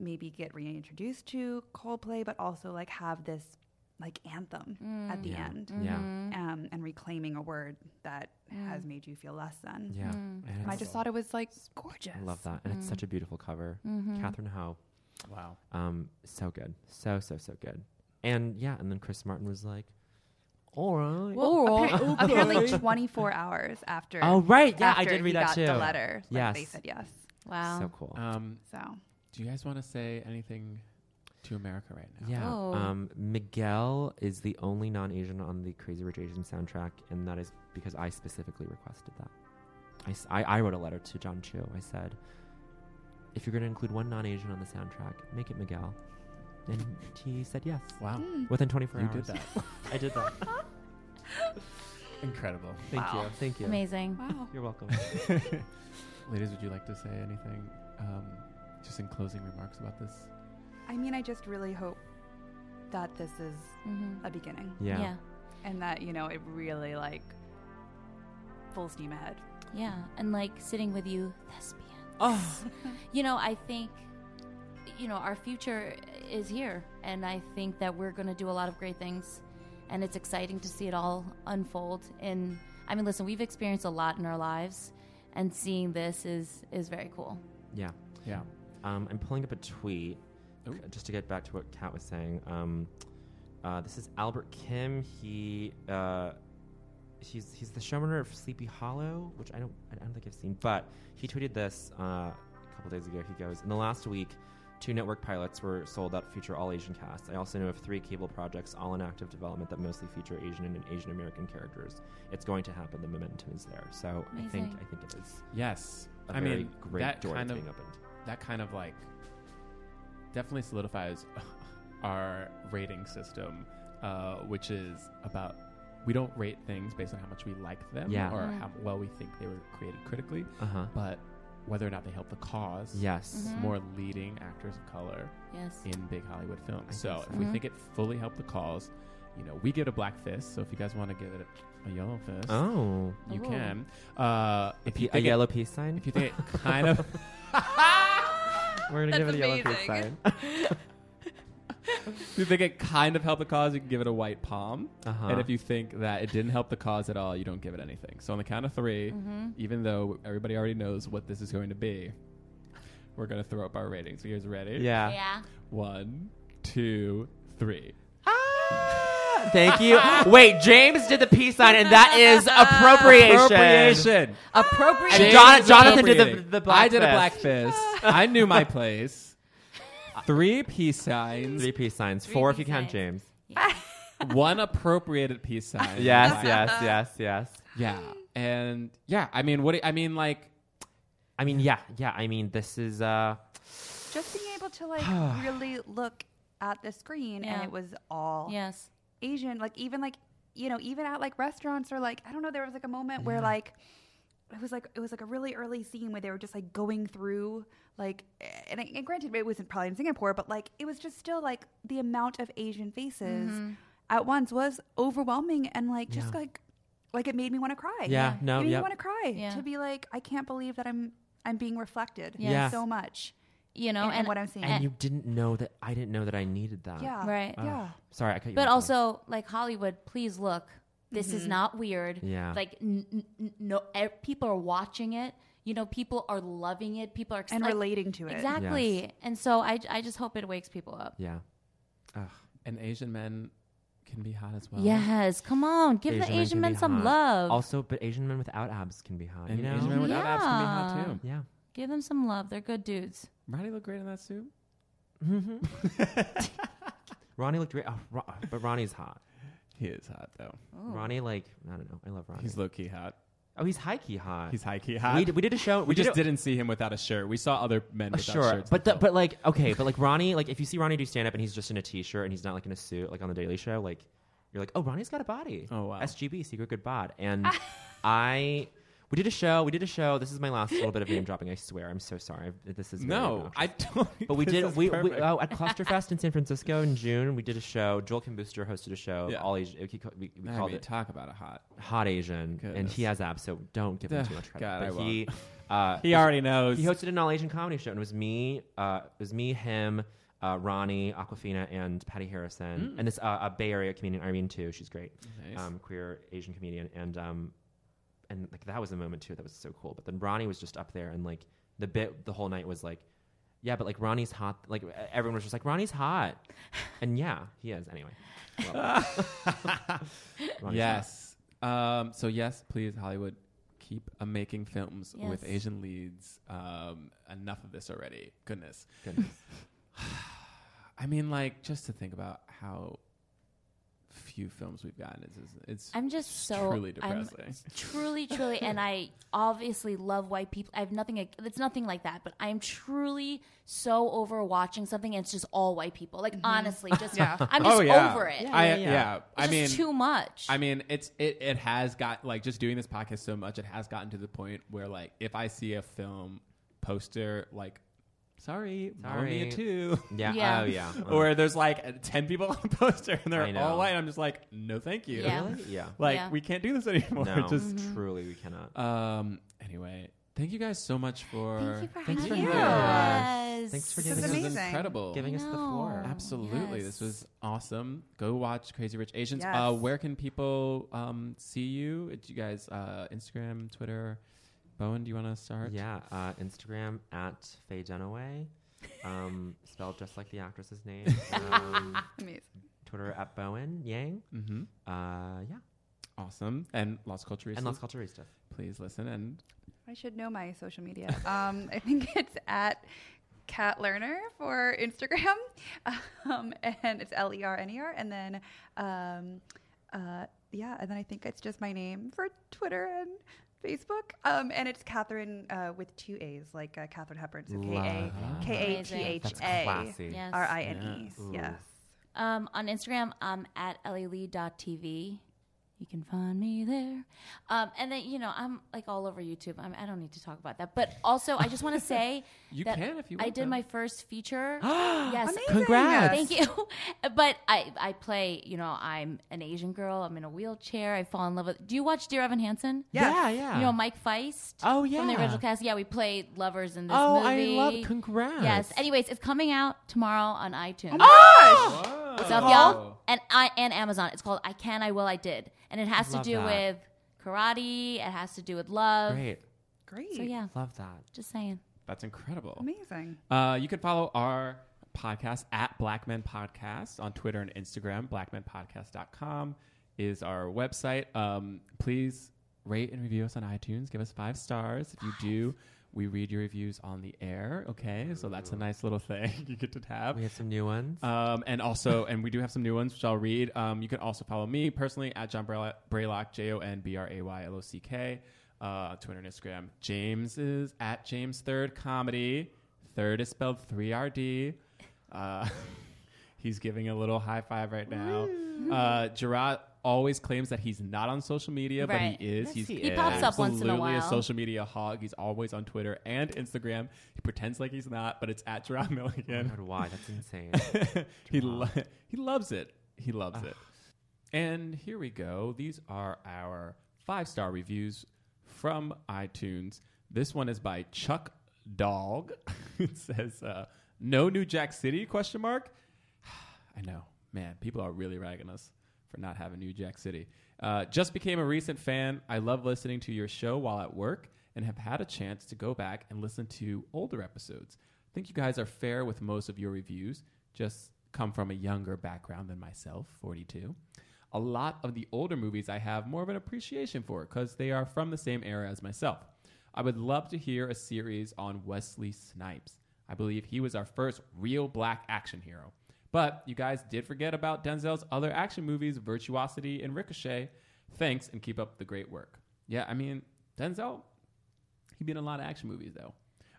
B: maybe get reintroduced to Coldplay but also like have this like anthem at
M: Mm.
B: the
M: Yeah.
B: end
M: Yeah. Mhm.
B: um, and reclaiming a word that has made you feel less than
D: Yeah. Mm. And
B: and Mm-hmm. I
D: it's-
B: just thought it was like gorgeous
D: I love that, and it's
B: Mm.
D: such a beautiful cover.
B: Mhm.
D: Catherine Howe.
E: Wow.
D: Um. So good. So so so good. And yeah, and then Chris Martin was like, "All right."
B: Well, appar- apparently 24 hours after.
D: Oh, right. Yeah, I
B: after
D: did read
B: he
D: that
B: got The
D: too.
B: letter. like,
D: Yes.
B: they said yes.
M: Wow.
D: So cool.
E: Um,
B: So.
E: do you guys want to say anything to America right now?
D: Yeah.
M: Oh.
D: Um, Miguel is the only non Asian on the Crazy Rich Asian soundtrack, and that is because I specifically requested that. I s- I, I wrote a letter to John Chu. I said, if you're going to include one non Asian on the soundtrack, make it Miguel. And he said yes.
E: Wow. Mm.
D: Within 24
E: You
D: hours.
E: did that.
D: I did that.
E: Incredible.
D: Thank you. Thank you.
M: Amazing.
B: Wow.
D: You're welcome.
E: Ladies, would you like to say anything? Um, just in closing remarks about this?
B: I mean, I just really hope that this is
M: Mhm.
B: a beginning.
E: Yeah. Yeah.
B: And that, you know, it really like full steam ahead.
M: Yeah, and like sitting with you, thespians.
D: Oh.
M: you know, I think, you know, our future is here, and I think that we're going to do a lot of great things, and it's exciting to see it all unfold. And I mean, listen, we've experienced a lot in our lives, and seeing this is is very cool.
D: Yeah.
E: Yeah.
D: Um, I'm pulling up a tweet c- just to get back to what Kat was saying. Um, uh, this is Albert Kim. He uh, he's he's the showrunner of Sleepy Hollow, which I don't I don't think I've seen, but he tweeted this uh, a couple days ago. He goes, in the last week. Two network pilots were sold that feature all Asian casts. I also know of three cable projects, all in active development, that mostly feature Asian and Asian American characters. It's going to happen. The momentum is there. So I think
M: Amazing.
D: I think it is.
E: Yes.
D: a
E: I
D: very
E: mean,
D: great
E: that
D: door
E: kind
D: that's
E: of,
D: being opened.
E: That kind of like definitely solidifies our rating system, uh, which is about we don't rate things based on how much we like them
D: Yeah.
E: or
M: Mm.
E: how well we think they were created critically,
D: Uh-huh.
E: but whether or not they help the cause.
D: Yes. Mhm.
E: More leading actors of color.
M: Yes.
E: In big Hollywood films.
D: I
E: so
D: think
E: if
D: so.
E: we
D: Mhm.
E: think it fully helped the cause, you know, we get a black fist. So if you guys want to give it a, a yellow fist,
D: Oh.
E: you
D: Ooh.
E: can. Uh, if
D: pe-
E: you
D: a
E: think it-
D: yellow peace sign?
E: If you think it kind of.
D: We're gonna
E: That's
D: give it a yellow
E: amazing.
D: peace sign.
E: if you think it kind of helped the cause, you can give it a white palm.
D: Uh-huh.
E: And if you think that it didn't help the cause at all, you don't give it anything. So on the count of 3
D: Mhm.
E: even though everybody already knows what this is going to be, we're going to throw up our ratings. You guys ready?
D: Yeah. Yeah.
E: One, two, three.
D: Thank you. Wait, James did the peace sign, and that is appropriation.
E: Appropriation.
M: Appropriation.
D: And Jon-
E: James
D: Jonathan did the,
E: appropriating.
D: the black
E: I did a
D: fist.
E: black fist. I knew my place. Three peace signs.
D: Three peace signs. Four if you count James.
E: One appropriated peace sign.
D: Yes,
E: Black.
D: yes, yes, yes.
E: Yeah. And yeah, I mean, what do you, I mean, like,
D: I mean, yeah, yeah. I mean, this is uh,
B: Just being able to like really look at the screen and
M: Yeah.
B: it was all
M: Yes.
B: Asian. Like even like you know even at like restaurants or like I don't know there was like a moment where
M: Yeah.
B: like it was like it was like a really early scene where they were just like going through like and, and granted it wasn't probably in Singapore but like it was just still like the amount of Asian faces
M: Mhm.
B: at once was overwhelming and like just
D: Yeah.
B: like like it made me want to cry.
D: Yeah, no,
B: it made
D: yeah.
B: me want to cry
M: Yeah.
B: to be like I can't believe that I'm I'm being reflected
D: Yes. Yeah.
B: so much.
M: You know,
B: in- in
M: and-
B: what I'm seeing.
D: and you didn't know that I didn't know that I needed that.
M: Yeah. Right.
D: Ugh.
M: Yeah.
D: Sorry, I cut you.
M: But
D: off.
M: also, like Hollywood, please look. This is
B: Mhm.
M: not weird.
D: Yeah.
M: Like n- n- n- no, e- people are watching it. You know, people are loving it. People are ex-
B: And
M: like-
B: relating to it.
M: Exactly.
E: Yes.
M: And so I, I just hope it wakes people up.
D: yeah.
E: And Asian men can be hot as well.
M: Yes. Come on, give
D: Asian
M: the
D: men
M: Asian
D: can
M: men,
D: be
M: some
D: hot.
M: love.
D: Also, but Asian men without abs can be hot.
E: And
D: you know?
E: Asian men without abs can be hot,
M: Yeah.
E: too.
D: Yeah.
M: Give them some love. They're good dudes.
E: Ronnie looked great in that suit.
D: Ronnie looked great, oh, Ro- but Ronnie's hot.
E: He is hot though.
M: Oh.
D: Ronnie, like I don't know, I love Ronnie.
E: He's low key hot.
D: Oh, he's high key hot.
E: He's high key hot.
D: We, d- we did a show.
E: We,
D: We, did
E: just
D: a-
E: didn't see him without a shirt. We saw other men
D: Uh,
E: without
D: sure,
E: shirts.
D: but the, but like okay, but like Ronnie, like if you see Ronnie do stand up and he's just in a t-shirt and he's not like in a suit, like on the Daily Show, like you're like, oh, Ronnie's got a body. Oh wow, SGB, secret good bod. And I, we did a show. We did a show. This is my last little bit of name dropping. I swear, I'm so sorry. This is very
E: No, I don't.
D: but we
E: This
D: did
E: is
D: we, we
E: perfect.
D: oh, at Clusterfest in San Francisco in June. We did a show. Joel Kim Booster hosted a show. of
E: Yeah.
D: All Asian. We, we, we
E: I
D: called
E: mean,
D: it
E: talk about a hot
D: hot Asian, and
E: Goodness.
D: he has abs, so don't give him too much credit.
E: God, I
D: but
E: won't.
D: he uh,
E: He already knows.
D: He hosted an all Asian comedy show, and it was me. Uh, it was me, him. Uh, Ronnie Aquafina and Patty Harrison,
E: Mm.
D: and this uh, a Bay Area comedian Irene too. She's great,
E: Nice.
D: um, queer Asian comedian, and um, and like that was a moment too that was so cool. But then Ronnie was just up there, and like the bit the whole night was like, yeah, but like Ronnie's hot. Like e, everyone was just like Ronnie's hot, and yeah, he is anyway. Well, Ronnie's hot.
E: yes. Um, so yes, please Hollywood, keep uh, making films with
D: Yes.
E: Asian leads. Um, enough of this already. Goodness.
D: Goodness.
E: I mean, like just to think about how few films we've gotten. It's it's, it's
M: I'm just so
E: truly
M: I'm
E: depressing.
M: truly, truly, and I obviously love white people. I have nothing. ag- It's nothing like that, but I'm truly so over watching something, and it's just all white people. Like honestly, just I'm just
E: Oh, yeah.
M: over it.
E: I, yeah,
M: It's
E: I mean,
M: just too much.
E: I mean, it's it it has got like just doing this podcast so much. It has gotten to the point where like if I see a film poster like. Sorry, Sorry.
D: Sorry.
E: too.
D: Yeah. Yeah. Oh, yeah.
E: Or there's like ten people on the poster and
D: I
E: they're
D: know.
E: all white. I'm just like, no, thank you.
D: Yeah. Really? Yeah.
E: Like
D: Yeah.
E: we can't do this anymore.
D: No,
E: just
D: truly, we cannot.
M: Mm-hmm.
E: Um. Anyway, thank you guys so much for
D: Thank you for Thanks for
E: having
D: having us. us. Thanks for
E: This
D: giving
E: was
D: us- amazing.
E: incredible.
D: giving us the floor.
E: Absolutely.
D: Yes.
E: This was awesome. Go watch Crazy Rich Asians.
D: Yes.
E: Uh, where can people um, see you? Do you guys uh, Instagram, Twitter? Bowen, do you want to start?
D: Yeah, uh, Instagram at Faye Dunaway, um, spelled just like the actress's name. Um,
B: Amazing.
D: Twitter at Bowen Yang.
E: Mm-hmm.
D: Uh, yeah.
E: Awesome. And Las Culturistas.
D: And Las Culturistas.
E: Please listen. And
B: I should know my social media. Um, I think it's at Kat Lerner for Instagram, um, and it's L E R N E R, and then um, uh, yeah, and then I think it's just my name for Twitter and Facebook, um, and it's Catherine uh, with two A's, like uh, Catherine Hepburn, so K
M: Love.
B: A K A T H
M: That's classy.
B: A
M: Yes.
B: R I N E.
M: Yeah.
B: Yes.
M: Um, on Instagram, I'm at lele.tv. You You can find me there. Um, and then, you know, I'm like all over YouTube. I'm, I don't need to talk about that. But also, I just want to say
C: You
M: that
C: can if you
M: I
C: want
M: did
C: to.
M: my first feature. yes.
C: Amazing. Congrats.
M: Thank you. but I, I play, you know, I'm an Asian girl. I'm in a wheelchair. I fall in love with. Do you watch Dear Evan Hansen?
D: Yes. Yeah, yeah.
M: You know, Mike Feist?
D: Oh,
M: From the
D: yeah.
M: original cast. Yeah, we play lovers in this
D: Oh, I
M: movie.
D: love- congrats.
M: Yes. Anyways, it's coming out tomorrow on iTunes.
B: Oh
M: What's up, y'all? And I and Amazon. It's called I Can, I Will, I Did, and it has
D: Love
M: to do
D: that.
M: with karate. It has to do with love.
D: Great.
B: Great.
M: So yeah,
D: Love that.
M: Just saying.
E: That's incredible.
B: Amazing.
E: Uh, you can follow our podcast at Black Men Podcast on Twitter and Instagram. BlackMenPodcast.com is our website. Um, please rate and review us on iTunes. Give us five stars. If you do, we read your reviews on the air. Okay, so that's a nice little thing you get to have. We
D: have some new ones.
E: Um, and also, and we do have some new ones, which I'll read. Um, you can also follow me personally at John Braylock, Braylock J O N B R A Y L O C K, uh, on Twitter and Instagram. James is at James Third Comedy. Third is spelled 3RD. Uh, he's giving a little high five right now. Uh, Gerard always claims that he's not on social media,
M: Right.
E: but he is.
M: Yes,
E: he's
M: he He pops up once in a
E: absolutely
M: while.
E: social media hog. He's always on Twitter and Instagram. He pretends like he's not, but it's at Gerard Milligan.
D: why? That's insane.
E: he lo- he loves it. He loves it. Ah. And here we go. These are our five star reviews from iTunes. This one is by Chuck Dog. it says, uh, "No New Jack City?" Question mark. I know, man. People are really ragging us for not having New Jack City. Uh, just became a recent fan. I love listening to your show while at work, and have had a chance to go back and listen to older episodes. I think you guys are fair with most of your reviews. Just come from a younger background than myself, 42. A lot of the older movies I have more of an appreciation for because they are from the same era as myself. I would love to hear a series on Wesley Snipes. I believe he was our first real black action hero. But you guys did forget about Denzel's other action movies, Virtuosity and Ricochet. Thanks and keep up the great work. Yeah, I mean, Denzel, he been in a lot of action movies though.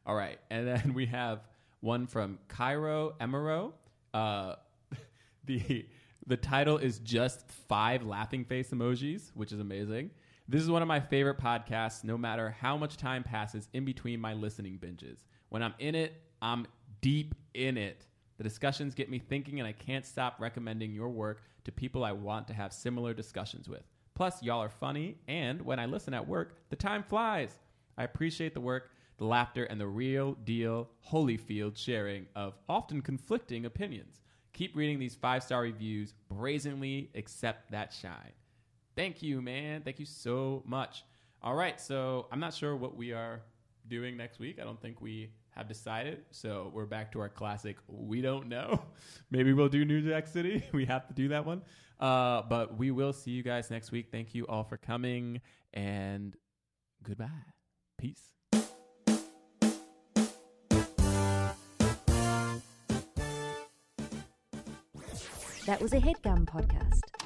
E: All right, and then we have one from Cairo Emero. Uh, the the title is just five laughing face emojis, which is amazing. This is one of my favorite podcasts. No matter how much time passes in between my listening binges, when I'm in it, I'm deep in it. The discussions get me thinking, and I can't stop recommending your work to people I want to have similar discussions with. Plus, y'all are funny, and when I listen at work, the time flies. I appreciate the work, the laughter, and the real deal Holyfield sharing of often conflicting opinions. Keep reading these five star reviews, brazenly accept that shine. Thank you, man. Thank you so much. All right, so I'm not sure what we are doing next week. I don't think we have decided. So we're back to our classic. We don't know. Maybe we'll do New Jack City. We have to do that one. Uh, but we will see you guys next week. Thank you all for coming and goodbye. Peace.
A: That was a headgum podcast.